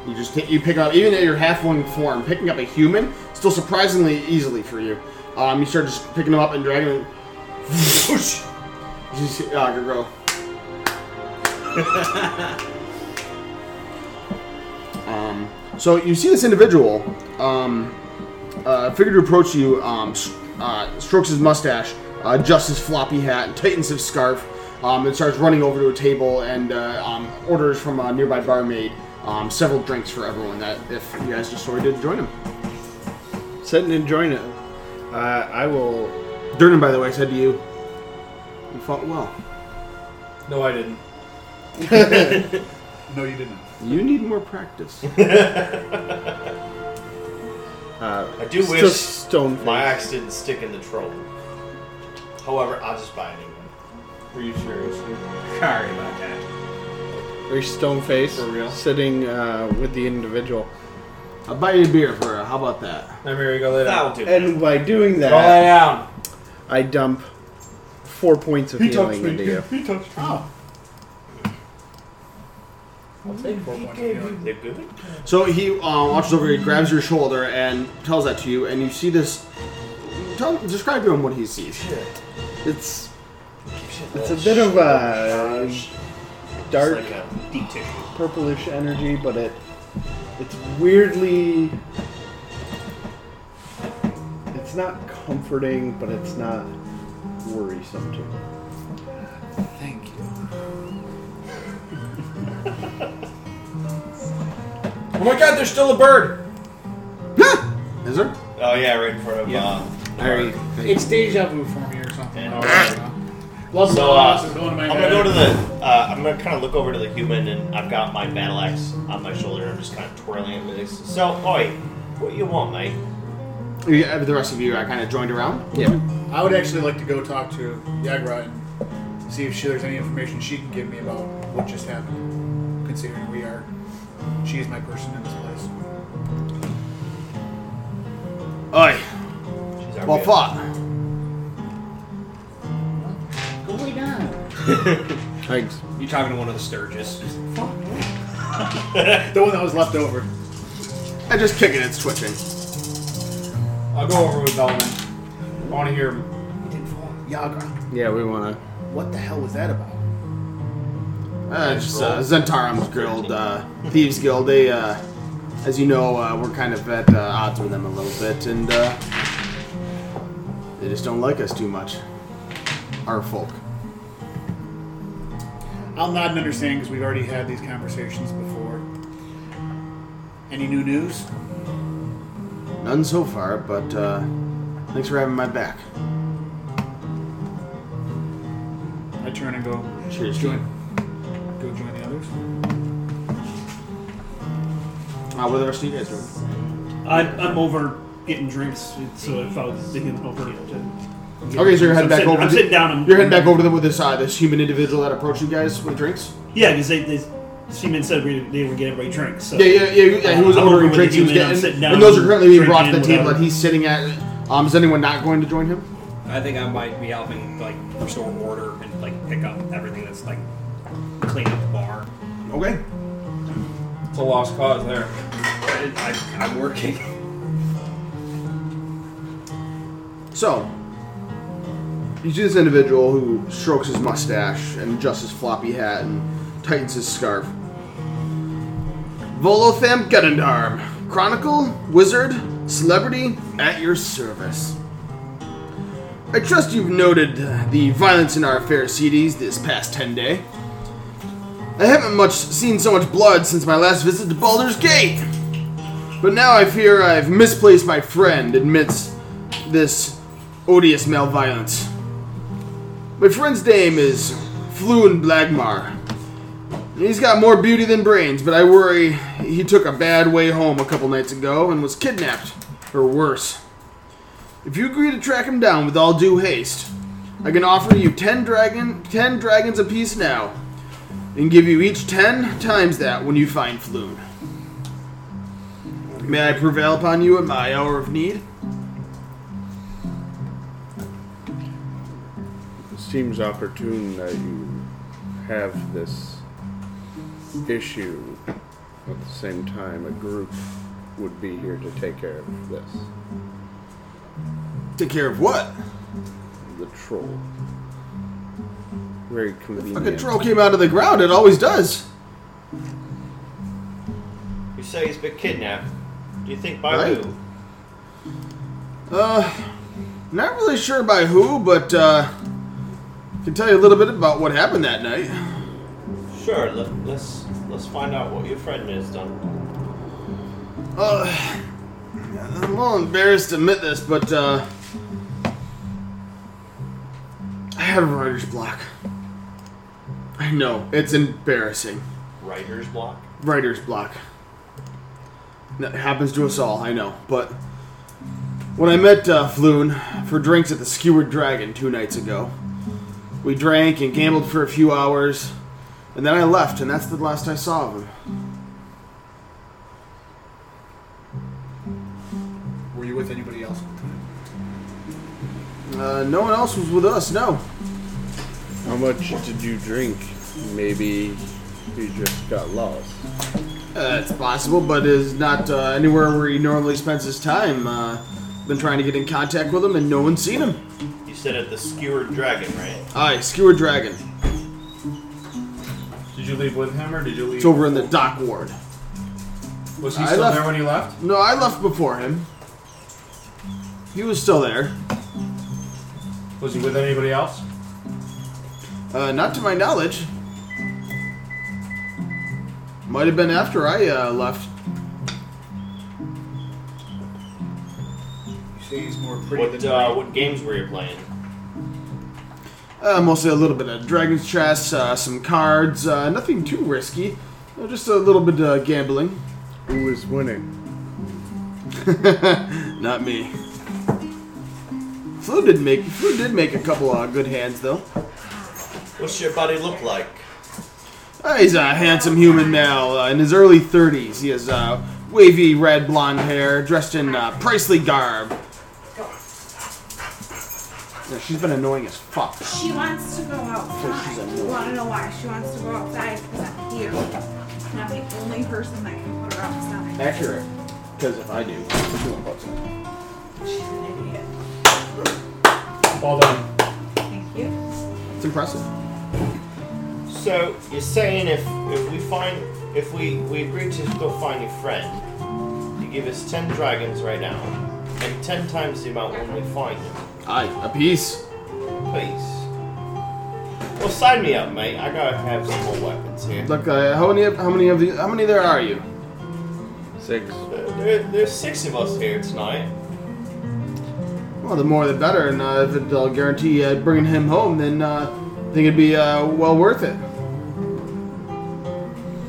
I: You just you pick up even at your halfling form, picking up a human still surprisingly easily for you. Um, you start just picking them up and dragging them. Whoosh! You see, ah, good girl. um, so you see this individual um, uh, figure to approach you. Um, s- uh, strokes his mustache, uh, adjusts his floppy hat, and tightens his scarf, um, and starts running over to a table and uh, um, orders from a nearby barmaid um, several drinks for everyone. That if you guys just sorry to join him.
L: Sitting and enjoying it. Uh, I will.
I: Durnan, by the way, said to you, "You fought well.
A: No, I didn't.
Q: No, you didn't.
I: You need more practice."
L: Uh,
G: I do
L: still
G: wish
L: stone face.
G: my axe didn't stick in the troll. However, I'll just buy a new one.
A: Were you serious?
J: Sorry about that.
L: Very stone face.
A: For real?
L: Sitting uh, with the individual.
I: I'll buy you a beer for her. How about that?
A: I'm here. Go lay down.
G: That'll do. it.
L: And by doing
A: Go lay
L: that,
A: down.
L: I dump four points of healing into you.
Q: Oh,
G: They're good.
I: So he uh, watches over you, grabs your shoulder, and tells that to you, and you see this. Tell, describe to him what he sees.
L: It's it's a bit of a
G: It's
L: dark
G: like a deep tissue.
L: purplish energy, but it it's weirdly it's not comforting, but it's not worrisome too.
Q: thank you.
A: Oh my God! There's still a bird.
I: Is there?
G: Oh yeah, right in front of. Uh,
Q: It's deja vu for me or something.
G: Yeah.
Q: Love
G: So,
Q: so,
G: uh,
Q: loss is going to my
G: I'm gonna
Q: head.
G: go to the. Uh, I'm gonna kind of look over to the human, and I've got my battle axe on my shoulder. I'm just kind of twirling it. with this. So, oi, what you want, mate?
I: Yeah, the rest of you are kind of joined around.
L: Yeah.
Q: I would actually like to go talk to Yagra and see if she, there's any information she can give me about what just happened. Considering we are, she is my person in this place.
I: Oi,
G: She's our
I: well
G: bitch.
I: fought.
Q: Go lay down.
L: Thanks.
J: You're talking to one of the Sturges.
Q: The one that was left over.
I: I just kick it. It's twitching.
A: I'll go over with Bellman. I want to hear him.
Q: Yagra.
L: Yeah, we want to.
Q: What the hell was that about?
I: Uh, just uh, Zentarim's Guild, uh, Thieves Guild. They, uh, as you know, uh, we're kind of at uh, odds with them a little bit, and uh, they just don't like us too much. Our folk.
Q: I'll nod and understand because we've already had these conversations before. Any new news?
I: None so far, but uh, thanks for having my back.
Q: I turn and go.
I: Cheers.
Q: Join. Go join the others.
I: Uh, what are the rest of you guys doing?
C: I'm, I'm over getting drinks, so if I was thinking over you know, to-
I: Okay, so you're
C: I'm
I: heading back
C: sitting-
I: over.
C: I'm
I: to-
C: sitting down. And,
I: You're heading back over to the, with this uh, this human individual that approached you guys with drinks.
C: Yeah, because they, they, Seaman said we, they would get everybody drinks. So
I: Yeah, yeah, yeah, yeah. yeah, He was
C: I'm over
I: ordering
C: with
I: drinks.
C: the
I: He was
C: human, I'm
I: getting,
C: sitting down
I: and those are currently being brought to the
C: drinking,
I: table that
C: whatever.
I: he's sitting at. Um, is anyone not going to join him?
J: I think I might be helping like restore order and like pick up everything that's like clean up the bar.
I: Okay.
A: It's a lost cause there.
J: I, I, I'm working.
I: So, you see this individual who strokes his mustache and adjusts his floppy hat and tightens his scarf. Volotham Gudendarm, Chronicle, Wizard, Celebrity, at your service. I trust you've noted the violence in our fair cities this past 10 day. I haven't much seen so much blood since my last visit to Baldur's Gate. But now I fear I've misplaced my friend amidst this odious malviolence. My friend's name is Fluin Blagmar. He's got more beauty than brains, but I worry he took a bad way home a couple nights ago and was kidnapped, or worse. If you agree to track him down with all due haste, I can offer you 10 dragon 10 dragons apiece now and give you each 10 times that when you find Floon. May I prevail upon you at my hour of need?
L: It seems opportune that you have this issue. At the same time, a group would be here to take care of this.
I: Take care of what?
L: The troll. Very convenient.
I: Fucking troll came out of the ground. It always does.
G: You say he's been kidnapped. Do you think by
I: Right.
G: who?
I: Uh, not really sure by who, but uh, can tell you a little bit about what happened that night.
G: Sure. Let, let's let's find out what your friend has done.
I: Uh, I'm a little embarrassed to admit this, but uh, I have a writer's block. I know it's embarrassing.
G: Writer's block.
I: writer's block. That happens to us all, I know. But when I met uh, Floon for drinks at the Skewered Dragon two nights ago, we drank and gambled for a few hours, and then I left, and that's the last I saw of him.
Q: Were you with anybody else at the time?
I: Uh, no one else was with us, no.
L: How much did you drink? Maybe you just got lost.
I: Uh, it's possible, but is not uh, anywhere where he normally spends his time. Uh, been trying to get in contact with him, and no one's seen him.
G: You said at the skewered dragon, right?
I: Aye, Skewered Dragon.
A: Did you leave with him or did you leave?
I: It's over in the dock ward.
A: Was he
I: I
A: still
I: left-
A: there when you left?
I: No, I left before him. He was still there.
A: Was he with anybody else?
I: Uh, not to my knowledge. Might have been after I uh, left.
Q: You say he's more pretty
G: What
Q: than
G: uh, what games were you playing?
I: Uh, mostly a little bit of Dragon's Chess, uh, some cards, uh, nothing too risky. Uh, just a little bit of gambling.
L: Who was winning?
I: Not me. Flu did make Flu did make a couple uh, good hands though.
G: What's your buddy look like?
I: Uh, he's a handsome human male uh, in his early 30s. He has uh, wavy red blonde hair, dressed in uh, pricely garb. Yeah, she's been annoying as fuck.
U: She wants to go
I: she's
U: outside.
I: a
U: You
I: whore.
U: want to know why she wants to go outside? Because I'm here. And I'm the only person that can put her outside.
I: Accurate. Because if I do, I'm doing both.
A: Well done.
K: Thank you.
I: It's impressive.
G: So you're saying if if we find if we we agree to go find your friend, you give us ten dragons right now, and ten times the amount when we find him.
I: Aye, a piece.
G: Please. Well, sign me up, mate. I gotta have some more weapons here.
I: Look, uh, how many? How many of the? How many there are you?
L: Six.
G: There- there- there's six of us here tonight.
I: Well, the more the better, and uh, if it'll guarantee uh, bringing him home, then uh, I think it'd be uh, well worth it.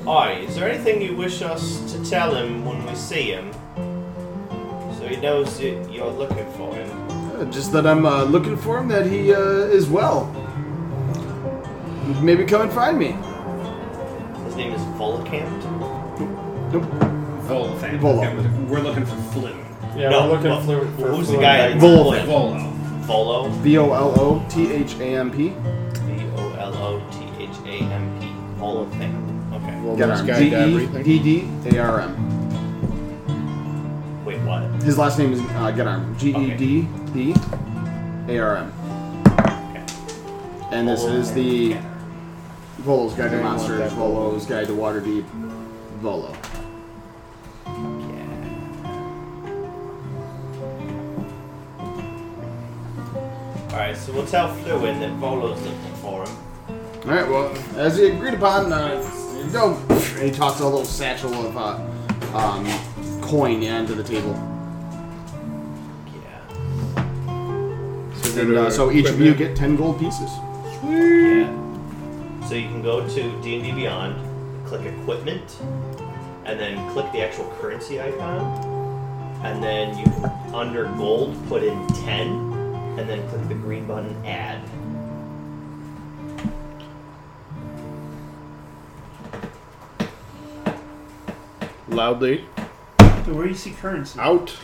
G: Alright, is there anything you wish us to tell him when we see him? So he knows that you're looking for him.
I: Uh, just that I'm uh, looking for him, that he uh, is well. Maybe come and find me.
G: His name is Volcamp.
I: Nope.
J: Volo fan.
I: Volo.
J: Yeah, we're- We're looking for flu.
A: Yeah,
G: No,
A: we're looking
G: well,
A: for, for
G: who's the
A: fluid
G: guy
A: back-
G: that-
I: Volo.
G: Volo. Volo.
J: Volo.
I: V o l o t h a m p.
G: V O L O T H A M P. Volothamp. Okay.
L: Well,
I: Get
L: this
I: him.
L: guy
I: D
L: got
I: e
L: everything.
I: d d a r m.
G: Wait, what?
I: His last name is uh, Gedarm. G e d d a r m. And this is the Volo's Guide to Monsters, Volo's Guide to Waterdeep, Volo.
G: Alright, so we'll tell Fluin that Volo's looking for him.
I: All right. Well, as he agreed upon, uh, here you go. And he tosses a little satchel of uh, um, coin onto the table.
G: Yeah.
L: So,
I: And uh, so each of you get ten gold pieces.
G: Yeah. So you can go to D&D Beyond, click Equipment, and then click the actual currency icon, and then you can, under Gold, put in 10, and then click the green button Add.
L: loudly
C: So where do you see currency?
L: out.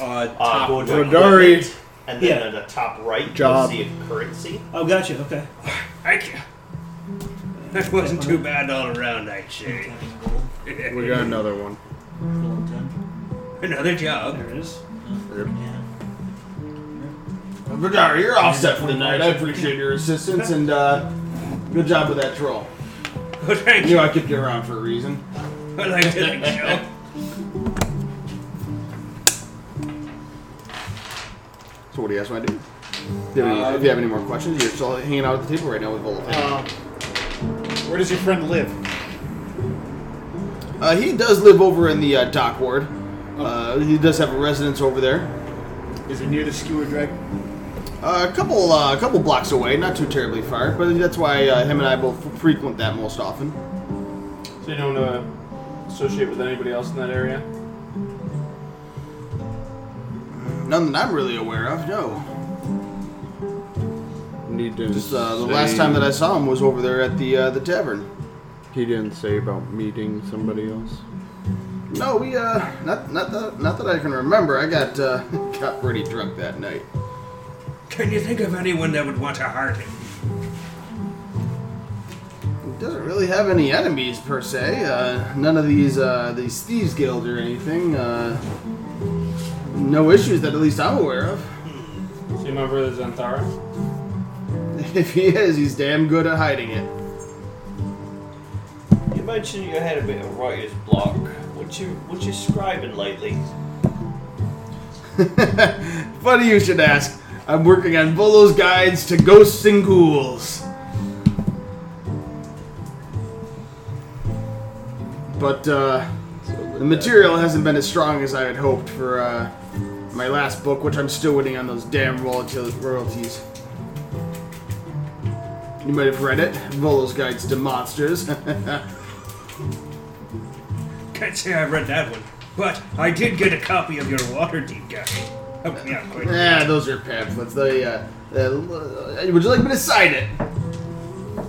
J: Uh,
G: Uh, go to
L: Rodari.
G: Equipment, and then
C: Yeah.
G: on the top right,
L: Job.
G: you'll see a currency.
C: Oh, gotcha. Okay.
J: I can't. That wasn't too bad all around, I'd say.
L: We got another one.
J: Another job.
C: There it is.
I: Vidar, you're all set for tonight. I appreciate your assistance and uh, good job with that troll.
J: Well, Oh, thank
I: I
J: you.
I: knew I kept you around for a reason.
J: I like to think so.
I: So what do you guys want to do? If you have any, if you have any more questions, you're still hanging out at the table right now with Volo.
Q: Uh, where does your friend live?
I: Uh, he does live over in the uh, dock ward. Uh, he does have a residence over there.
Q: Is it near the skewer dragon?
I: Uh, a couple, uh, a couple blocks away, not too terribly far, but that's why uh, him and I both frequent that most often.
A: So you don't uh, associate with anybody else in that area?
I: None that I'm really aware of. No,
L: Um, Need to
I: just uh, the last time that I saw him was over there at the uh, the tavern.
L: He didn't say about meeting somebody else.
I: No, we uh, not not that not that I can remember. I got uh, got pretty drunk that night.
J: Can you think of anyone that would want to hurt him?
I: He doesn't really have any enemies per se. Uh, none of these uh, these thieves guild or anything. Uh, no issues that at least I'm aware of.
A: So you remember the Xanthara?
I: If he is, he's damn good at hiding it.
G: You mentioned you had a bit of writer's block. What you what you scribing lately?
I: Funny you should ask. I'm working on Volo's guides to ghosts and ghouls. But uh, the material hasn't been as strong as I had hoped for uh, my last book, which I'm still waiting on those damn royalty- royalties. You might have read it, Volo's Guides to Monsters.
J: Can't say I read that one, but I did get a copy of your Waterdeep guide. Help me out quick.
I: yeah, those are pamphlets. They, uh, uh, would you like me to sign it?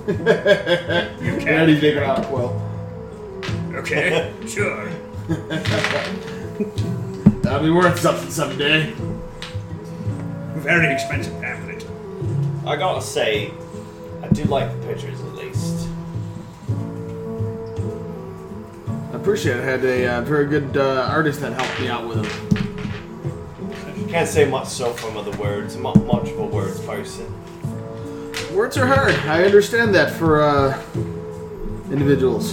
J: You
I: And then he's
J: can.
I: taking out Quill.
J: Okay, sure.
I: That'll be worth something someday.
J: Very expensive pamphlet.
G: I gotta say, I do like the pictures at least.
I: The appreciate it. I had a uh, very good uh, artist that helped me out with him.
G: Can't say much so from other words, not much of a words person.
I: Words are hard. I understand that for uh, individuals.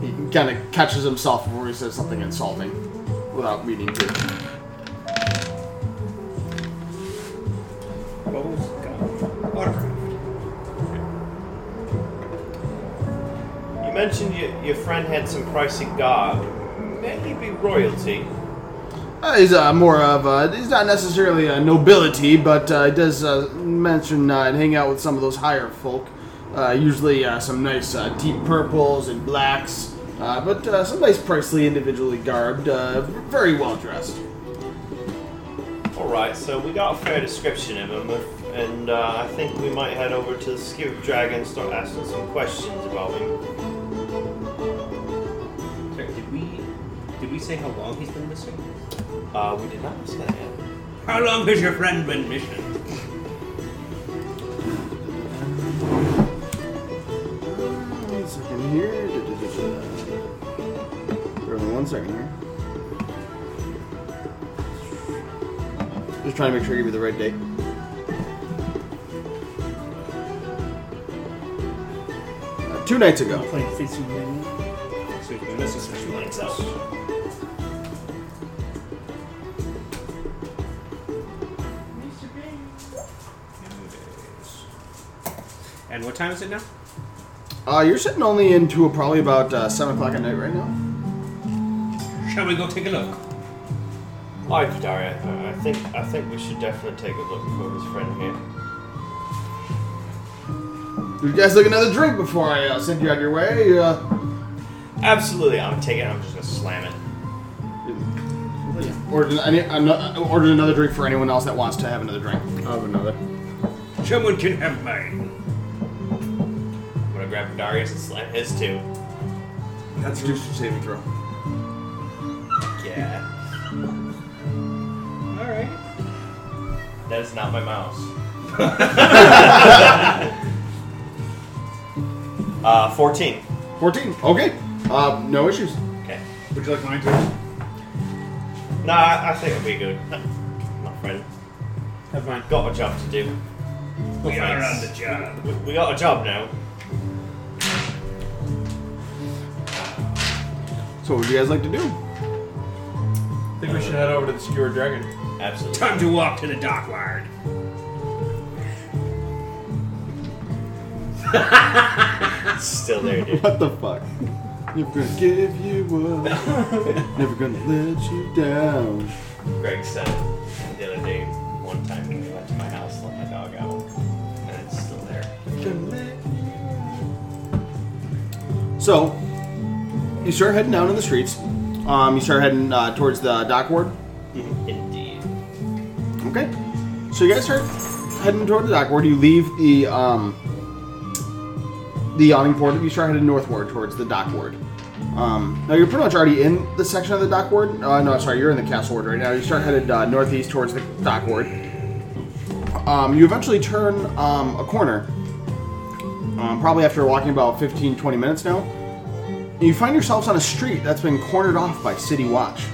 I: He kind of catches himself before he says something insulting without meaning to.
J: What was God? Autograph.
G: You mentioned your, your friend had some pricey garb, maybe royalty.
I: Uh, he's uh, more of uh, he's not necessarily a nobility, but uh, he does uh, mention uh, and hang out with some of those higher folk. Uh, usually uh, some nice uh, deep purples and blacks, uh, but uh, some nice, pricely, individually garbed, uh, very well dressed.
G: All right, so we got a fair description of him, if- and uh, I think we might head over to the Skip Dragon and start asking some questions about him.
J: Sorry, did we did we say how long he's been missing?
G: Uh, we did not say that yet.
J: How long has your friend been missing?
I: One second here. Give me one second here. Just trying to make sure I give you the right date. Uh, two nights ago.
C: Playing Fitzy Mania.
J: So he's been missing since you went out. And what time is it now?
I: Uh, you're sitting only into probably about uh, seven o'clock at night right now.
J: Shall we go take a look?
G: All right, Daria, I- I think I think we should definitely take a look for his friend here.
I: You guys look another drink before I uh, send you on your way. Uh,
G: Absolutely, I'm taking. it. I'm just gonna slam it.
I: ordered, any, ano- ordered another drink for anyone else that wants to have another drink. I'll have another.
J: Someone can have mine.
G: I'm gonna grab Darius and slam his too.
I: That's a Constitution saving throw.
G: Yeah,
J: All right.
G: that is not my mouse. uh, fourteen.
I: 14. Okay. Uh, no issues.
G: Okay.
Q: Would you like mine too?
G: Nah, I I think it'll be good. My friend,
A: Have mine.
G: got a job to do.
J: We are on
G: Thanks.
J: the job.
G: We, we got a job now.
I: So, what would you guys like to do?
A: I think we should head over to the Skewer Dragon.
G: Absolutely.
J: Time to walk to the dockyard.
G: It's still there, dude.
I: What the fuck? Never gonna give you up. Never gonna let you down.
G: Greg said it the other day. One time when we went to my house, let my dog out, and it's still there.
I: So, you start heading down in the streets. Um, you start heading uh, towards the dock ward.
A: Mm-hmm.
G: Indeed.
I: Okay. So you guys start heading toward the dock ward. You leave the um, the yawning port. You start heading northward towards the dock ward. Um, now you're pretty much already in the section of the dock ward. Uh, no, sorry, you're in the castle ward right now. You start headed uh, northeast towards the dock ward. Um, you eventually turn um, a corner. Um, probably after walking about 15, 20 minutes now. You find yourselves on a street that's been cornered off by City Watch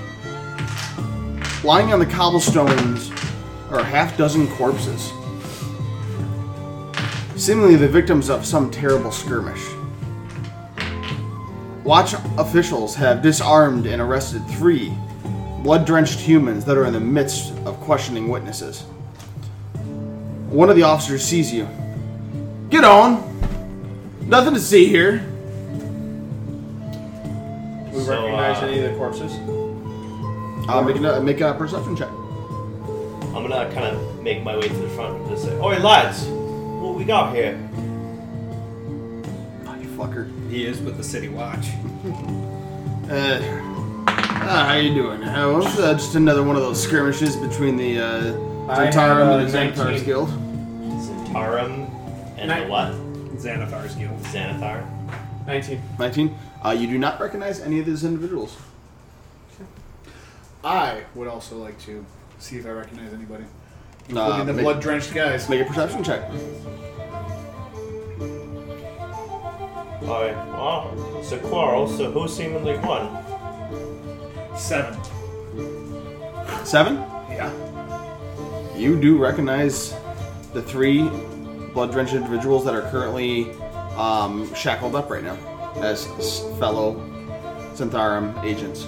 I: lying on the cobblestones are a half dozen corpses, seemingly the victims of some terrible skirmish. Watch officials have disarmed and arrested three blood drenched humans that are in the midst of questioning witnesses. One of the officers sees you. Get on! Nothing to see here.
A: We
G: So,
A: recognize
G: uh,
A: any of the corpses?
I: Uh, make, a, make a perception check.
G: I'm gonna kind of make my way to the front and just say, "Oi, lads, what we got here?"
I: Oh, you fucker.
J: He is with the city watch.
I: Uh, ah, how you doing? Uh, well, it's, uh, just another one of those skirmishes between the uh,
A: I have,
I: Zentarum and the
A: uh,
I: Xanthar's
A: 19.
I: Guild.
G: Zentarum and
A: Night-
G: the what?
J: Xanathar's guild.
G: Xanathar.
A: 19.
I: 19. Uh, you do not recognize any of these individuals.
Q: I would also like to see if I recognize anybody.
I: Uh,
Q: Including the
I: make,
Q: blood drenched guys.
I: make a perception check.
G: Alright, well, it's a quarrel, Oh, so who seemingly won?
V: Seven.
I: Seven?
V: Yeah.
I: You do recognize the three blood drenched individuals that are currently um, shackled up right now as s- fellow Centaurum agents.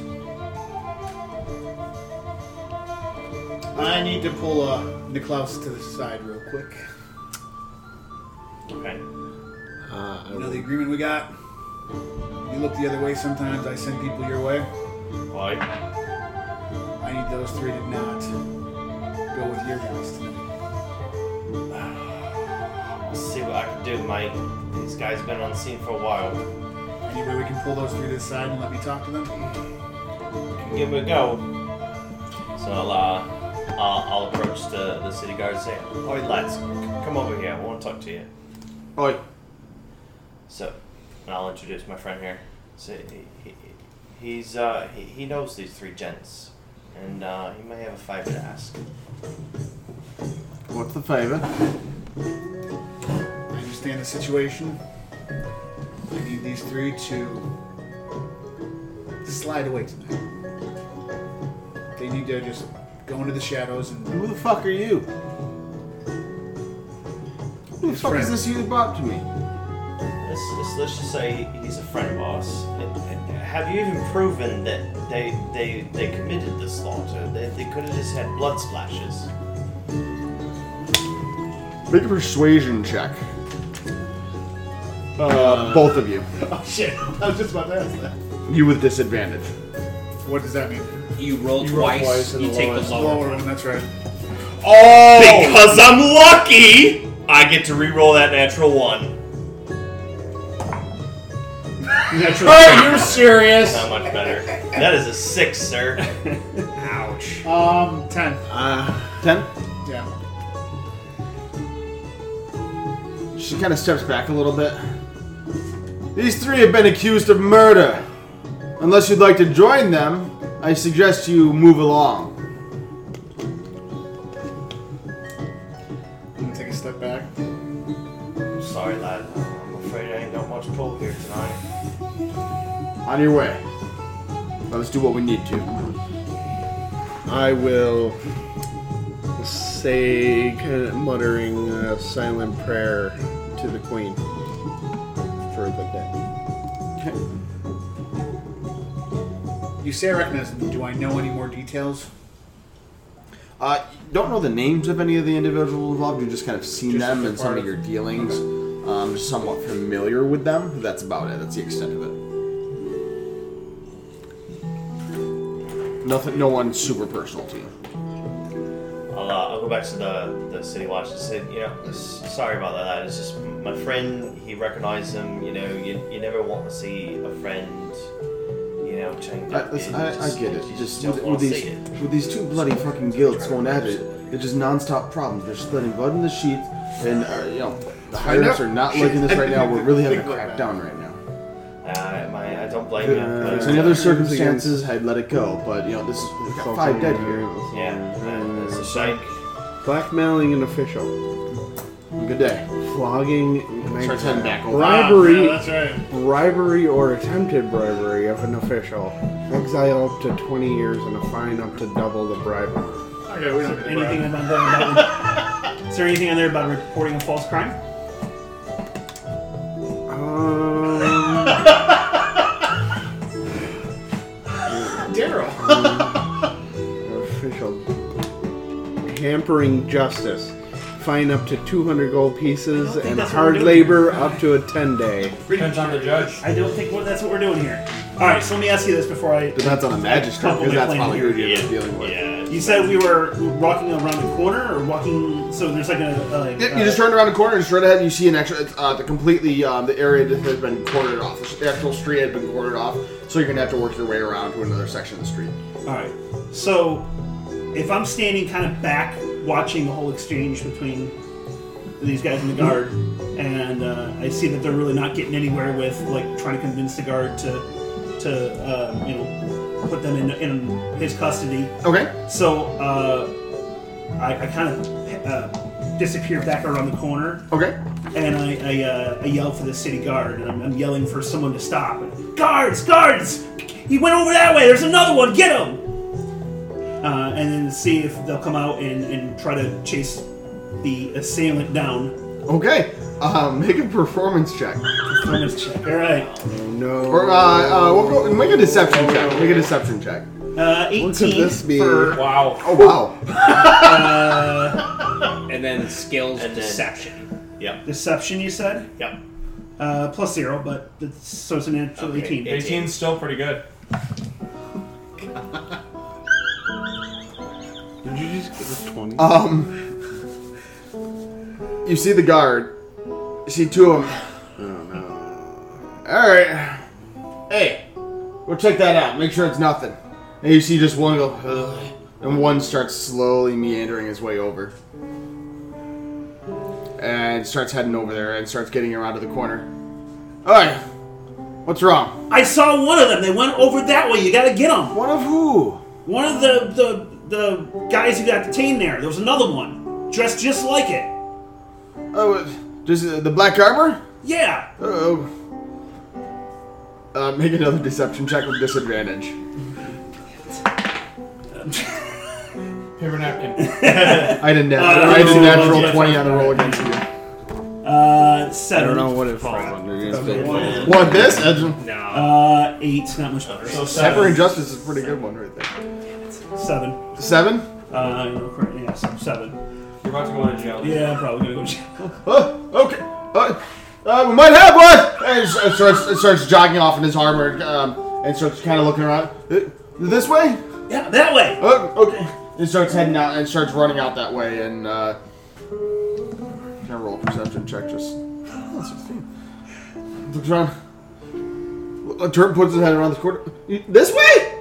D: I need to pull uh, Niklaus to the side real quick.
G: Okay.
L: Uh, I
D: You know the agreement we got? You look the other way sometimes, I send people your way.
G: Why?
D: I need those three to not go with your guys tonight.
G: I'll see what I can do, mate. These guys been on scene for a while.
D: Any way we can pull those three to the side and let me talk to them?
G: Give it a go. So I'll, uh, I'll, I'll approach the, the city guard and say, Oi, lads, c- come over here. I want to talk to you.
I: Oi.
G: So, and I'll introduce my friend here. So he, he, he's uh, he, he knows these three gents, and uh, he may have a favor to ask.
I: What's the favor?
D: I understand the situation. I need these three to slide away tonight. They need to just go into the shadows and
I: Who the fuck are you? Who the
D: His
I: fuck is
D: friend.
I: this you brought to me?
G: Let's, let's, let's just say he's a friend of ours. Have you even proven that they they, they committed the slaughter? They, they could have just had blood splashes.
I: Make a persuasion check. Uh, both of you.
D: Oh shit! I was just about to ask that.
I: You with disadvantage.
D: What does that mean?
J: You roll
D: You roll
J: twice,
D: twice and
J: you
D: the
J: take
D: lowest-
J: the lower.
D: lower one, that's right.
G: Oh! Because I'm lucky, I get to re-roll that natural one.
I: Are you serious?
G: Not much better. That is a six, sir.
J: Ouch.
D: Um, ten.
I: Ten?
D: Yeah.
I: She kind of steps back a little bit. These three have been accused of murder. Unless you'd like to join them, I suggest you move along.
D: I'm gonna take a step back.
G: Sorry, lad. I'm afraid I ain't got much pull here tonight.
I: On your way. Let's do what we need to.
L: I will say, kind of muttering a silent prayer to the Queen for the dead.
D: You say I recognize them. Do I know any more details?
I: Uh, you don't know the names of any of the individuals involved. You've just kind of seen
D: Just
I: them
D: the
I: and some of
D: part.
I: your dealings. Um, just somewhat familiar with them. That's about it. That's the extent of it. Nothing. No one super personal to you.
G: I'll, uh, I'll go back to the, the city watch and say, you know, s- sorry about that. lad. It's just my friend. He recognized him. You know, you, you never want to see a friend. You know, chained
I: I,
G: up.
I: listen,
G: You
I: I,
G: just-
I: I get it.
G: you
I: Just
G: don't
I: with,
G: want
I: with
G: to
I: these
G: see it.
I: with these two bloody fucking guilds going at it, they're just non-stop problems. They're splitting blood in the sheets, and uh, you know the higher-ups are not liking this right now. We're really having a crackdown right now.
G: Uh, my, I don't blame you.
I: Uh,
G: but,
I: in
G: uh,
I: other circumstances, I'd let it go, but you know this is we've got five dead here.
G: Yeah, uh, it's a shame.
L: Blackmailing an official,
I: Good day.
L: flogging,
I: Starts heading back over.
L: bribery,
V: Ah, yeah, that's right.
L: bribery or attempted bribery of an official, exile up to 20 years and a fine up to double the bribery.
V: Okay, we don't need to
C: Anything
V: brag.
C: on there about is there anything on there about reporting a false crime?
L: Um,
D: Daryl.
L: official hampering justice. Fine up to 200 gold pieces
C: think
L: and
C: that's what we're
L: hard
C: doing
L: labor up to a 10 day.
A: Depends on the judge.
C: I don't think well, that's what we're doing here. All right, so let me ask you this before I.
I: Depends on the magistrate, because that's probably who you're
G: Yeah.
I: dealing with.
G: Yeah.
C: You said we were walking around the corner, or walking. So there's like a. a
I: Yeah, You just turned around the corner, and straight ahead, you see an actual uh, the completely um, the area that had been cornered off. The actual street had been cornered off, so you're gonna have to work your way around to another section of the street.
C: All right. So if I'm standing kind of back, watching the whole exchange between these guys and the guard, and uh, I see that they're really not getting anywhere with like trying to convince the guard to to uh, you know put them in in his custody.
I: Okay.
C: So uh, I, I kind of uh, disappear back around the corner
I: Okay.
C: and I, I, uh, I yell for the city guard, and I'm, I'm yelling for someone to stop. Guards, guards! He went over that way. There's another one. Get him! Uh, and then see if they'll come out and, and try to chase the assailant down.
I: Okay, uh, make a performance check.
C: Performance check. All right.
L: No.
I: Or uh, uh, we'll go, make a deception check. Make a deception check.
C: Uh, 18
L: What could this be?
C: for
A: Wow.
I: Oh wow.
J: and then skills
G: And then-
J: deception.
G: Yep.
C: deception. You said
G: Yep.
C: uh, plus zero, but that's, so it's an actual
G: Okay,
C: 18.
A: 18's still pretty good.
L: Did you just get a 20?
I: Um, you see the guard. You see two of them. All right. Hey, we'll check that out. Make sure it's nothing. And you see just one go, Ugh, and one starts slowly meandering his way over, and starts heading over there and starts getting around to the corner. All right, what's wrong?
C: I saw one of them. They went over that way. You gotta get them.
I: One of who?
C: One of the the the guys who got detained there. There was another one dressed just like it.
I: Oh, uh, just uh, the black armor.
C: Yeah.
I: Oh. Uh, make another deception check with disadvantage.
A: Paper napkin.
I: I didn't nat-
C: Uh,
I: I did
C: so-
I: natural
C: yeah.
I: twenty on the roll against you.
C: Uh,
L: I
C: seven.
L: don't know what it falls under. You guys don't-
I: What this? That's-
J: No.
C: Uh, eight. Not much better.
A: So
I: Pepper
A: seven.
I: and Justice is a pretty good one right there.
C: Seven.
I: Seven.
C: Uh, you know, cor- yeah, so seven.
A: You're about to go into jail.
C: Yeah, I'm probably gonna go jail.
I: Oh, okay. Uh, uh, we might have one. And it s- it starts, it starts jogging off in his armor um, and starts kind of looking around. Uh, This way?
C: Yeah, that way.
I: Oh, okay. It starts heading out and starts running out that way and uh, can I roll a perception check? Just oh, 16. looks around. A turn puts his head around the corner. This way?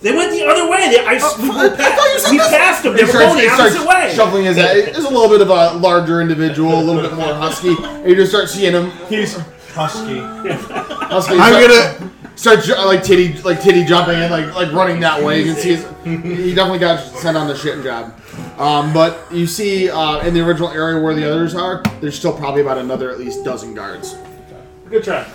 C: They went the other way. They, I,
J: Oh,
C: s- we,
I: I thought you said
C: we
I: this-
C: passed them. They
I: He
C: were
I: starts-
C: going
I: he
C: the
I: starts
C: opposite way.
I: Shuffling his head. He's a little bit of a larger individual, a little bit more husky. And you just start seeing him.
A: He's husky.
I: Husky.
L: I'm
I: start-
L: gonna.
I: start ju- like titty like titty jumping and like like running that way. You can see his, he definitely got sent on the shit job. Um, but you see uh, in the original area where the others are, there's still probably about another at least dozen guards.
V: Good try.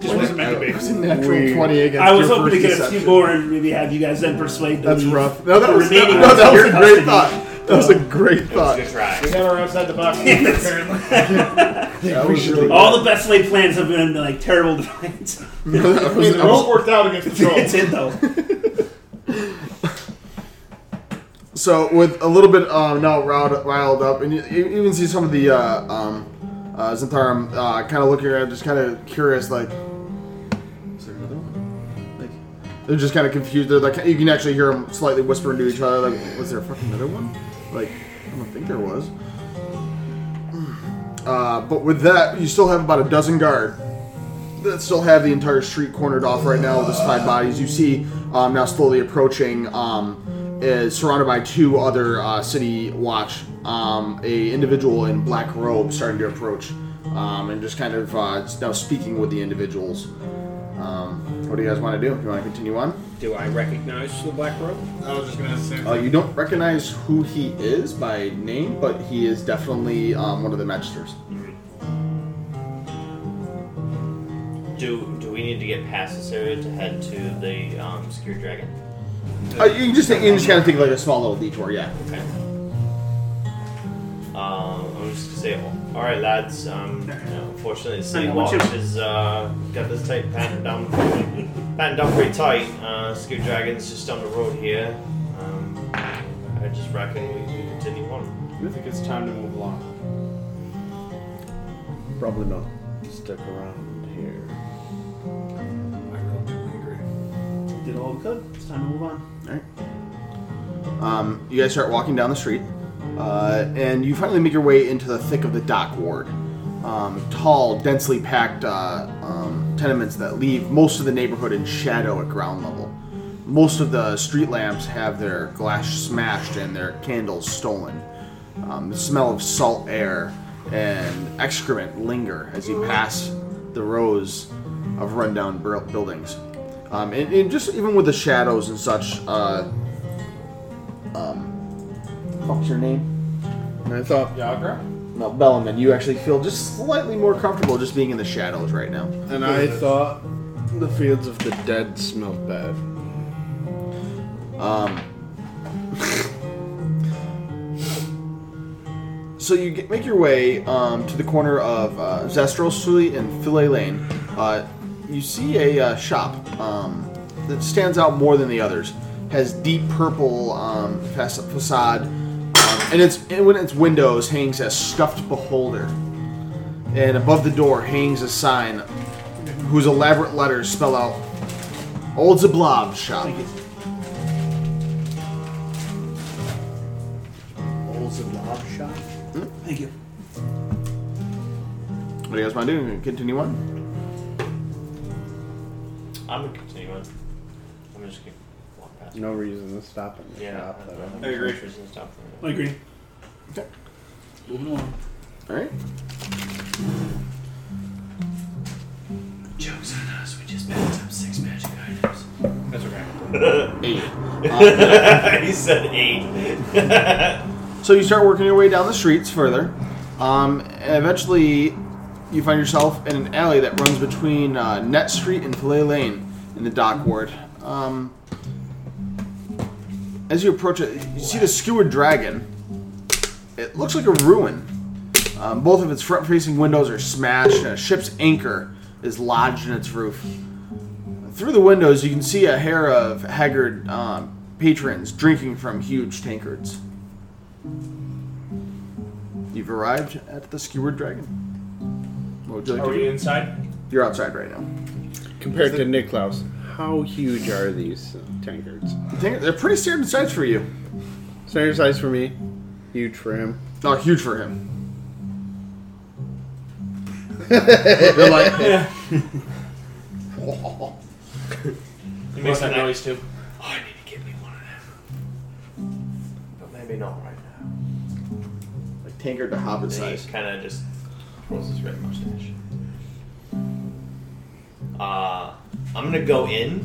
V: Just wasn't meant to
I: It was
V: be.
I: a natural
L: Weird.
I: twenty against
C: I was
I: your
C: hoping to
I: first
C: get a
I: deception.
C: few more and maybe have you guys then persuade.
I: That's
C: the
I: rough. No, that
C: the
I: was,
C: remaining
I: no, that
C: ones
I: was
C: in
I: a great
C: custody.
I: thought. That was a great thought.
G: Good try.
V: We never outside the box.
C: Damn it.
V: apparently.
I: That was really good.
C: All the best laid plans have been like terrible designs.
I: That
V: I mean,
I: was-
V: it
I: that was-
V: all worked out against the
C: it's
V: trolls.
C: in though.
I: So with a little bit uh, now riled, riled up, and you, you even see some of the uh, um, uh, Zantharum uh, kind of looking around, just kind of curious, like, is there another one? Like, they're just kind of confused. They're like, you can actually hear them slightly whispering to each other, like, was there fucking another one? Like, I don't think there was. Uh, but with that, you still have about a dozen guard that still have the entire street cornered off right now with his five bodies. You see um, now slowly approaching, um, is surrounded by two other uh, city watch, um, a individual in black robe starting to approach, um, and just kind of uh, now speaking with the individuals. Um, what do you guys want to do? Do you want to continue on?
J: Do I recognize the black robe?
Q: I was just gonna say.
I: Uh, you don't recognize who he is by name, but he is definitely um, one of the magisters.
G: Do do we need to get past this area to head to the um, Secure Dragon?
I: Uh, you can just you can just kind of take like a small little detour, yeah.
G: Okay. Um, I'm just gonna say, all right, lads. Um, you know, unfortunately, the city
C: I want
G: watch is uh, got this tight patterned down, patterned down pretty tight. Uh, Secure Dragon's just down the road here. Um, I just reckon we can continue on.
A: I think it's time to move along.
L: Probably not. Stick around here.
C: Did all good. It's time to move on.
I: Alright. Um, you guys start walking down the street, uh, and you finally make your way into the thick of the dock ward. Um, tall, densely packed uh, um, tenements that leave most of the neighborhood in shadow at ground level. Most of the street lamps have their glass smashed and their candles stolen. Um, the smell of salt air and excrement linger as you pass the rows of rundown bur- buildings. Um, and, and just even with the shadows and such, uh, um, what's your name? And I thought, Yagra? No, Bellaman, you actually feel just slightly more comfortable just being in the shadows right now.
L: And I thought the fields of the dead smelled bad.
I: Um. So you get, make your way um, to the corner of uh, Zestral Street and Fillet Lane. Uh, you see a uh, shop um, that stands out more than the others. Has deep purple um, fac- facade, um, and it's and when its windows hangs a stuffed beholder, and above the door hangs a sign whose elaborate letters spell out "Old Zablov Shop."
D: Old Zablov shot.
C: Thank you.
I: What do you guys want to do? Continue on.
G: I'm gonna continue on. I'm just gonna walk past.
L: No reason to stop in the
G: Yeah,
L: shop.
G: I-
L: that
G: I
L: don't-
G: agree. Reason to stop for
C: I agree.
I: Okay.
D: Moving along.
I: All right.
G: Jokes on us. We just passed up six magic items.
J: That's okay.
I: Eight.
G: he said eight.
I: So you start working your way down the streets further, um, and eventually you find yourself in an alley that runs between uh, Net Street and Fillet Lane in the dock ward. Um, as you approach it, you see the skewered dragon. It looks like a ruin. Um, both of its front-facing windows are smashed, and a ship's anchor is lodged in its roof. Through the windows, you can see a hair of haggard um, patrons drinking from huge tankards. You've arrived at the Skewered Dragon. What would you like
A: Are
I: to
A: we
I: do?
A: inside?
I: You're outside right now.
L: Compared to Niklaus, how huge are these uh, tankards?
I: Tank- They're pretty standard size for you.
L: Standard size for me, huge for him.
I: Not huge for him. They're like,
A: It makes that noise too.
G: Oh, I need to get me one of them. But maybe not right now.
I: like tankard to hobbit
G: And
I: size.
G: he kind of just twirls his red mustache. Uh, I'm gonna go in,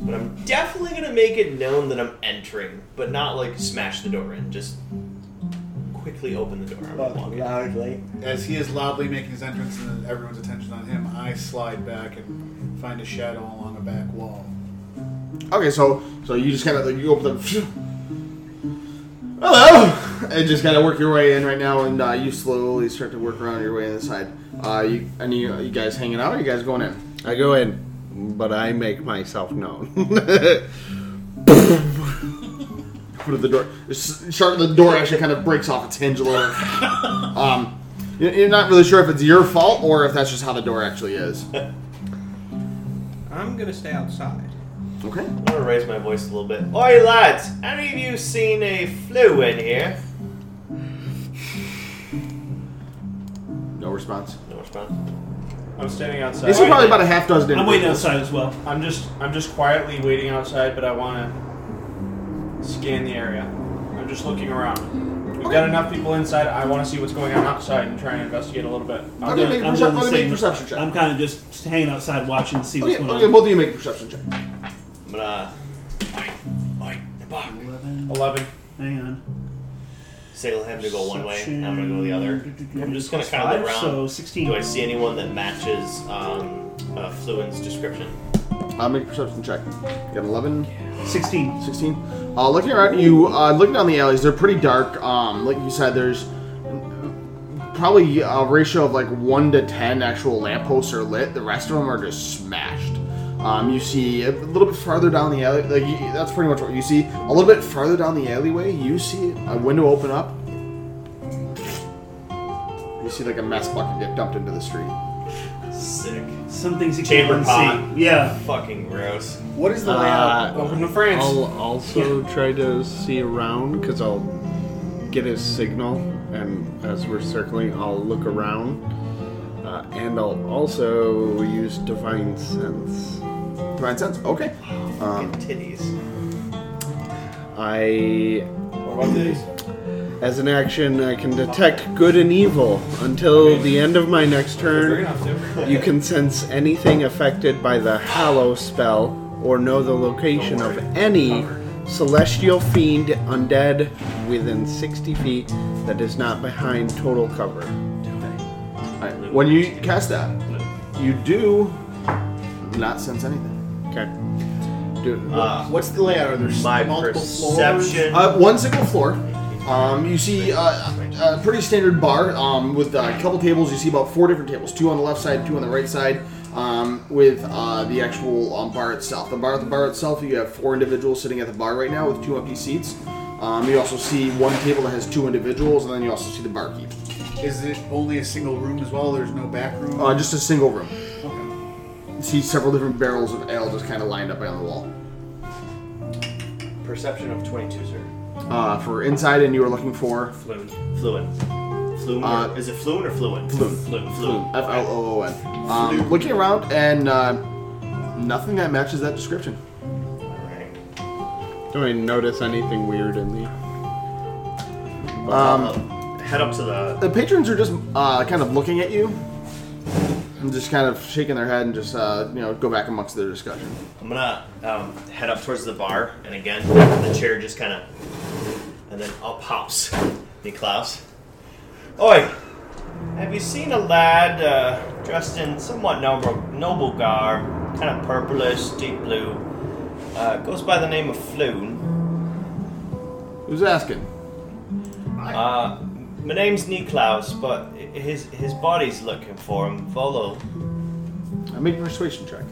G: but I'm definitely gonna make it known that I'm entering, but not like smash the door in. Just quickly open the door. I'm gonna walk in.
Q: Loudly. As he is loudly making his entrance and everyone's attention on him, I slide back and find a shadow along a back wall.
I: Okay, so so you just kind of you open them. Hello, and just kind of work your way in right now, and uh, you slowly start to work around your way inside. Uh, you and you, you guys hanging out? Or you guys going in?
L: I go in, but I make myself known.
I: Put the door. it's- Start the door actually kind of breaks off its hinge a little. um, you- you're not really sure if it's your fault or if that's just how the door actually is.
J: I'm gonna stay outside.
I: Okay.
G: I'm gonna raise my voice a little bit. Oi, lads! How many of you seen a flu in here?
I: No response.
G: No response.
A: I'm standing outside.
I: This is probably about a half dozen.
C: I'm waiting
I: individuals.
C: outside as well.
A: I'm just I'm just quietly waiting outside, but I want to scan the area. I'm just looking around. We've got enough people inside. I want to see what's going on outside and try and investigate a little bit.
C: I'm
I: Okay,
C: doing-
I: make a
C: I'm
I: percep-
C: doing the
I: okay, make a
C: same-
I: perception check. Oh,
C: I'm kind of just hanging outside watching to see what's
I: Okay,
C: going
I: okay,
C: on.
I: both of you make a perception check.
G: I'm gonna. Oi, oi, the buck.
C: 11.
A: Eleven.
C: Hang on.
G: Say I'll have to go one way, and I'm gonna go the other. I'm just gonna kind of
C: Five,
G: look around.
C: So 16.
G: Do I see anyone that matches um, uh, Fluent's description?
I: Uh, make a perception check. You got an 11,
C: 16.
I: 16. Uh, looking around, you uh, looking down the alleys. They're pretty dark. Um, like you said, there's probably a ratio of like one to ten actual lampposts are lit. The rest of them are just smashed. Um, you see a little bit farther down the alley. Like you, that's pretty much what you see. A little bit farther down the alleyway, you see a window open up. You see like a mess bucket get dumped into the street.
G: Sick.
C: Some things you
G: Chamber
C: can't
G: pot.
C: unsee. Yeah.
G: Fucking gross.
D: What is the layout?
L: Uh,
A: Welcome to France.
L: I'll also try to see around because I'll get his signal, and as we're circling, I'll look around, uh, and I'll also use divine sense.
I: Divine sense. Okay. Um,
G: Titties.
L: I,
A: What about these?
L: as an action, I can detect good and evil until the end of my next
A: Big
L: turn.
A: enough, too.
L: You can sense anything affected by the Hallow spell or know the location of any celestial fiend undead within 60 feet that is not behind total cover.
I: Alright, when you cast that, you do not sense anything.
L: Okay.
I: Uh,
D: What's the layout? Are there s-
I: my
D: multiple perception-
I: Uh, one single floor. Um, you see uh, a pretty standard bar um, with uh, a couple tables. You see about four different tables: two on the left side, two on the right side. Um, with uh, the actual um, bar itself. The bar at the bar itself, you have four individuals sitting at the bar right now with two empty seats. Um, you also see one table that has two individuals, and then you also see the barkeep.
Q: Is it only a single room as well? There's no back room.
I: Uh, just a single room. You see several different barrels of ale just kind of lined up on the wall.
G: Perception of 22, sir.
I: Uh, for inside, and you were looking for
G: Fluent. Uh, Fluent. Fluent.
I: Uh,
G: or, is it fluent or fluent?
I: Fluent.
G: Fluent.
I: F L O O N.
G: Fluke.
I: Um, looking around, and uh, nothing that matches that description.
L: Do I notice anything weird in the?
I: Um,
G: Head up to the.
I: the patrons are just uh, kind of looking at you, and just kind of shaking their head, and just uh, you know go back amongst their discussion.
G: I'm gonna um, head up towards the bar, and again, the chair just kind of, and then up hops the Klaus. Oi, have you seen a lad uh, dressed in somewhat noble, noble garb, kind of purplish, deep blue? Uh, goes by the name of Floon.
I: Who's asking?
G: Uh, my name's Niklaus, but i- his his body's looking for him. Volo.
I: I make a persuasion check.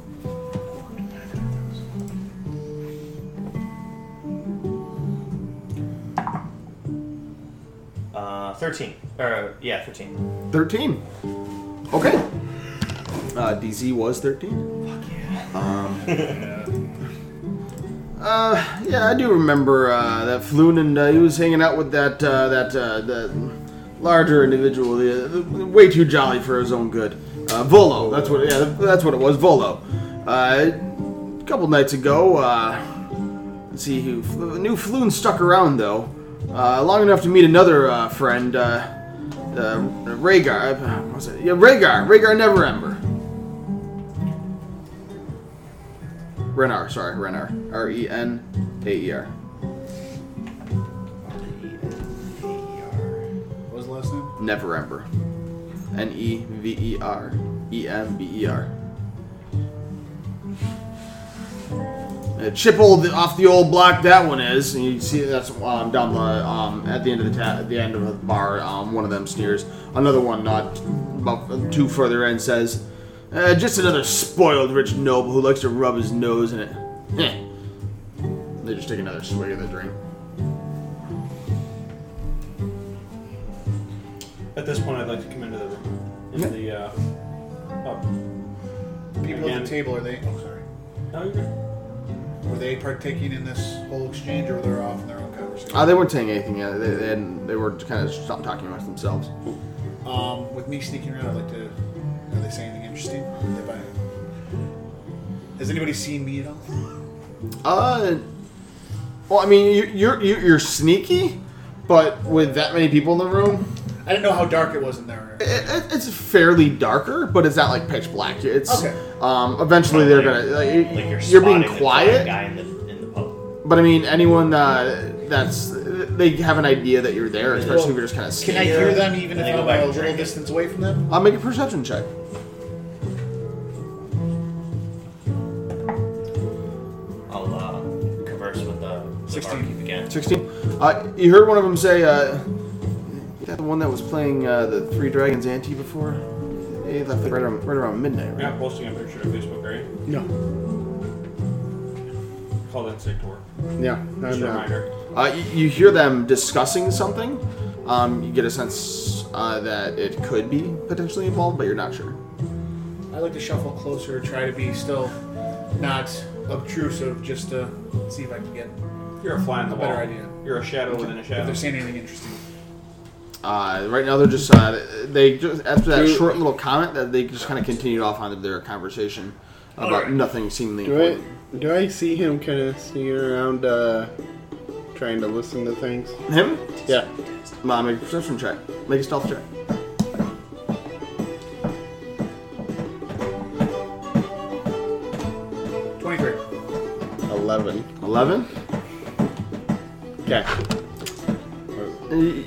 G: Uh, 13. Or, yeah, 13.
I: Thirteen. Okay. Uh, DZ was thirteen. Fuck yeah. Um, Uh, yeah, I do remember uh, that Floon, and uh, he was hanging out with that uh, that uh, the larger individual, the, the- way too jolly for his own good. Uh, Volo, that's what yeah, that's what it was. Volo. Uh, a couple nights ago, uh, let's see who Flo- knew Floon stuck around though, uh, long enough to meet another uh, friend, uh, uh, Rhaegar. Uh, what was it? Yeah, Rhaegar. Rhaegar Neverember. Renar, sorry, Renar. R E N A E R.
Q: What was the last name?
I: Never Ember. N E V E R E M B E R. Uh, Chip old off the old block that one is, and you see that's um, down the um, at the end of the ta- at the end of the bar. Um, one of them sneers. Another one, not about two further in, says, uh, "Just another spoiled rich noble who likes to rub his nose in it." Eh. They just take another swig of the drink.
A: At this point, I'd like to come into the room. Into the, uh, oh.
Q: People at
A: Again.
Q: the table, are they? Oh, sorry.
A: No, you're good.
Q: Were they partaking in this whole exchange, or they're off in their own conversation?
I: Uh, they weren't saying anything. yet. They, they, hadn't- they were kind of stopped talking amongst themselves.
Q: Um, with me sneaking around, I'd like to. Are they saying anything interesting? If I- has anybody seen me at all?
I: Uh, well, I mean, you- you're you're, you're sneaky, but with that many people in the room,
Q: I didn't know how dark it was in there.
I: it, it, it's fairly darker. But it's not like pitch black. It's
Q: Okay.
I: um, eventually they're gonna like,
G: Like you're,
I: you're being
G: spotting the blind
I: quiet.
G: guy in the, in the pub.
I: But I mean, anyone uh, that's they have an idea that you're there, especially if you're just kind of
Q: Can I
I: sneaky.
Q: hear them even
G: And
Q: if
G: they go
Q: I'm
G: back
Q: a
G: and
Q: little
G: drink it.
Q: distance away from them?
I: I'll make a perception check.
G: I'll uh, converse with the, the barkeep again.
I: 16. Uh, you heard one of them say, uh, that the one that was playing uh, the Three Dragons ante before? They left right around, right around midnight,
A: You're
I: right?
A: not posting a picture to Facebook, are you?
I: No.
A: Call that sick to work.
I: Yeah. no,
A: Just a
I: no.
A: reminder.
I: Uh, you, you hear them discussing something. Um, you get a sense uh, that it could be potentially involved, but you're not sure.
Q: I like to shuffle closer, try to be still not obtrusive, just to see if I can get
A: You're a fly on the
Q: a
A: wall.
Q: better idea.
A: You're a shadow within a shadow.
Q: If they're saying anything interesting.
I: Uh, right now, they're just uh, they just after that
L: Do-
I: short little comment that they just kind of continued off onto their conversation about
L: Alright.
I: nothing seemingly
L: Do
I: important.
L: I do I see him kind of sneaking around, uh, trying to listen to things?
I: Him?
L: Yeah.
I: Mom, make a perception check. Make a stealth check.
Q: Twenty-three.
L: Eleven.
I: Eleven.
L: Okay.
I: Are you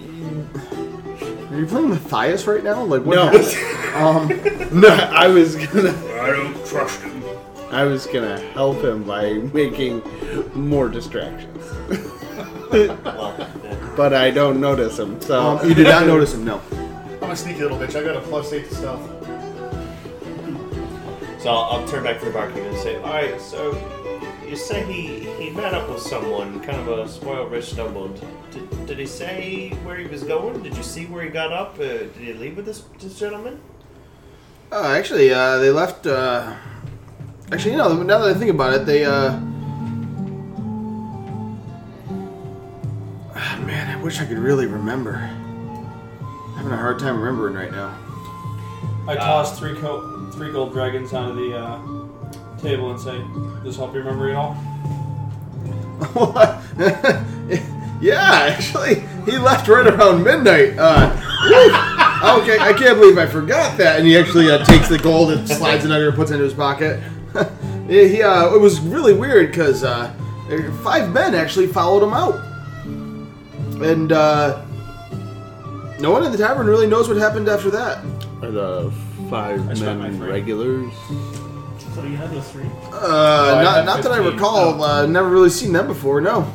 I: are you playing Matthias right now? Like what?
L: No.
I: happened? um,
L: No, I was gonna.
V: I don't trust him.
L: I was gonna help him by making more distractions. but I don't notice him, so.
I: Um, you did not notice him, no.
Q: I'm a sneaky little bitch. I got a plus eight to stealth.
G: So I'll, I'll turn back to the barkeeper and say, "Alright, so you say he, he met up with someone, kind of a spoiled rich stumble. Did, did he say where he was going? Did you see where he got up? Uh, did he leave with this, this gentleman?
I: Uh, actually, uh, they left. Uh, actually, you know, now that I think about it, they. Uh, Ah, man, I wish I could really remember. I'm having a hard time remembering right now.
A: I toss three co- three gold dragons onto the uh, table and say, "This help your memory at all?"
I: Yeah, actually, he left right around midnight. Uh, woo! okay, I can't believe I forgot that. And he actually uh, takes the gold and slides it under and puts it into his pocket. he, he, uh, it was really weird because uh, five men actually followed him out. And uh, no one in the tavern really knows what happened after that.
L: Are the five men regulars?
C: So you had those three.
I: Uh, not, not that I recall. Uh, never really seen them before, no.
Q: Oh.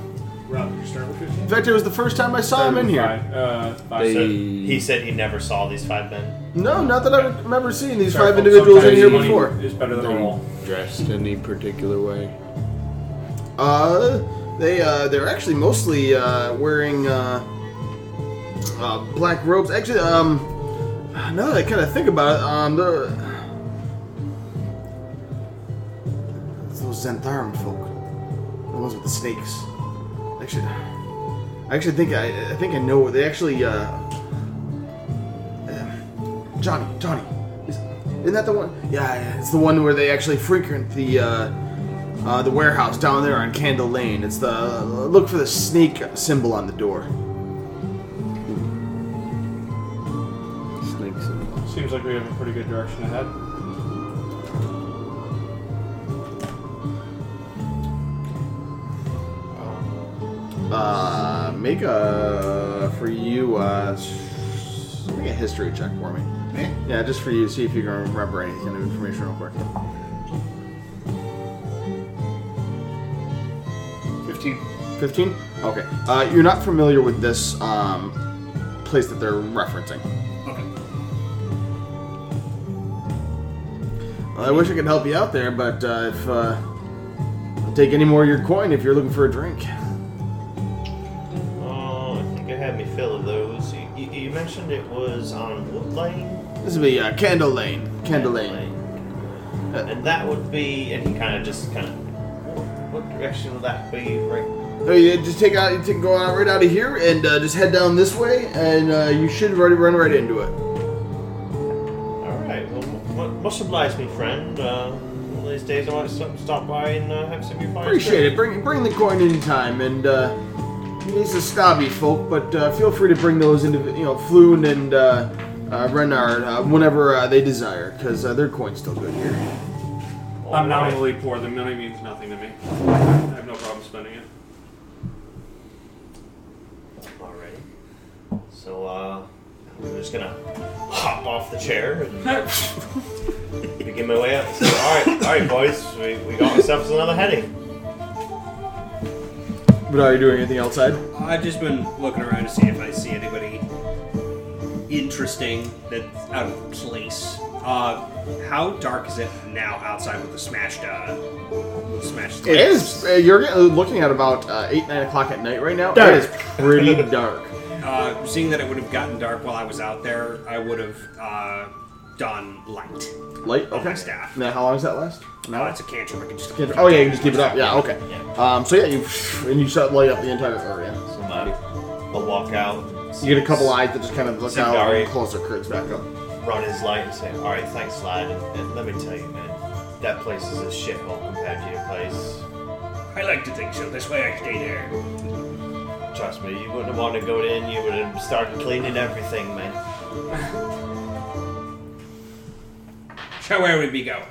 Q: Rob, you start with
I: In
Q: 15.
I: fact, it was the first time I saw him in here.
A: uh,
G: They- he said he never saw these five men.
I: No, not that I remember seeing these five individuals in here before.
A: Is better than all.
L: Dressed any particular way?
I: Uh, they uh, they're actually mostly uh, wearing uh, uh, black robes. Actually, um, now that I kind of think about it, um, the it's those Xantharum folk, the ones with the snakes. Actually, I actually think I, I think I know what they actually. Uh, uh, Johnny, Johnny, is- isn't that the one? Yeah, yeah, it's the one where they actually frequent the. Uh, uh, the warehouse down there on Candle Lane. It's the look for the snake symbol on the door.
L: Snakes and.
A: Seems like we have a pretty good direction ahead.
I: Uh, make a for you. Uh, s- make a history check for me.
Q: Me?
I: Yeah, just for you. See if you can remember any kind of information real quick.
Q: 15.
I: 15 okay uh, you're not familiar with this um, place that they're referencing
Q: Okay.
I: well, i wish i could help you out there but uh, if uh, I'll take any more of your coin if you're looking for a drink
G: Oh, I think I had me fill of those. You, you, you mentioned it was on Wood Lane,
I: this would be uh, candle lane candle lane
G: Uh, and that would be. And he kind of just kind of. What, what direction would that be? Right.
I: Oh, yeah, just take out, you take, go out right out of here, and uh, just head down this way, and uh, you should already run right into it.
G: All right. Well, mu- mu- much obliged, me friend. Uh, one of these days, I might stop, stop by and uh, have some of your fine
I: Appreciate it. Bring bring the coin anytime, and uh, these are snobby folk, but uh, feel free to bring those into you know Floon and uh, uh, Renard uh, whenever uh, they desire, because uh, their coin's still good here.
A: I'm nominally poor. The money means nothing to me. I have no problem spending it.
G: Alrighty. So, uh, I'm just gonna hop off the chair and begin my way up. So, alright, alright, boys, we, we got ourselves another heading.
I: But are you doing anything outside?
J: I've just been looking around to see if I see anybody interesting that's out of place. Uh, how dark is it now outside with the smashed, uh, with smashed?
I: It is. Uh, you're uh, looking at about uh, eight nine o'clock at night right now.
J: Dark.
I: It is pretty dark.
J: Uh, seeing that it would have gotten dark while I was out there, I would have uh, done light.
I: Light.
J: On
I: Okay.
J: my staff.
I: Now, how long does that last?
J: No, it's a cantrip. I can just.
I: Can't- Oh yeah, you can just keep it up. Yeah, okay. Um, so yeah, you and you set light up the entire area.
G: I'll walk out.
I: You get a couple eyes that just kind of look out
G: Sindari.
I: and close their curves back up.
G: Run his light and say, alright, thanks, lad. And, and let me tell you, man, that place is a shithole compared to your place.
J: I like to think so. This way I stay there.
G: Trust me, you wouldn't want to go in, you would have started cleaning everything, man.
J: So where would we go?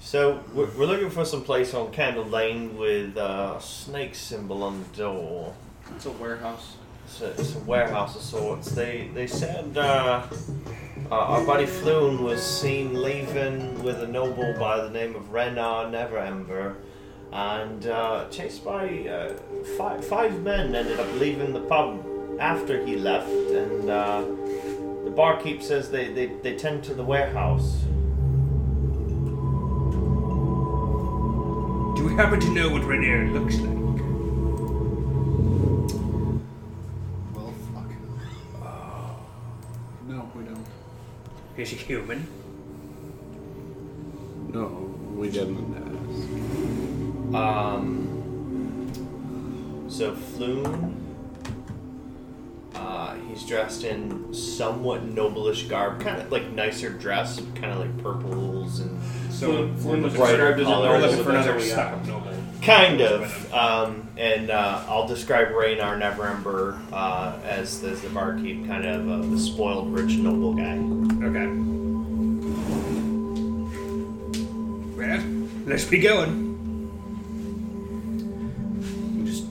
G: So, we're, uh, we're looking for some place on Candle Lane with a snake symbol on the door.
A: It's a warehouse.
G: It's a, it's a warehouse of sorts. They they said uh, uh, our buddy Floon was seen leaving with a noble by the name of Renar Neverember, and uh, chased by uh, five five men ended up leaving the pub after he left, and uh, the barkeep says they, they, they tend to the warehouse.
J: Do we happen to know what Rainier looks like?
D: Well, fuck.
J: Oh.
D: No, we don't.
J: Is he human?
L: No, we didn't ask.
G: Um, so Floon, uh, he's dressed in somewhat noblish garb, kind of like nicer dress, kind of like purples and
J: So Floon was
G: brighter
J: described as a
G: colors.
J: noble, We're looking for another stock noble.
G: Kind of, um, and uh, I'll describe Raynar Neverember uh, as, as the barkeep, kind of uh, the spoiled, rich, noble guy.
J: Okay. Well, let's be going. You just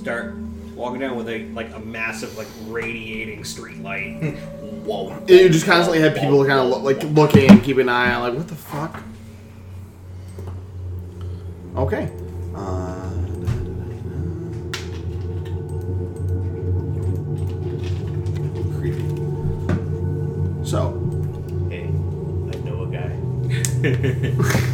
J: start walking down with a like a massive like radiating street light. Whoa.
I: You just constantly have people kind of lo- like looking and keep an eye on, like, what the fuck? Okay. Uh, creepy. So,
G: Hey, I know a guy.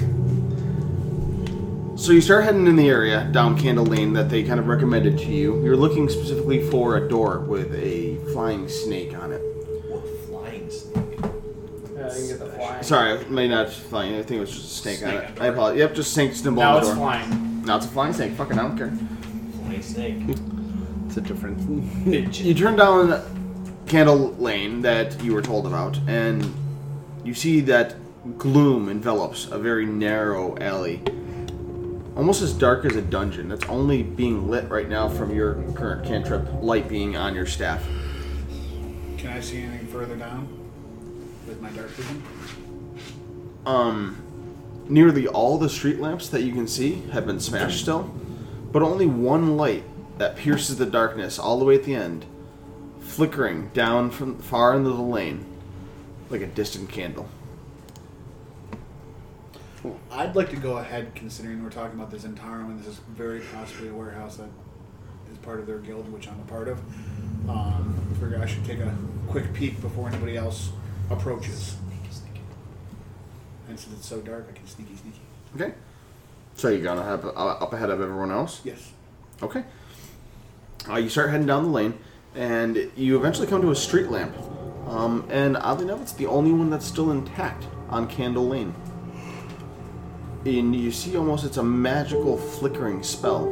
I: So you start heading in the area down Candle Lane that they kind of recommended to you. You're looking specifically for a door with a flying snake on it.
G: What flying snake?
A: Yeah, I can get the flying.
I: Sorry, it may not flying. I think it was just a snake,
A: Snake
I: on
A: on
I: it.
A: door.
I: I apologize. Yep, just snake symbol
A: Now
I: on the
A: it's
I: door.
A: flying.
I: Now it's a flying snake. Fucking, I don't care.
G: Flying snake.
L: It's a different
I: you turn down Candle Lane that you were told about, and you see that gloom envelops a very narrow alley, almost as dark as a dungeon. That's only being lit right now from your current cantrip light being on your staff.
D: Can I see anything further down with my dark vision?
I: Um, nearly all the street lamps that you can see have been smashed still, but only one light that pierces the darkness all the way at the end, flickering down from far into the lane, like a distant candle.
D: I'd like to go ahead, considering we're talking about the Zentarum, and this is very possibly a warehouse that is part of their guild, which I'm a part of. Um, I figure I should take a quick peek before anybody else approaches. And since it's so dark, I can sneaky sneaky.
I: Okay. So you're gonna have uh, up ahead of everyone else.
D: Yes.
I: Okay. Uh, you start heading down the lane, and you eventually come to a street lamp. Um, and oddly enough, it's the only one that's still intact on Candle Lane. And you see almost it's a magical flickering spell.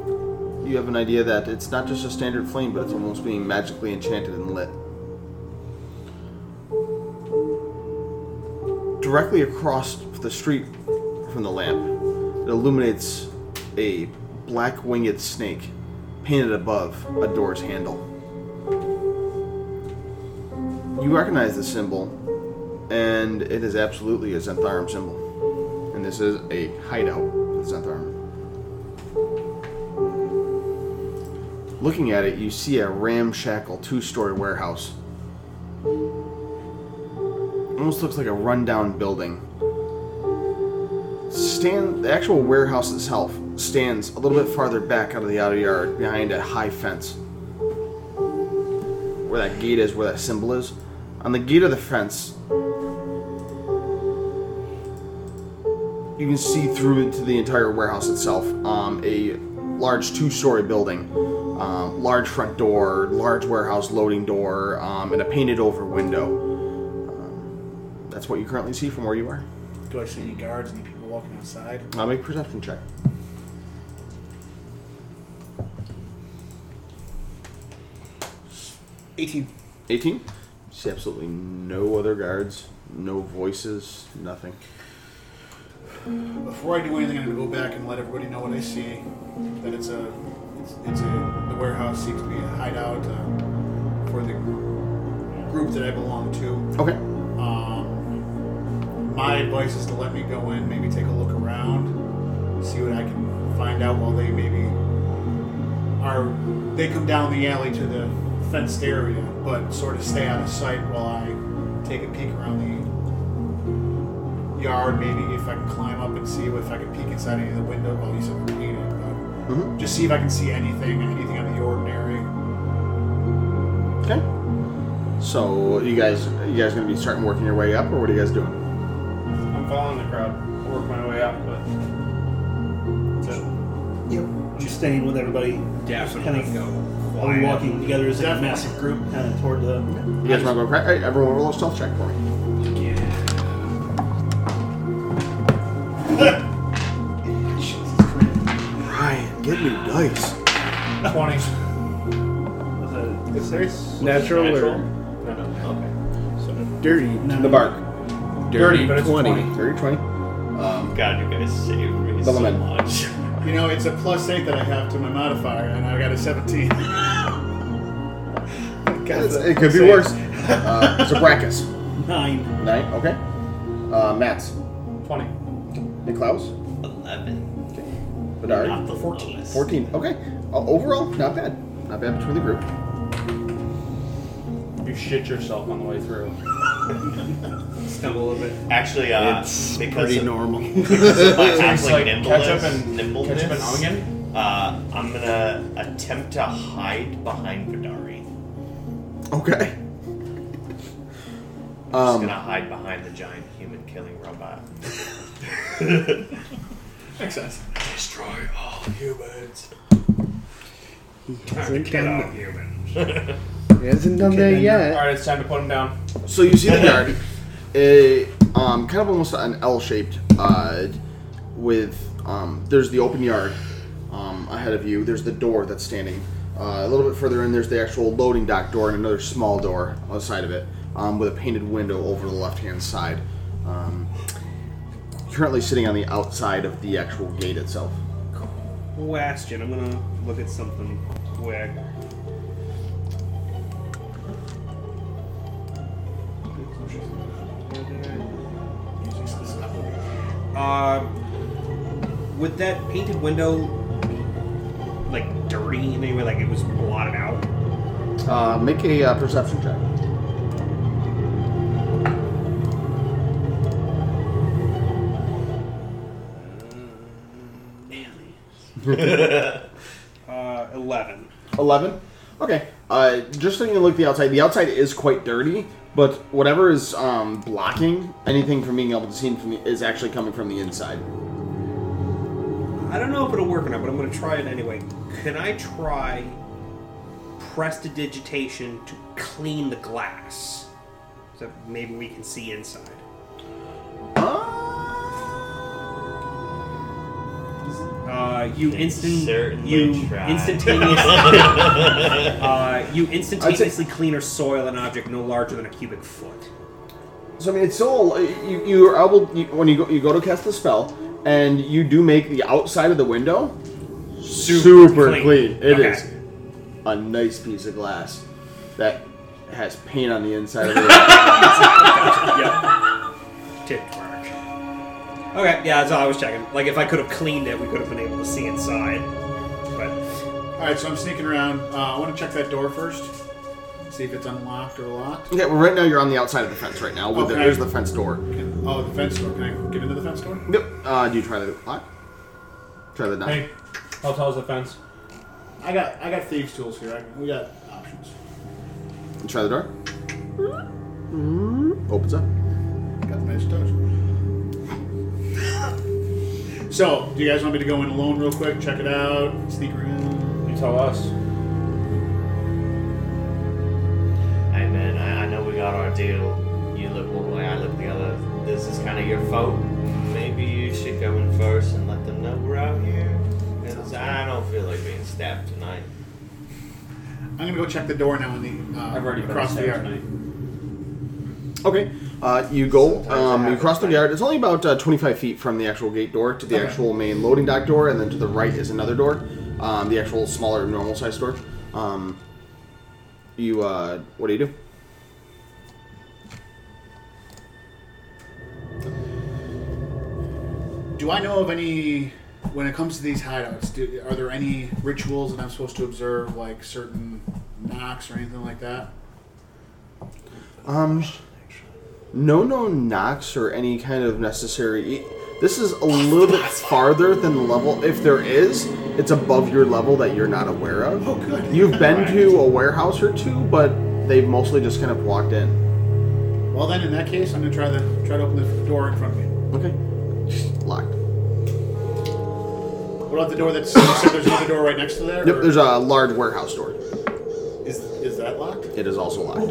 I: You have an idea that it's not just a standard flame, but it's almost being magically enchanted and lit. Directly across the street from the lamp, it illuminates a black winged snake painted above a door's handle. You recognize the symbol, and it is absolutely a Xantharum symbol. And this is a hideout of Xantharum. Looking at it, you see a ramshackle two story warehouse. Almost looks like a rundown building stand the actual warehouse itself stands a little bit farther back out of the outer yard behind a high fence where that gate is where that symbol is on the gate of the fence you can see through into the entire warehouse itself um, a large two-story building um, large front door large warehouse loading door um, and a painted over window um, that's what you currently see from where you are
D: Do I see any guards, any people walking outside?
I: i'll make a perception check
D: Eighteen.
I: 18. See absolutely no other guards, no voices, nothing.
D: Before I do anything, I'm gonna go back and let everybody know what I see. That it's a, it's, it's a, the warehouse seems to be a hideout uh, for the group, group that I belong to.
I: Okay.
D: Um, my advice is to let me go in, maybe take a look around, see what I can find out while they maybe are they come down the alley to the fenced area, but sort of stay out of sight while I take a peek around the yard. Maybe if I can climb up and see if I can peek inside any of the window. Well, you said we're painted, but
I: Mhm.
D: just see if I can see anything, anything out of the ordinary.
I: Okay. So you guys, you guys gonna be starting working your way up, or what are you guys doing?
A: I'm following the crowd. I'll work my way up, but
C: Yep. I'm staying with everybody.
J: Definitely
C: kind of
J: go
A: Oh,
C: all
J: quiet.
C: walking together as a massive group, kind of toward the.
I: You guys want to go? Cra- all right, everyone, roll a stealth check for me. Ryan, get new dice.
D: Twenty.
W: Is there
X: Natural,
W: natural?
X: or
A: no, no.
X: dirty?
I: The bark.
X: Dirty,
A: but it's
X: 20.
A: 20.
I: Dirty twenty.
G: Um, God, you guys saved me
I: Double
G: so
I: men.
G: much.
D: You know, it's a plus eight that I have to my modifier, and I got a seventeen. God,
I: It's-
D: that
I: it could
D: plus
I: be
D: eight.
I: worse. Uh, it's a brackus.
C: Nine.
I: Nine. Okay. Uh, Matt's.
A: twenty.
I: Niklaus.
G: Eleven.
I: Bedard.
G: Not the fourteen.
I: 14. Okay. Uh, overall, not bad. Not bad between the group.
A: You shit yourself on the way through.
J: stumble a little bit.
G: Actually, uh,
X: It's
G: because
X: pretty
G: of,
X: normal.
G: because of my
A: Tastes
G: halfling
A: like
G: nimbleness,
A: ketchup and-
G: nimbleness,
A: ketchup and onion?
G: Uh, I'm gonna attempt to hide behind Vidari.
I: Okay.
G: I'm just
I: Um,
G: gonna hide behind the giant human killing robot.
D: Makes sense.
G: Destroy all humans.
X: Hasn't
J: Get
X: done
J: out,
X: that-
J: humans.
X: he hasn't done that
A: All
X: yet.
A: right, it's time to put him down.
I: So you see the yard, a um, kind of almost an L-shaped, uh, with um, there's the open yard um, ahead of you. There's the door that's standing uh, a little bit further in. There's the actual loading dock door and another small door on the side of it um, with a painted window over the left-hand side. Um, currently sitting on the outside of the actual gate itself.
J: Question. I'm gonna look at something quick. Uh, would that painted window be, like dirty in any way? Like it was blotted out?
I: Uh, make a uh, perception check.
J: Uh, eleven.
I: 11 okay uh, just taking a look at the outside the outside is quite dirty but whatever is um, blocking anything from being able to see from the, is actually coming from the inside
J: I don't know if it'll work or not, but I'm going to try it anyway. Can I try prestidigitation to clean the glass? So maybe we can see inside. Uh, you instant,
G: certainly
J: you
G: try.
J: instantaneously, uh, you instantaneously clean or soil an object no larger than a cubic foot.
I: so i mean it's still you, you are able you, when you go, you go to cast the spell and you do make the outside of the window super, clean, It
J: Okay.
I: is a nice piece of glass that has paint on the inside of it
J: Tip mark. Okay, yeah, that's all I was checking. Like, if I could have cleaned it, we could have been able to see inside. But
D: All right, so I'm sneaking around. Uh, I want to check that door first, see if it's unlocked or locked.
I: okay well right now you're on the outside of the fence right now with the,
D: Okay.
I: there's the fence door
D: Can- oh, the fence door. Can I get into the fence door?
I: yep uh, do you try the lock try the knock
A: Hey, hell's the fence.
D: I got I got thieves tools here. I, we got options.
I: Try the door. Opens up.
D: Got the magic touch. so, do you guys want me to go in alone real quick, check it out, sneak around?
A: You tell us.
G: Hey man, I, I know we got our deal. You look one way, I look the other. This is kind of your fault. Maybe you should go in first and let them know we're out here. 'Cause I don't feel like being stabbed tonight.
D: I'm gonna go check the door now in the uh,
A: I've already been
D: across the
A: stabbed
D: yard.
A: tonight.
I: Okay. Uh, you go.
G: Sometimes it
I: Um, you
G: happens,
I: cross the
G: right?
I: yard. It's only about uh, 25 feet from the actual gate door to the actual main loading dock door, and then to the right is another door, um, the actual smaller, normal size door. Um, you. Uh, what do you do?
D: Do I know of any when it comes to these hideouts, do, are there any rituals that I'm supposed to observe, like certain knocks or anything like that?
I: Um, no known knocks or any kind of necessary. e, This is a little bit farther than the level. If there is, it's above your level that you're not aware of. Oh, good. You've been to a warehouse or two, but they've mostly just kind of walked in.
D: Well, then in that case, I'm gonna try the try to open the door in front of me.
I: Okay. Just locked.
D: What about the door that's? You said there's another door right next to there.
I: Yep,
D: or-
I: there's a large warehouse door.
D: Is is that locked?
I: It is also locked.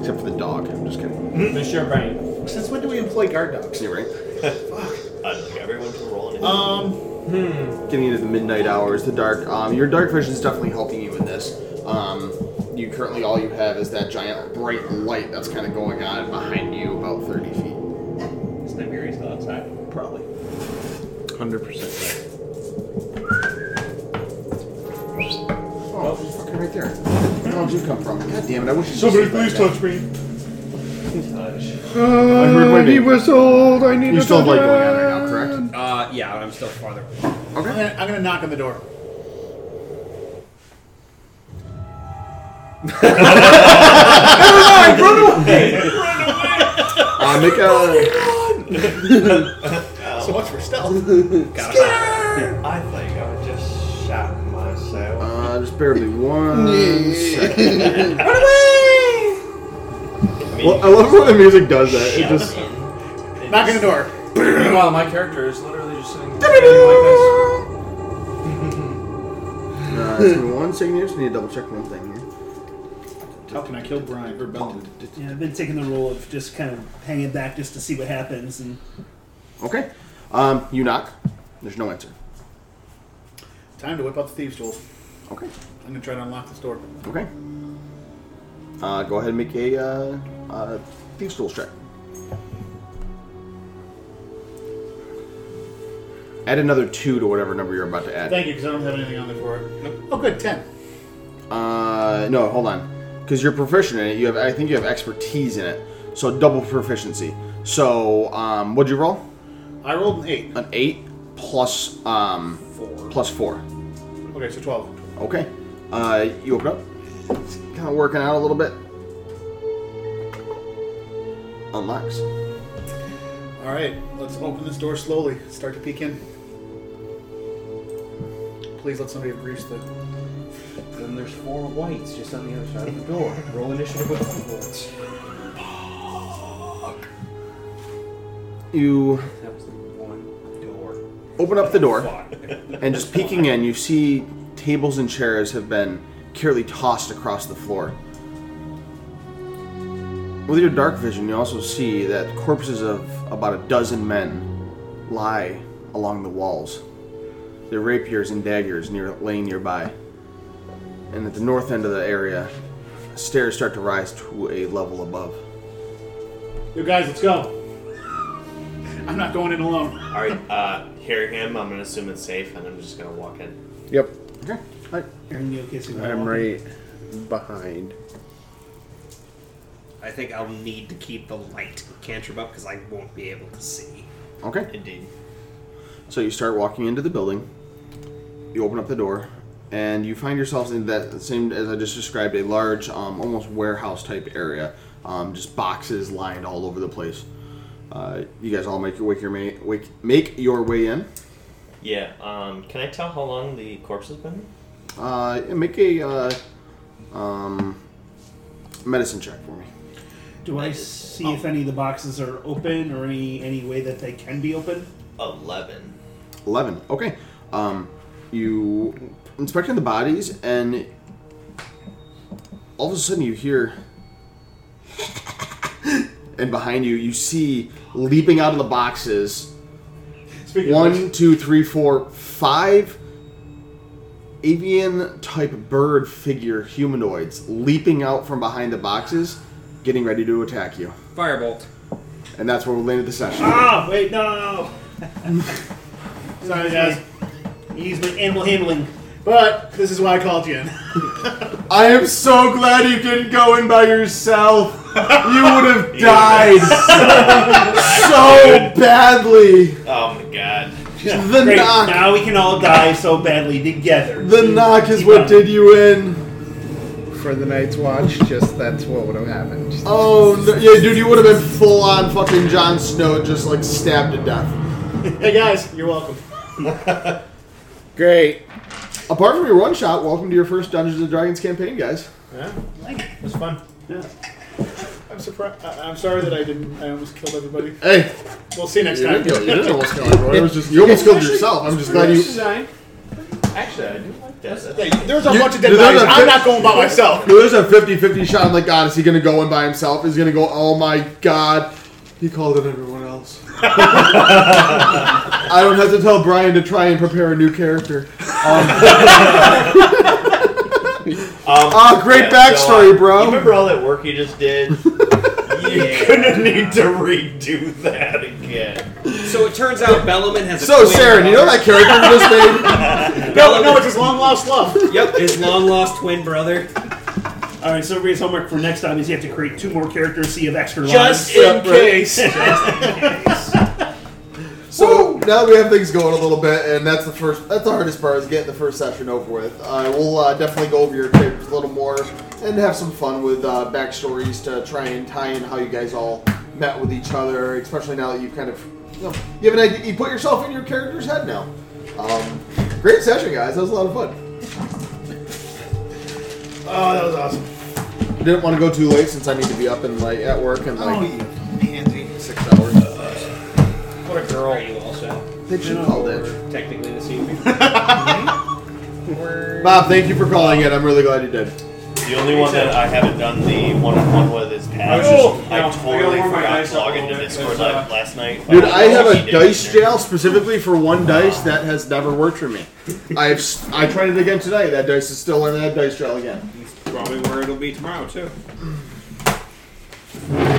I: Except for the dog. I'm just kidding.
A: Monsieur Brain.
D: Since when do we employ guard dogs?
I: You're right.
G: Uh, everyone can roll an
D: Um,
I: getting into the midnight hours, the dark. Um, your dark vision is definitely helping you in this. Um, you currently all you have is that giant bright light that's kind of going on behind you, about thirty feet.
G: Is Nibiri still outside?
I: Probably.
L: Hundred percent.
I: Oh, it's fucking right there. Where did you come from? God damn it! I wish you'd
V: Somebody
I: just leave
V: please
I: that
V: touch me.
L: I
I: heard my
L: he
I: name.
L: whistled. I need
I: You
L: a
I: still have light going on
L: banana.
I: right now, correct?
J: Uh, yeah, but I'm still farther.
D: I'm gonna, I'm gonna knock on the door.
I: Uh, make a
D: So much for stealth.
Y: I think I just shot myself.
I: uh, just barely one second.
G: I mean,
I: Well, I love when the music does that. It
G: shout
I: just
G: in. It
D: Knock on the
G: just-
D: door.
A: Meanwhile, my character is literally just sitting like this.
I: uh, just give me one second. here, just need to double check one thing here.
D: How Oh, can I kill Brian or Bellin?
C: Yeah, I've been taking the role of just kind of hanging back just to see what happens, and
I: Okay. Um, you knock. There's no answer.
D: Time to whip out the thieves' tools.
I: Okay.
D: I'm gonna try to unlock this door.
I: Okay. Uh, go ahead and make a uh, uh, thieves' tools check. Add another two to whatever number you're about to add.
D: Thank you, because I don't have anything on there for it. Oh, good, ten.
I: Uh, no, hold on, because you're proficient in it. You have, I think, you have expertise in it, so double proficiency. So, um, what'd you roll?
D: I rolled an eight.
I: An eight plus um, four. plus four.
D: Okay, so twelve.
I: Okay. Uh, you open up. It's kind of working out a little bit. Unlocks.
D: All right, let's open this door slowly. Start to peek in. Please let somebody have grease the.
J: Then there's four whites just on the other side of the door. Roll initiative with influence.
I: You
J: That was the one door.
I: open up the door, and just peeking in, you see tables and chairs have been carefully tossed across the floor. With your dark vision, you also see that corpses of about a dozen men lie along the walls, their rapiers and daggers near laying nearby. And at the north end of the area, stairs start to rise to a level above.
D: You guys, let's go. I'm not going in alone.
G: All right, uh, hear him. I'm gonna assume it's safe, and I'm just gonna walk in.
L: Yep.
I: Okay. All right.
C: Aaron, you okay? So you
L: I'm
C: walk-
L: right behind.
J: I think I'll need to keep the light cantrip up because I won't be able to see.
I: Okay.
G: Indeed.
I: So you start walking into the building. You open up the door, and you find yourselves in that same as I just described, a large, um, almost warehouse type area, um, just boxes lined all over the place. Uh, you guys all make your wake your ma- wake, make your way in.
G: Yeah. Um, can I tell how long the corpse has been?
I: Uh, and make a uh, um, medicine check for me.
C: do I see
A: Oh.
C: if any of the boxes are open or any any way that they can be open?
G: Eleven.
I: 11. Okay. Um, you inspecting the bodies, and all of a sudden you hear. and behind you, you see leaping out of the boxes
V: Speaking of
I: one, two, three, four, five avian type bird figure humanoids leaping out from behind the boxes, getting ready to attack you.
J: Firebolt.
I: And that's where we'll end the session.
C: Ah, wait, no.
D: Sorry, guys.
C: Use my animal handling.
D: But this is why I called you in.
I: I am so glad you didn't go in by yourself. You would have died so, so badly.
G: Oh my god.
I: The
C: Great.
I: knock.
C: Now we can all die so badly together.
I: The knock is what did you in.
L: For the night's watch, just that's what would have happened.
I: Oh, no. yeah, dude, you would have been full on fucking Jon Snow, just like stabbed to death.
D: hey guys, you're welcome.
I: Great. Apart from your one shot, welcome to your first Dungeons and Dragons campaign, guys.
A: Yeah. It was fun.
D: Yeah. I'm surprised. I'm sorry that I didn't. I almost killed everybody.
I: Hey.
D: we'll see you next
I: You
D: time.
I: didn't kill- you didn't almost kill everyone. It was just- you almost killed yourself. I'm just glad you-
A: Actually, I do like that.
D: Hey, there's a
I: You-
D: bunch of dead
I: there's
D: bodies.
I: a
D: I'm
I: fif-
D: not going by myself.
I: No, there's a 50-50 shot. I'm like, God, is he gonna go in by himself? Is he gonna go? Oh my God, he called in everyone else. I don't have to tell Brian to try and prepare a new character. Ah, great backstory,
G: uh,
I: bro.
G: You remember all that work you just did? You're gonna need to redo that again.
J: So it turns out Bellarmine has.
I: So,
J: a
I: Saren, you know that character you just made?
C: Bella, no, it's his long lost love.
J: Yep, his long lost twin brother.
C: All right, so everybody's homework for next time is you have to create two more characters, so you have extra
I: Just
C: lines.
I: in Yeah, right. case. So now that we have things going a little bit, and that's the first. That's the hardest part is getting the first session over with. Uh, we'll uh, definitely go over your characters a little more and have some fun with uh, backstories to try and tie in how you guys all met with each other, especially now that you kind of you, know, you have an idea. You put yourself in your character's head now. Um, great session, guys. That was a lot of fun.
D: Oh, that was awesome.
I: Didn't want to go too late since I need to be up and like at work and like
D: Oh,
I: six hours.
J: What a girl. Are you also?
I: They should call that.
J: Technically this evening.
I: Bob, thank you for calling in. I'm really glad you did.
G: The only one that I haven't done the one-on-one with is Pat.
I: I was just-
G: Oh, I
I: no,
G: totally
I: I gotta warm my
G: forgot
I: eyes
G: to
I: up
G: log
I: a little
G: into
I: bit,
G: Discord
I: 'cause, uh,
G: live last night.
I: Dude, I have
G: He
I: a
G: did.
I: dice jail specifically for one dice that has never worked for me. I've s- I tried it again today. That dice is still in that dice jail again.
J: Probably where it'll be tomorrow too.